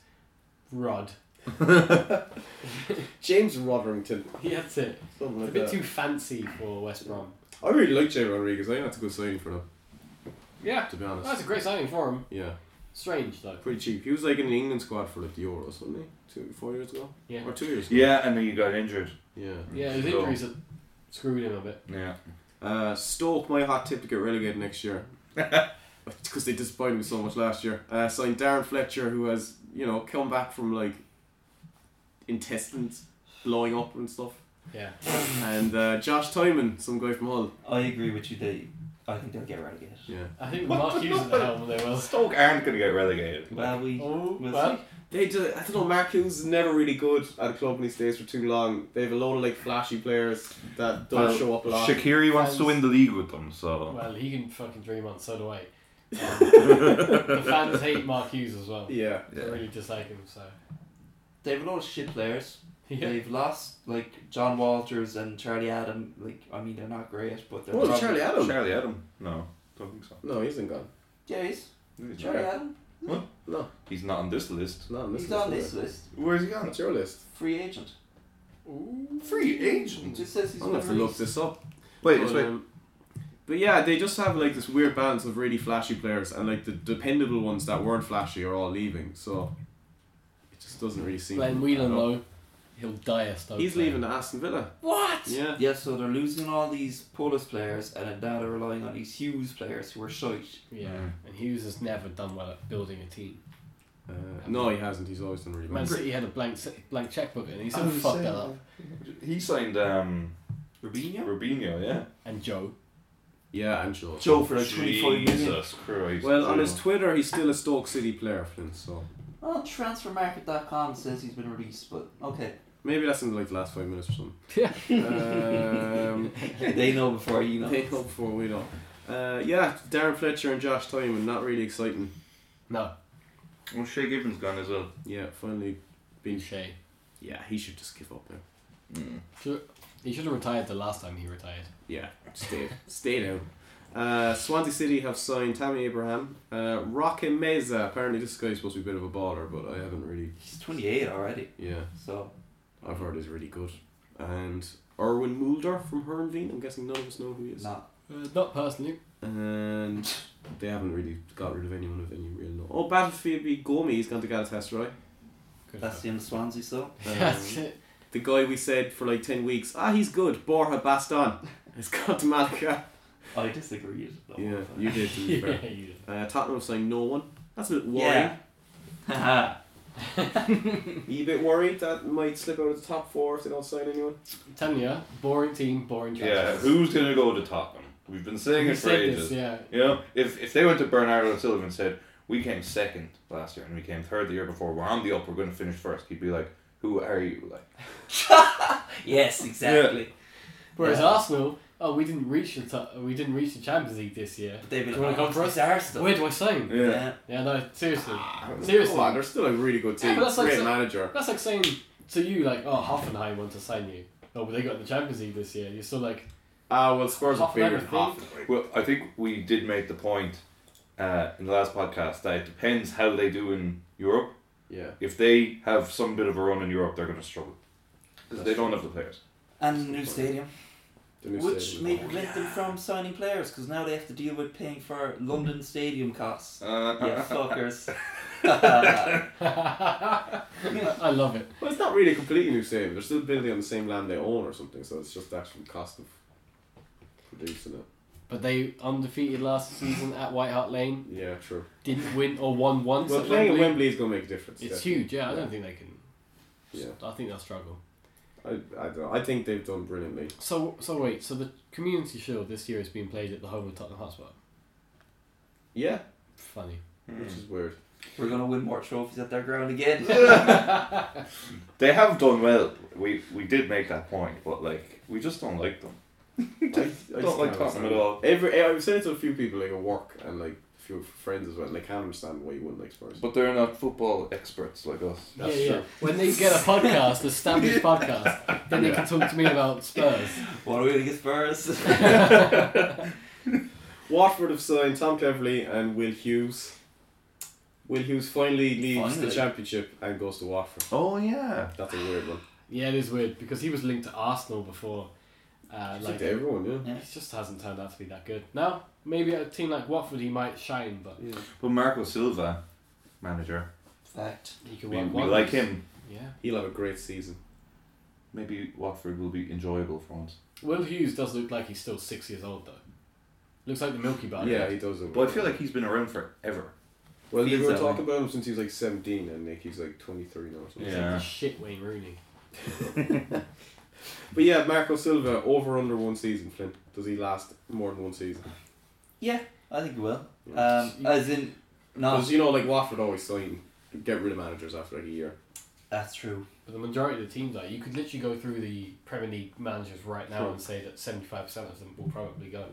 S4: Rod.
S2: James Rodrington.
S4: Yeah, that's it.
S2: Something
S4: It's a
S2: like
S4: bit
S2: that.
S4: too fancy for West Brom.
S2: I really like Jay Rodriguez. I think that's a good signing for them,
S4: Yeah,
S2: to be honest.
S4: that's a great signing for him.
S2: yeah,
S4: Strange though.
S2: pretty cheap. He was like in the England squad for like the Euros, wasn't he? Two, four years ago,
S4: Yeah,
S2: or two years ago.
S5: Yeah, and then you got injured.
S2: Yeah.
S4: yeah. His
S5: So-
S4: injuries have screwed him a bit.
S5: Yeah.
S2: Uh, Stoke, my hot tip to get relegated next year. Because they disappointed me so much last year. Uh, signed Darren Fletcher, who has, you know, come back from like intestines blowing up and stuff.
S4: Yeah,
S2: And uh, Josh Tyman, some guy from Hull.
S3: I agree with you. They, I think they'll get relegated.
S2: Yeah.
S4: I think
S5: What
S4: Mark
S5: the
S4: Hughes at the helm there was.
S5: Stoke aren't going to get relegated.
S3: Well, we
S4: Oh,
S3: we'll
S4: well.
S3: see.
S2: They just, I don't know, Mark Hughes is never really good at a club and he stays for too long. They have a lot of like flashy players that don't
S5: Well,
S2: show up a lot.
S5: Shakiri wants to win the league with them, so.
S4: Well, he can fucking dream on. So do I. The fans hate Mark Hughes as well.
S2: yeah.
S4: They
S5: Yeah.
S4: really dislike him. So
S3: They have a lot of shit players.
S4: yeah,
S3: They've lost like John Walters and Charlie Adam. Like I mean, they're not great, but they're.
S2: What was
S3: probably-
S2: Charlie Adam?
S5: Charlie Adam? No, don't think so.
S2: no, he's not gone.
S3: Yeah, he's
S5: He's
S3: Charlie
S5: not.
S3: Adam.
S5: He's not on this list.
S2: Not on this
S3: He's
S2: list,
S3: on
S2: is
S3: this
S2: he?
S3: list.
S5: Where's he on?
S2: That's your list.
S3: Free agent.
S5: Free
S3: It
S5: agent.
S3: just says he's.
S2: I'm gonna have to
S3: never
S2: look this up.
S5: Wait,
S2: but,
S5: wait.
S2: um, but yeah, they just have like this weird balance of really flashy players and like the dependable ones that weren't flashy are all leaving. So it just doesn't really seem.
S4: Glenn Whelan though, he'll die a Stoke.
S2: He's
S4: player.
S2: leaving Aston Villa.
S4: What?
S2: Yeah.
S3: Yeah, so they're losing all these Polish players and then now they're relying on these Hughes players who are shite.
S4: Yeah,
S5: Mm.
S4: and Hughes has never done well at building a team.
S2: Uh, no, he hasn't. He's always done really
S4: Man
S2: well.
S4: City had a blank se- blank checkbook and he still fucked that up.
S5: He signed um,
S3: Rubinho?
S5: Rubinho, yeah.
S4: And Joe,
S2: Yeah, and Joe.
S3: Joe for like 25 million.
S5: Jesus Christ.
S2: Well, on his Twitter, he's still a Stoke City player, Flynn. So
S3: Well, transfermarket.com says he's been released, but okay.
S2: maybe that's in like the last five minutes or something.
S4: Yeah.
S2: um,
S3: they know before you know.
S2: they know before we know. Uh, yeah, Darren Fletcher and Josh Tyman, not really exciting.
S4: no,
S5: Well, Shea Gibbons gone as well.
S2: Yeah, finally being
S4: Shea.
S2: Yeah, he should just give up now.
S1: Hmm.
S4: He should have retired the last time he retired.
S2: Yeah, stay, stay down. Uh, Swansea City have signed Tammy Abraham. Uh, Rocky Meza, apparently this guy's supposed to be a bit of a baller, but I haven't really.
S3: He's 28 already,
S2: Yeah,
S3: so.
S2: I've heard he's really good. And Erwin Mulder from Hernveen, I'm guessing none of us know who he is.
S3: Not.
S4: Uh, not personally.
S2: And they haven't really got rid of anyone of any real note. Oh, Battlefield B. Gomi, he's gone to Galatasaray.
S4: Good
S3: That's the end of Swansea, so.
S2: Uh,
S4: enough. That's it.
S2: Um, The guy we said for like 10 weeks, ah, he's good, Borja Baston, has gone to Malaga.
S3: I disagreed. though.
S2: Yeah, you did, to be fair.
S4: Yeah, you did.
S2: Uh, Tottenham have signed no one. That's a bit worrying.
S3: Yeah. Haha.
S2: Are you a bit worried that might slip out of the top four if they don't sign anyone?
S4: I'm telling you, boring team, boring
S5: Yeah,
S4: transfers.
S5: who's going to go to Tottenham? We've been saying
S4: We
S5: it for
S4: said
S5: ages.
S4: this, yeah.
S5: You know, if, if they went to Bernardo Silva and said, We came second last year and we came third the year before, we're on the up, we're going to finish first, he'd be like, Who are you? Like,
S3: yes, exactly.
S4: Whereas
S3: Yeah.
S4: Arsenal, oh, we didn't reach the top, we didn't reach the Champions League this year.
S3: But they've
S4: Do
S3: been
S4: you want to come for us?
S3: It's Arsenal.
S4: Where do I sign?
S5: yeah.
S4: Yeah, no, seriously, seriously.
S2: Come on, they're still a really good team.
S4: Yeah, but that's like
S2: Great
S4: so-
S2: manager.
S4: That's like saying to you, like, oh, Hoffenheim want to sign you. Oh, but they got the Champions League this year. You're still like,
S2: Ah, well, Spurs are
S4: Half an hour,
S2: favourite.
S4: I
S2: Half
S4: think.
S5: Well, I think we did make the point uh, in the last podcast that it depends how they do in Europe.
S2: Yeah.
S5: If they have some bit of a run in Europe, they're going to struggle. Because they
S2: That's
S5: don't have the players.
S3: And a new stadium.
S2: The new
S3: Which
S2: stadium.
S3: may prevent them from signing players because now they have to deal with paying for London stadium costs.
S5: Uh,
S3: Yeah, fuckers. yeah,
S4: I love it.
S2: Well, it's not really a completely new stadium. They're still building on the same land they own or something, so it's just the actual cost of producing it.
S4: But they undefeated last season at White Hart Lane,
S2: Yeah, true.
S4: didn't win or won once.
S2: Well,
S4: at
S2: playing at
S4: Wembley.
S2: Wembley is going to make a difference.
S4: It's
S2: definitely.
S4: huge. Yeah, I don't think they can.
S2: Yeah.
S4: I think they'll struggle.
S2: I, I don't know. I think they've done brilliantly.
S4: So so wait. So the Community Shield this year is being played at the home of Tottenham Hotspur.
S2: Yeah,
S4: Funny.
S2: which is weird.
S3: we're gonna win more trophies at their ground again.
S5: They have done well. We we did make that point, but like we just don't like them.
S2: I, I just
S5: like
S2: can't
S5: Tottenham
S2: understand
S5: at
S2: it.
S5: all.
S2: Every, eh, I've said it to a few people like at work and like a few friends as well, and they can't understand why you wouldn't like Spurs.
S5: But they're not football experts like us.
S2: That's
S4: yeah, yeah.
S2: true.
S4: When they get a podcast, established podcast, then they
S2: Yeah.
S4: can talk to me about Spurs.
S3: what are we gonna get Spurs?
S2: Watford have signed Tom Cleverley and Will Hughes. Will Hughes finally leaves
S3: Finally.
S2: the championship and goes to Watford.
S5: Oh yeah.
S2: That's a weird one.
S4: Yeah, it is weird because he was linked to Arsenal before. Uh,
S2: It's like
S4: like
S2: to everyone, yeah.
S4: he just hasn't turned out to be that good. Now maybe at a team like Watford he might shine, but
S2: yeah.
S5: But Marco Silva, manager,
S3: Fact.
S4: he can
S5: we,
S4: work
S5: we
S4: wonders.
S5: like him.
S4: Yeah.
S2: He'll have a great season.
S5: Maybe Watford will be enjoyable for once.
S4: Will Hughes does look like he's still six years old though. Looks like the Milky Bar.
S2: yeah, he does.
S5: Well, I feel like he's been around forever.
S2: well, they
S3: Feels
S2: were
S3: that
S2: talking about him since he was like seventeen, and like he's like twenty three now. Or something.
S4: He's like
S5: Yeah.
S4: the shit Wayne Rooney.
S2: But yeah, Marco Silva over under one season. Flint does he last more than one season?
S3: Yeah, I think he will.
S2: Yeah.
S3: Um, as in, not.
S2: Because you know, like Watford always sign, get rid of managers after like a year.
S3: That's true.
S4: But the majority of the teams are. You could literally go through the Premier League managers right now and say that seventy five percent of them will probably go.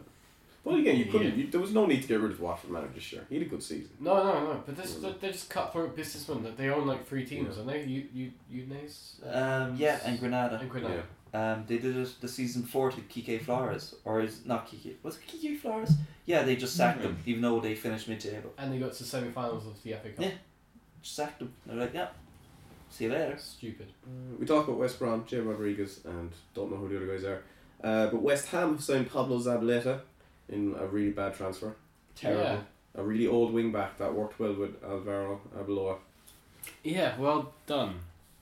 S2: Well, again, you
S4: Yeah.
S2: couldn't. You, there was no need to get rid of Watford manager this year. He had a good season.
S4: No, no, no. But this
S2: Mm.
S4: they're just cutthroat businessmen that they own like three teams, and they you you you nays
S3: Um, yeah, and Granada.
S4: and Granada.
S2: Yeah.
S3: Um, they did it the season four to Kike Flores, or is not Kike? Was it Kike Flores? Yeah, they just sacked him,
S2: Mm-hmm.
S3: even though they finished mid-table.
S4: And they got to the semi-finals of the FA Cup.
S3: Yeah. Just sacked him. They're like, yeah, see you later.
S4: Stupid.
S2: Uh, we talked about West Brom, Jay Rodriguez, and don't know who the other guys are. Uh, but West Ham have signed Pablo Zabaleta in a really bad transfer.
S4: Yeah.
S2: Terrible. A really old wing back that worked well with Alvaro Arbeloa.
S4: Yeah, well done,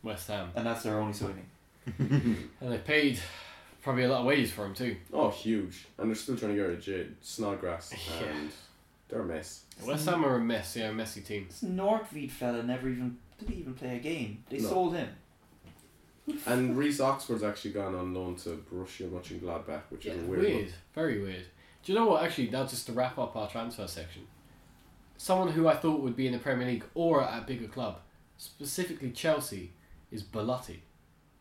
S4: West Ham.
S3: And that's their only signing.
S4: And they paid probably a lot of wages for him too.
S2: Oh, huge. And they're still trying to get rid of Jade Snodgrass.
S4: Yeah.
S2: And they're a mess.
S4: West Ham are a mess. Yeah, a messy team.
S3: This Nordved fella never even did he even play a game. They
S2: No.
S3: sold him.
S2: And Reese Oxford's actually gone on loan to Borussia Mönchengladbach, which
S4: Yeah,
S2: is a
S4: weird.
S2: weird, one.
S4: Very weird. Do you know what? Actually, now just to wrap up our transfer section, someone who I thought would be in the Premier League or at a bigger club, specifically Chelsea, is Bellotti.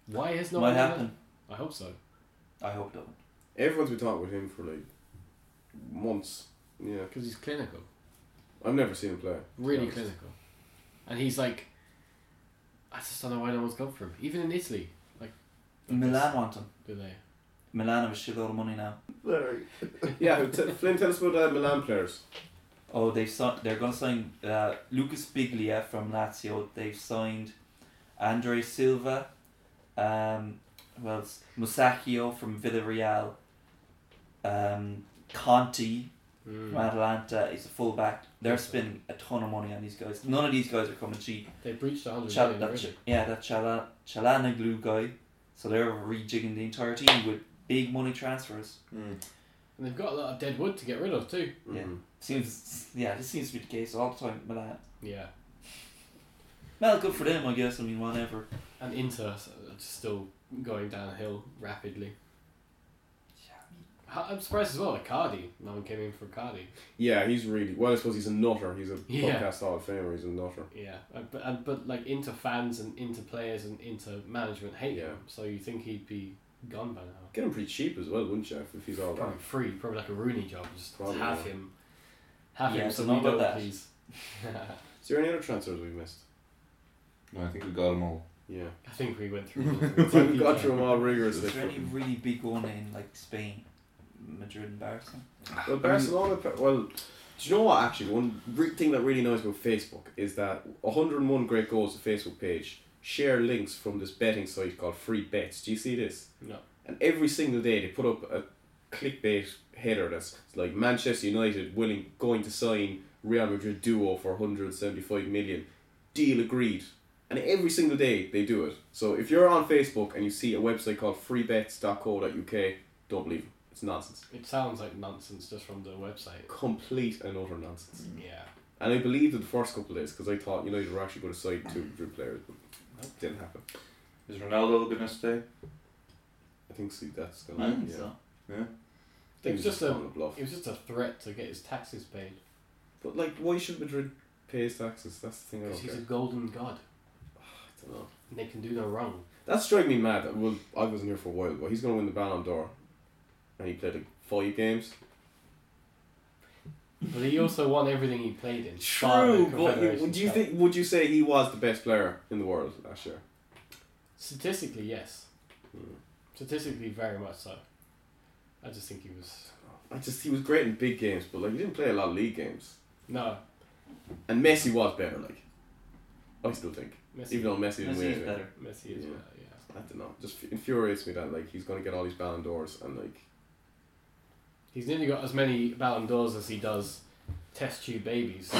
S4: Why is not?
S3: Might happen.
S4: I hope so.
S3: I hope it doesn't.
S2: Everyone's been talking about him for like months. Yeah.
S4: Because he's clinical,
S2: I've never seen him play. to be
S4: really
S2: honest.
S4: clinical, and he's like, I just don't know why no one's gone for him. Even in Italy, like
S3: Milan want him.
S4: do they?
S3: Milan have a shitload of money now.
S2: yeah, t- Flynn, tell us about uh, Milan players.
S3: Oh, they've signed. They're going to sign uh, Lucas Biglia from Lazio. They've signed Andre Silva. Um, who else? Musacchio from Villarreal. Um, Conti
S4: Mm. Hmm.
S3: from Atalanta is a fullback. They're spending a ton of money on these guys. None of these guys are coming cheap.
S4: They breached a hundred
S3: Chal-
S4: million
S3: that
S4: already.
S3: Ch- yeah, that Chala- Chalanoglu guy. So they're rejigging the entire team with big money transfers.
S4: Hmm. and they've got a lot of dead wood to get rid of too.
S3: Yeah.
S2: Mhm.
S3: Seems yeah, this seems to be the case all the time. at Milan.
S4: Yeah,
S3: Well, good for them, I guess. I mean, whatever.
S4: and Inter are still going downhill rapidly. I- I'm surprised as well. Cardi, no one came in for Cardi.
S2: Yeah, he's really well. I suppose he's a nutter. He's a
S4: Yeah.
S2: podcast Hall of Famer. He's a nutter.
S4: Yeah, uh, but uh, but like Inter fans and Inter players and Inter management hate
S2: Yeah.
S4: him. So you think he'd be gone by now?
S2: Get him pretty cheap as well, wouldn't you? If, if he's all that.
S4: Probably free, probably like a Rooney job. Just
S2: Probably,
S4: have
S2: yeah.
S4: him, have
S3: Yeah,
S4: him.
S3: it's
S4: So
S3: not
S4: we
S3: about
S4: don't
S3: that.
S4: please. I
S2: Is there any other transfers we missed?
S5: No, I think we got them all.
S2: Yeah,
S4: think we went through.
S2: we've got through them all
S3: Is
S2: rigorously.
S3: there any really big one in like Spain, Madrid, and Barcelona?
S2: Well, Barcelona. Well, do you know what? Actually, one re- thing that really annoys about Facebook is that 101 great goals. The Facebook page share links from this betting site called Free Bets. Do you see this?
S4: No.
S2: And every single day they put up a clickbait header that's like Manchester United willing going to sign Real Madrid duo for 175 million. Deal agreed. And every single day they do it. So if you're on Facebook and you see a website called freebets.co.uk, don't believe them. It's nonsense
S4: It sounds like nonsense just from the website.
S2: complete and utter nonsense.
S4: Yeah.
S2: And I believed it the first couple of days because I thought United were actually going to sign two Madrid players, but it didn't happen.
S5: Is Ronaldo gonna stay?
S2: I think see, that's going to
S3: I think
S2: happen. Yeah.
S3: so.
S2: I think
S4: It's
S2: it's just
S4: just a-
S2: calling bluff.
S4: It was just a threat to get his taxes paid
S2: But like, why should Madrid pay his taxes? That's the thing I
S4: because
S2: don't
S4: he's
S2: get.
S4: a golden god
S2: I don't know.
S4: and they can do no wrong.
S2: That's driving me mad. Well, I wasn't here for a while, but he's going to win the Ballon d'Or, and he played like five games.
S4: But he also won everything he played in.
S3: True,
S2: but you- would you think? Would you say he was the best player in the world last year?
S4: Statistically, yes.
S2: Hmm.
S4: Statistically, very much so. I just think he was
S2: I just he was great in big games, but like he didn't play a lot of league games.
S4: no.
S2: And Messi was better, like. I still think.
S4: Messi,
S2: Even though Messi didn't win
S3: Messi's
S2: anything.
S3: better.
S4: Messi as
S2: Yeah.
S4: well, yeah.
S2: I don't know. Just infuriates me that like he's gonna get all these Ballon d'Ors and like
S4: He's nearly got as many Ballon d'Ors as he does test tube babies.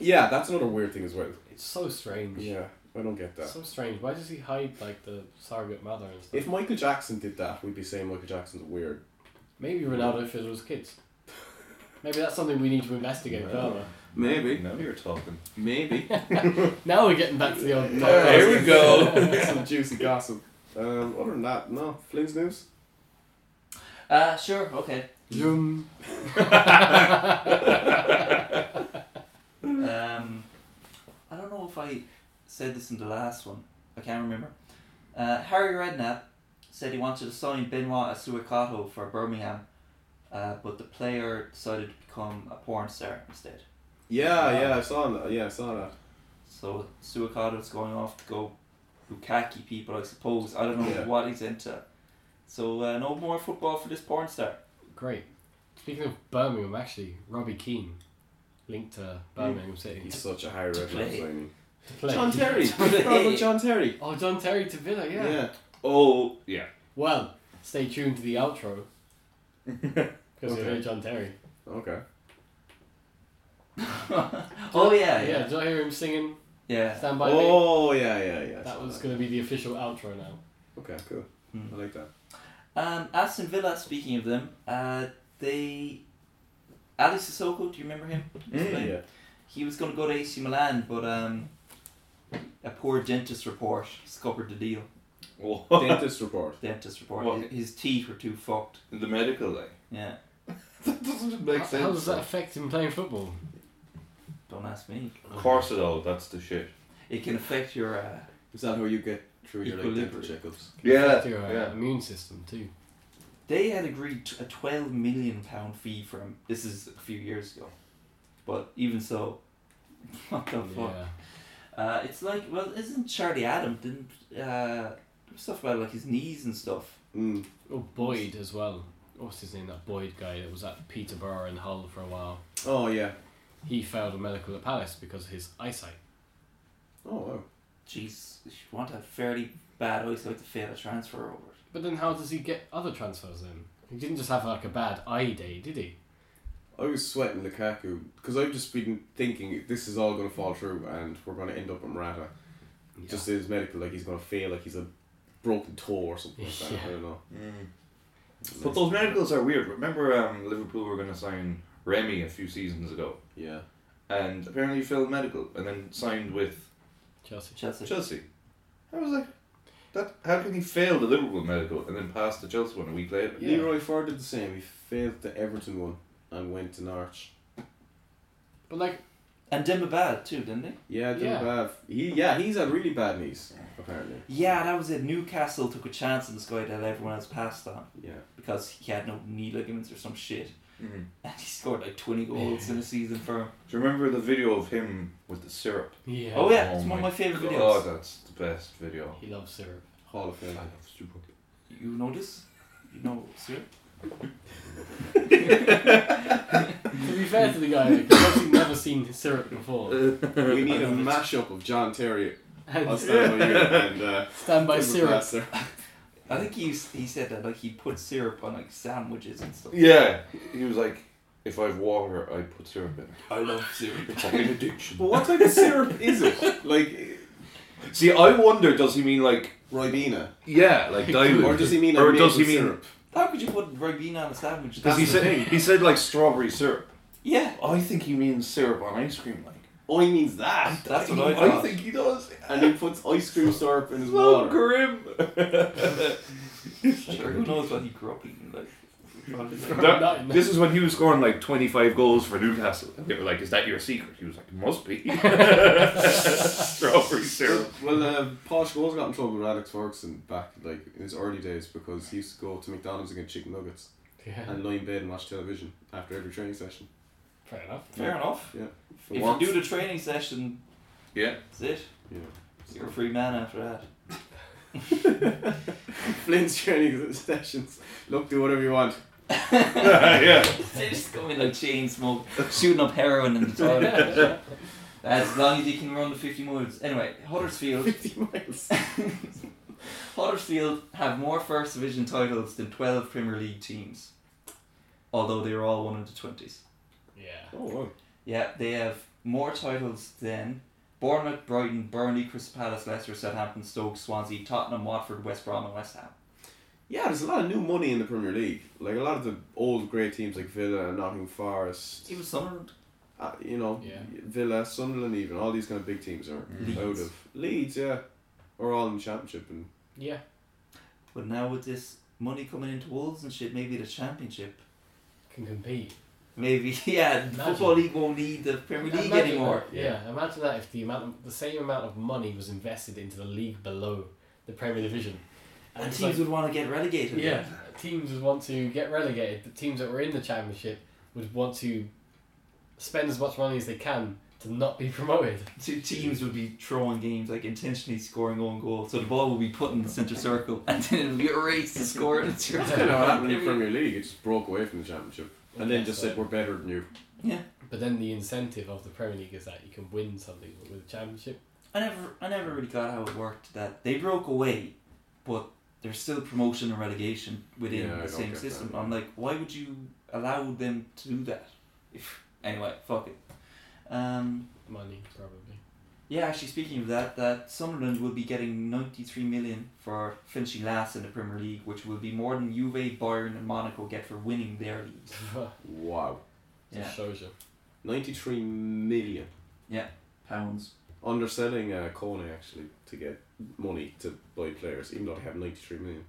S2: yeah, that's another weird thing as well.
S4: It's so strange.
S2: Yeah, I don't get that.
S4: So strange. Why does he hide like the surrogate mother and stuff?
S2: If Michael Jackson did that, we'd be saying Michael Jackson's weird.
S4: Maybe Ronaldo fiddles kids. Maybe that's something we need to investigate
S5: Yeah.
S4: further.
S2: Maybe,
S5: Now you're talking.
S2: maybe.
S4: Now we're getting back to the old
S2: Yeah,
S4: podcast.
S2: here we go. Some juicy gossip. Um, other than that, no. Flu's news.
S3: Uh, sure, okay.
S4: Zoom.
S3: Um, I don't know if I said this in the last one. I can't remember. Uh, Harry Redknapp said he wanted to sign Benoit Asuakato for Birmingham, uh, but the player decided to become a porn star instead.
S2: Yeah, yeah, I saw that. Yeah, I saw that.
S3: So Suikata's going off to go Bukaki people, I suppose. I don't know
S2: Yeah.
S3: what he's into. So uh, no more football for this porn star.
S4: Great. Speaking of Birmingham, actually, Robbie Keane linked to Birmingham City
S2: He's such a high red
S3: play.
S2: signing.
S4: to play.
S2: John Terry. What about John Terry?
S4: Oh, John Terry to Villa, yeah.
S5: Oh yeah.
S4: Well, stay tuned to the outro because we
S2: Okay.
S4: heard John Terry.
S2: Okay.
S3: Oh
S4: yeah.
S3: yeah, yeah,
S4: Did I hear him singing
S3: yeah.
S4: "Stand by Me"?
S2: Oh yeah, yeah, yeah. I
S4: That
S2: saw
S4: was going to be the official outro now.
S2: Okay, cool.
S3: Hmm.
S2: I like that.
S3: Um, Aston Villa. Speaking of them, uh, they. Ali Sissoko, do you remember him? He was playing?
S2: Mm, Yeah.
S3: He was going to go to AC Milan, but um, a poor dentist report scuppered the deal.
S5: What?
S2: Dentist report.
S3: Dentist report.
S5: What?
S3: His- His teeth were too fucked.
S5: the medical thing.
S3: Yeah,
S5: That doesn't make
S4: how,
S5: sense.
S4: how does that affect him playing football?
S3: don't ask me.
S5: Of course it all. That's the shit.
S3: It can affect your. Uh,
S2: Is that how you get through your like, dental
S3: Equilibrium.
S2: checkups?
S5: Yeah.
S4: To your uh,
S5: Yeah.
S4: immune system too.
S3: They had agreed to a twelve million pound fee for him. This is a few years ago, but even so, what the Oh, fuck?
S4: Yeah.
S3: Uh, it's like well, isn't Charlie Adam didn't uh, there was stuff about like his knees and stuff?
S2: Mm.
S4: Oh, Boyd as well. What's his name? That Boyd guy that was at Peterborough and Hull for a while.
S2: Oh yeah.
S4: He failed a medical at Palace because of his eyesight.
S2: Oh wow.
S3: Jeez, if you want to have fairly bad eyesight to fail a transfer over. it.
S4: But then, how does he get other transfers then? He didn't just have like a bad eye day, did he?
S2: I was sweating Lukaku because I've just been thinking this is all going to fall through and we're going to end up on Rata. Just in his medical, like he's going to fail, like he's a broken toe or something like that. I
S4: Yeah.
S2: don't know.
S5: But those medicals are weird. Remember, um, Liverpool were going to sign Remy a few seasons ago,
S2: Yeah.
S5: and apparently he failed medical, and then signed with
S4: Chelsea.
S3: Chelsea.
S5: Chelsea. I was like, that. How can he fail the Liverpool medical and then pass the Chelsea one a week later?
S4: Yeah.
S2: Leroy Ford did the same. He failed the Everton one and went to Norwich.
S4: But like,
S3: and Demba Bad too, didn't they?
S2: Yeah, did
S4: Yeah.
S2: bad. He yeah, he's had really bad knees apparently.
S3: Yeah, that was it. Newcastle took a chance on this guy that everyone else passed on
S2: Yeah.
S3: because he had no knee ligaments or some shit,
S2: Mm-hmm.
S5: Mhm.
S3: and he scored like twenty goals in a season for him.
S5: Do you remember the video of him with the syrup?
S4: yeah.
S3: Oh yeah, it's
S5: Oh
S3: one of
S5: my
S3: my favorite videos.
S5: Oh, that's the best video.
S4: He loves syrup.
S2: Hall of Fame.
S3: You know this? You know syrup?
S4: to be fair to the guy, like, he's obviously never seen syrup before.
S2: we need a mashup of John Terry on
S4: And
S2: Stand By You and uh,
S4: stand by
S2: Tim
S4: syrup.
S2: Blaster.
S3: I think he s- he said that like he put syrup on like sandwiches and stuff.
S5: Yeah, he was like, if I have water, I put syrup in it.
S3: I love syrup.
S5: It's like an addiction.
S2: But what type of syrup is it? Like
S5: See, I wonder, does he mean like,
S2: Ribena,
S5: yeah, like diluted?
S2: or does he mean?
S5: or
S2: a
S5: does he
S2: maple
S5: mean?
S2: syrup?
S3: How could you put ribena on a sandwich?
S5: Because he
S2: That's the
S5: said
S2: thing.
S5: he said like strawberry syrup.
S3: yeah,
S5: I think he means syrup on ice cream. Like
S2: Oh, he means that.
S3: that's what I thought.
S5: think he does.
S2: And he puts ice cream syrup in his
S5: so
S2: water.
S5: grim.
S3: Like, who knows what he grew up eating? Like,
S5: That- this is when he was scoring like twenty five goals for Newcastle. They were like, "Is that your secret?" He was like, "Must be." strawberry syrup.
S2: Well, uh, Paul Scholes got in trouble with Alex Ferguson back like in his early days because he used to go to McDonald's and get chicken nuggets
S4: Yeah.
S2: and
S5: Uh-huh.
S2: lie in bed and watch television after every training session.
S4: Fair enough.
S3: fair enough.
S2: For
S3: If
S2: once.
S3: you do the training session,
S5: Yeah.
S3: that's it.
S2: Yeah.
S3: You're a free man after that.
S2: Flynn's training sessions, look, do whatever you want.
S5: yeah.
S3: They're just going like chain smoke, shooting up heroin in the toilet. As long as you can run the 50 miles. Anyway, Huddersfield.
S2: 50 miles.
S3: Huddersfield have more First Division titles than 12 Premier League teams, although they are all one of the 20s.
S4: yeah.
S2: Oh, wow.
S3: Yeah, they have more titles than Bournemouth, Brighton, Burnley, Crystal Palace, Leicester, Southampton, Stoke, Swansea, Tottenham, Watford, West Brom, and West Ham.
S2: Yeah, there's a lot of new money in the Premier League. Like a lot of the old great teams like Villa and Nottingham Forest,
S3: Even Sunderland.
S2: uh, you know,
S4: Yeah.
S2: Villa, Sunderland, even all these kind of big teams are
S3: Leeds.
S2: out of Leeds. Yeah, are all in Championship and
S4: Yeah.
S3: But now with this money coming into Wolves and shit, maybe the Championship.
S4: Can compete.
S3: Maybe, yeah, the
S4: Imagine.
S3: Football League won't need the Premier League
S4: Imagine
S3: anymore.
S4: that- Yeah. imagine that if the amount, of, the same amount of money was invested into the league below the Premier Division,
S3: And
S4: it's like-
S3: teams would want to get relegated.
S4: yeah, teams would want to get relegated. The teams that were in the Championship would want to spend as much money as they can to not be promoted.
S3: Two teams would be throwing games, like intentionally scoring own goal. So the ball would be put in the centre circle and then it would be a race to score it. It's your-
S2: that's kind of what happened in the Premier League. It just broke away from the Championship and then
S4: Yeah,
S2: just
S4: so-
S2: said we're better than you.
S4: But then the incentive of the Premier League is that you can win something with the Championship.
S3: I never, I never really got how it worked. That they broke away, but there's still promotion and relegation within
S2: Yeah, I
S3: the
S2: don't
S3: same
S2: get
S3: system.
S2: that.
S3: I'm like, why would you allow them to do that? If anyway, fuck it. Um,
S4: Money, probably.
S3: yeah, actually, speaking of that, that Sunderland will be getting 93 million for finishing last in the Premier League, which will be more than Juve, Bayern, and Monaco get for winning their leagues.
S2: Wow,
S3: Yeah,
S4: Just shows you.
S2: ninety three million
S3: pounds.
S2: underselling uh, Kone actually to get money to buy players, even though they have ninety three million.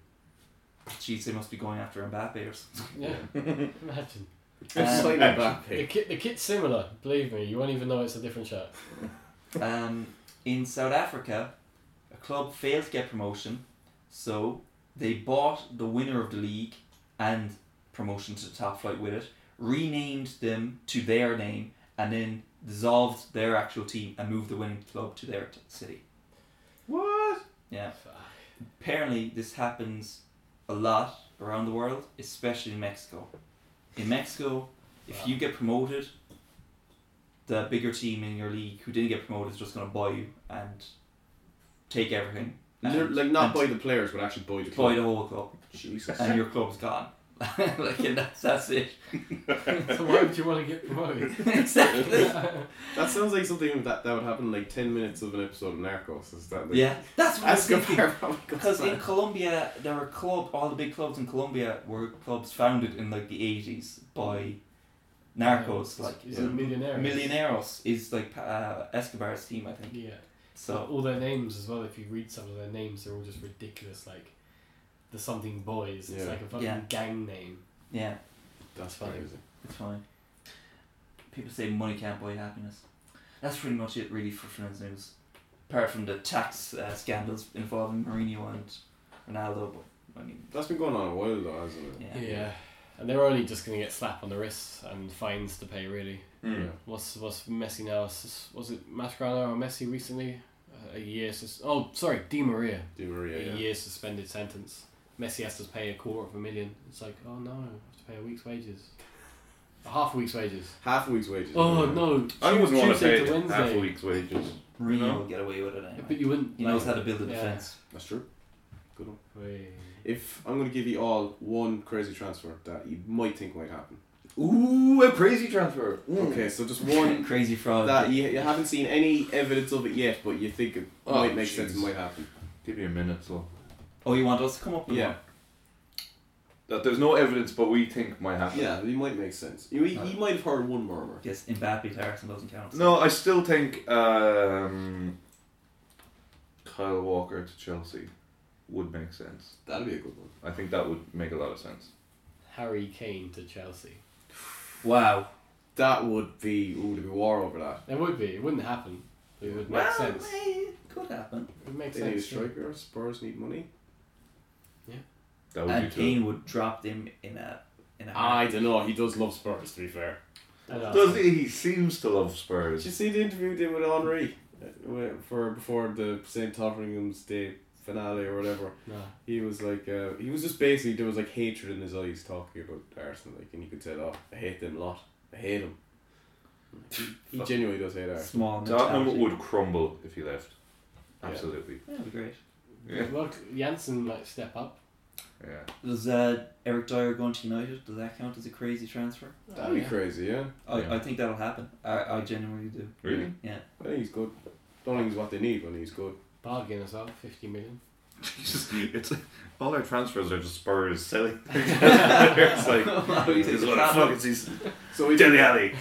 S3: Jeez, they must be going after Mbappe or something.
S4: Yeah, imagine.
S2: It's
S3: Um,
S2: like a bad
S4: The
S2: pick.
S4: kit, the kit's similar. Believe me, you won't even know it's a different shirt.
S3: Um, in South Africa, a club failed to get promotion, so they bought the winner of the league and promotion to the top flight with it, renamed them to their name, and then dissolved their actual team and moved the winning club to their t- city.
S2: What?
S3: Yeah. Apparently, this happens a lot around the world, especially in Mexico. In Mexico, if
S4: Wow.
S3: you get promoted, the bigger team in your league who didn't get promoted is just going to buy you and take everything. And,
S2: They're, like not
S3: and
S2: buy the players, but actually buy the
S3: buy
S2: club.
S3: the whole club,
S2: Jesus.
S3: and your club's gone. like and that's that's it.
S4: so why would you want to get promoted?
S3: exactly.
S2: That sounds like something that that would happen in like ten minutes of an episode of Narcos. Is that like
S3: Yeah, that's what I was thinking.
S2: Escobar probably goes
S3: Because in
S2: back.
S3: Colombia, there were club. All the big clubs in Colombia were clubs founded in like the eighties by narcos, like
S4: Is
S2: yeah.
S4: it millionaire?
S3: Millionaires is like uh, Escobar's team, I think.
S4: Yeah.
S3: So
S4: all their names as well. If you read some of their names, they're all just ridiculous. Like the something boys. It's
S2: Yeah.
S4: like a fucking
S3: Yeah.
S4: gang name.
S3: yeah,
S2: that's
S4: Fine.
S2: crazy.
S3: it's fine. People say money can't buy happiness. That's pretty much it, really, for Finland's news. Apart from the tax uh, scandals involving Mourinho and Ronaldo, but I mean,
S2: That's been going on a while though, hasn't it?
S3: yeah,
S4: And they're only just gonna get slap on the wrists and fines to pay. Really.
S5: Mm.
S4: What's what's Messi now? S- Was it Mascherano or Messi recently? Uh, a year. Sus- oh, sorry, Di Maria.
S2: Di Maria.
S4: a
S2: Yeah.
S4: year suspended sentence. Messi has to pay a quarter of a million. It's like, oh no, I have to pay a week's wages. A half a week's wages.
S2: Half a week's wages.
S4: Oh
S2: yeah.
S4: no,
S5: I
S4: Tu-
S5: wouldn't want to
S4: Tuesday
S5: pay
S4: to Wednesday.
S5: half a week's wages.
S3: Mourinho
S5: You know?
S3: will get away with it anyway.
S4: But you wouldn't.
S3: he
S4: like-
S3: knows how to build a
S4: Yeah.
S3: defense.
S2: That's true. Good one.
S4: Wait.
S2: If I'm gonna give you all one crazy transfer that you might think might happen.
S5: Ooh, a crazy transfer. Hmm.
S2: Okay, so just one
S3: crazy fraud.
S2: that you, you haven't seen any evidence of it yet, but you think it
S5: Oh,
S2: might make sense.
S5: jeez.
S2: It might happen.
S5: Give me a minute, so.
S3: oh, you want us to come up? with
S2: Yeah.
S3: one?
S5: That there's no evidence, but we think might happen.
S2: Yeah, it might make sense. You, you might have heard one murmur.
S3: Yes, Mbappe to Arsenal doesn't count.
S5: No, I still think um, Kyle Walker to Chelsea would make sense.
S2: That'd be a good one.
S5: I think that would make a lot of sense.
S4: Harry Kane to Chelsea.
S3: Wow.
S2: That would be ooh, there'd be war over that.
S4: There would be. It wouldn't happen. It would make
S3: well,
S4: sense.
S3: eh, it could happen.
S4: It would make
S2: They need a
S4: sense. yeah.
S2: striker. Spurs need money.
S5: That would
S3: And
S5: be cool.
S3: Kane would drop them in a in a.
S2: don't know. He does love Spurs. To be fair,
S4: And
S5: Does
S4: Arsenal.
S5: he? He seems to love
S2: did you
S5: Spurs.
S2: see the interview they did with Henri uh, for before the St Tottenham's Day finale or whatever,
S4: No.
S2: he was like, uh, he was just basically there was like hatred in his eyes talking about Arsenal, like, and you could tell, oh, I hate them a lot, I hate them. He genuinely does hate Arsenal.
S3: Small.
S5: Tottenham
S3: mentality.
S5: would crumble if he left.
S2: Yeah.
S5: Absolutely.
S3: Yeah, that'd be great.
S5: Yeah.
S4: Well, Janssen might step up.
S5: Yeah.
S3: Does uh, Eric Dyer going to United? Does that count as a crazy transfer?
S2: That'd be
S4: Yeah.
S2: crazy, yeah.
S3: I,
S5: Yeah.
S3: I think that'll happen. I, I genuinely do.
S5: Really?
S2: I think he's good. Don't think he's what they need, but he's good.
S4: Bargain as well, 50 million.
S5: Jesus, it's all our transfers are just Spurs selling. it's like this is what I fucking see.
S2: So we
S5: Deli Alley.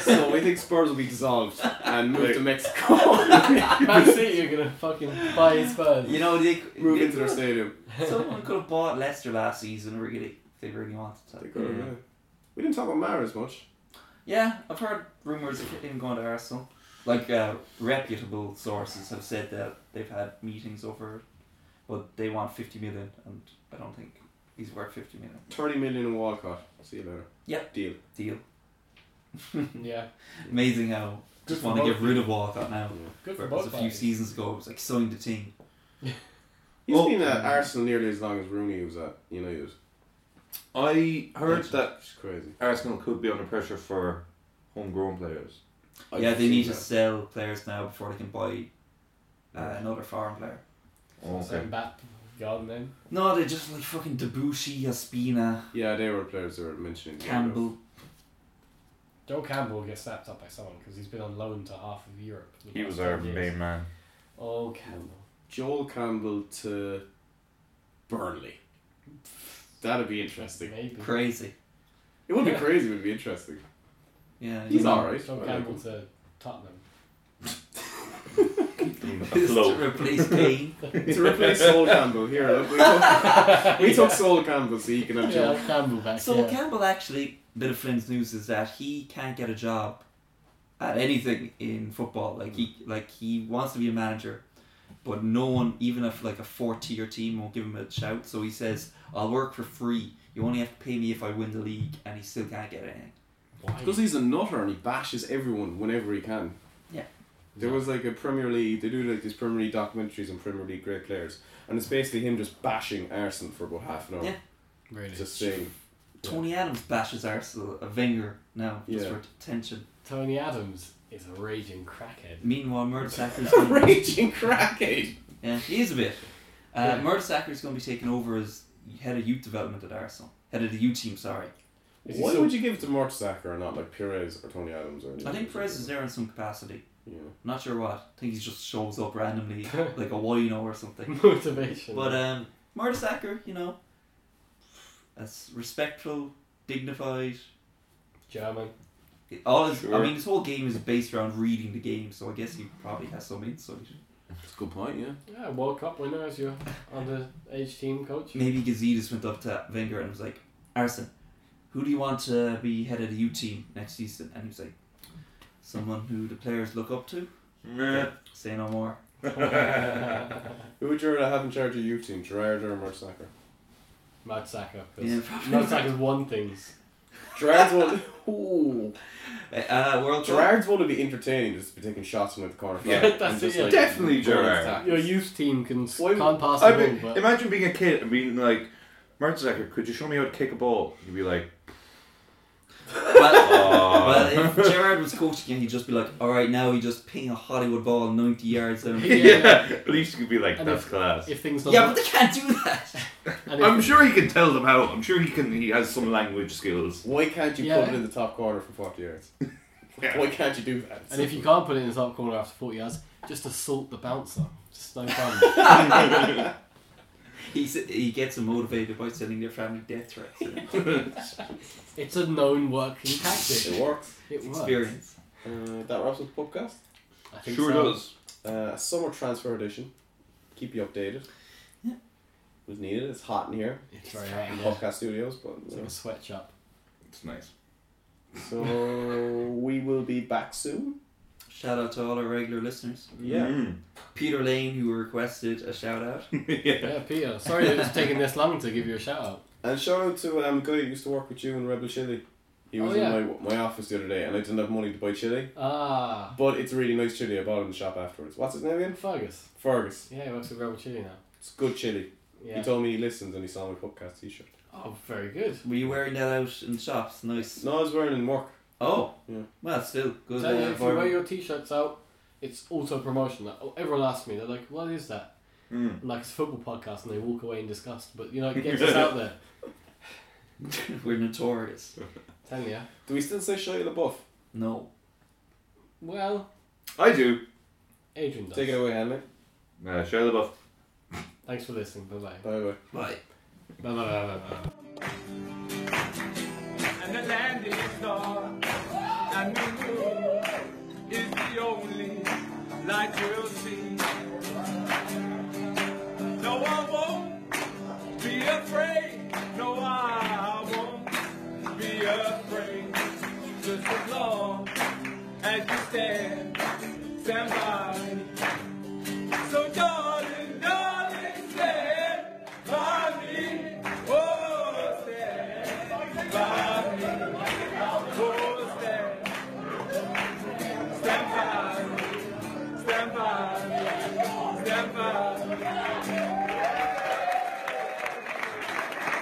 S2: so we think Spurs will be dissolved and moved to Mexico.
S4: Man City are going to fucking buy Spurs.
S3: You know, they,
S2: Move
S3: they
S2: into their
S3: could-
S2: stadium.
S3: Someone could have bought Leicester last season, really, if they really wanted to.
S2: They could have, yeah. We didn't talk about Mara as much.
S3: Yeah, I've heard rumours of him going to Arsenal. Like uh, reputable sources have said that they've had meetings over, it, but they want fifty million, and I don't think he's worth fifty million.
S2: Thirty million in Walcott. See you later.
S3: Yep.
S2: Deal.
S3: Deal.
S4: Yeah.
S3: Amazing how just want to get rid of Walcott now.
S4: Good for
S3: Whereas
S4: both
S3: a few
S4: parties.
S3: seasons ago, it was like signed a team.
S2: He's
S5: Oh.
S2: been at Arsenal nearly as long as Rooney was at United.
S5: I heard that
S2: It's crazy.
S5: Arsenal could be under pressure for homegrown players.
S2: I
S3: yeah,
S2: can
S3: they
S2: see
S3: need to
S2: that.
S3: sell players now before they can buy uh, another foreign player.
S5: Okay.
S4: Send back Garden then.
S3: No, they just like fucking Debussy, Espina,
S2: Yeah, they were players they were mentioning.
S3: Campbell.
S4: Joe Campbell gets snapped up by someone because he's been on loan to half of Europe. in the
S5: He
S4: last
S5: was our
S4: five years.
S5: main man.
S4: Oh, Campbell.
S2: Joel Campbell to Burnley. That'd be interesting.
S4: Maybe.
S3: Crazy.
S2: It would be crazy, it would be interesting.
S3: Yeah.
S2: He's
S3: yeah.
S2: alright.
S4: Joe Campbell to Tottenham.
S3: to replace Kane.
S2: to replace Sol Campbell here. Look, we took, we took Sol Campbell so you can have Joel.
S4: Yeah, Campbell back.
S3: So
S4: yeah.
S3: Campbell actually, bit of Flynn's news is that he can't get a job at anything in football. Like he,
S4: Mm.
S3: like he wants to be a manager, but no one, even if like a four tier team, won't give him a shout. So he says, "I'll work for free. You only have to pay me if I win the league," and he still can't get anything.
S4: Why?
S2: Because he's a nutter and he bashes everyone whenever he can.
S3: Yeah.
S2: There was like a Premier League, they do like these Premier League documentaries on Premier League great players, and it's basically him just bashing Arsenal for about half an hour.
S3: Yeah.
S4: Really?
S2: Just saying,
S3: Tony Adams bashes Arsenal, a Wenger now just
S2: Yeah.
S3: for attention.
S4: Tony Adams is a raging crackhead.
S3: Meanwhile, Murdasacker's
S2: a
S3: gonna-
S2: raging crackhead!
S3: yeah, he is a bit. Uh,
S4: Yeah.
S3: Murdasacker's going to be taking over as head of youth development at Arsenal, head of the youth team. Sorry.
S4: Is he
S2: Why
S4: so-
S2: would you give it to Mertesacker and not like Perez or Tony Adams or anything?
S3: I think Perez is there in some capacity.
S2: Yeah.
S3: Not sure what. I think he just shows up randomly, like a wino or something.
S4: Motivation.
S3: But um, Murdasacker, you know, that's respectful, dignified.
S4: German.
S3: All his, I
S5: Sure.
S3: mean, his whole game is based around reading the game, so I guess he probably has some insight.
S2: That's a good point, yeah.
S4: Yeah, World Cup winner as your under age team coach.
S3: Maybe Gazidis went up to Wenger and was like, "Arsene, who do you want to be head of the U team next season?" And he was like, "Someone who the players look up to."
S5: Meh.
S3: Say no more.
S2: Who would you rather have in charge of youth team, Gerard or Mertesacker?
S4: Mad Saka.
S3: Yeah,
S4: because
S3: probably.
S4: Mad Saka's won things.
S2: Gerard's one. Ooh.
S3: Uh, World Cup.
S2: Gerard's one to be entertaining, just be taking shots from the corner. flag
S5: Yeah,
S2: and
S4: that's
S2: just,
S4: it, yeah.
S2: like,
S5: Definitely
S2: going
S5: Gerrard.
S2: attack.
S4: Your youth team can
S2: Why would-
S4: can't pass the
S5: I
S4: ball,
S5: mean,
S4: but
S5: imagine being a kid and being like, Martin Zucker, could you show me how to kick a ball? You'd be like,
S3: Well-
S5: oh.
S3: Well, if Gerard was coaching him, he'd just be like, all right, now you just ping a Hollywood ball 90 yards down.
S5: yeah.
S4: Yeah.
S5: At least you could be like,
S4: And
S5: that's
S4: if-
S5: class.
S4: if things don't
S3: yeah, but they can't do that.
S4: and if,
S5: I'm sure he can tell them how. I'm sure he can. He has some language skills.
S2: Why can't you
S4: Yeah.
S2: put it in the top corner for 40 yards?
S5: Yeah.
S2: Why can't you do that?
S4: and if you can't put it in the top corner after forty yards, just assault the bouncer. Just no fun.
S3: He, s- he gets them motivated by sending their family death threats.
S4: it's a known working tactic.
S2: it works.
S4: It works.
S3: Experience.
S2: Uh, that wraps up the podcast.
S4: I think
S5: Sure
S4: so.
S5: does.
S2: Uh, a summer transfer edition. Keep you updated.
S3: Yeah.
S2: Was needed. It's hot in here.
S4: It's very hard. yeah.
S2: Podcast studios, but
S4: It's
S2: you
S4: like
S2: know.
S4: a sweatshop.
S5: It's nice.
S2: so we will be back soon. Mm-hmm.
S3: Shout out to all our regular listeners.
S2: Yeah.
S5: Mm.
S3: Peter Lane, who requested a shout out.
S5: yeah.
S4: Yeah, Peter. Sorry it's taken this long to give you a shout out.
S2: And shout out to um guy who used to work with you in Rebel Chili. He was
S4: Oh, yeah.
S2: in my, my office the other day, and I didn't have money to buy chili.
S4: Ah,
S2: But it's really nice chili. I bought it in the shop afterwards. What's his name again?
S4: Fergus.
S2: Fergus.
S4: Yeah, he works with Rebel Chili now.
S2: It's good chili.
S4: Yeah.
S2: He told me he listens and he saw my podcast t shirt.
S4: Oh, very good.
S3: Were you wearing that out in shops? Nice.
S2: No, I was wearing it in work.
S3: Oh,
S2: Yeah.
S3: Well, still good.
S4: Tell you,
S3: uh,
S4: if you wear
S3: environment.
S4: your t-shirts out, it's auto promotion. Like, oh, Everyone asks me, they're like, "What is that?"
S2: Hmm.
S5: Mm.
S4: Like it's a football podcast, and they walk away in disgust. But you know, it gets us out there.
S3: We're notorious.
S4: Tell you.
S2: Do we still say Shia LaBeouf?
S3: No.
S4: Well,
S5: I do.
S4: Adrian does.
S2: Take it away, Henley.
S5: Uh, Shia LaBeouf.
S4: Thanks for listening. Bye bye.
S2: Bye bye.
S3: Right.
S4: Bye bye bye bye.
S6: and the land is dark. And the moon is the only light we'll see. No, I won't be afraid. No, I won't be afraid. Just as long as you stand, stand by Oh,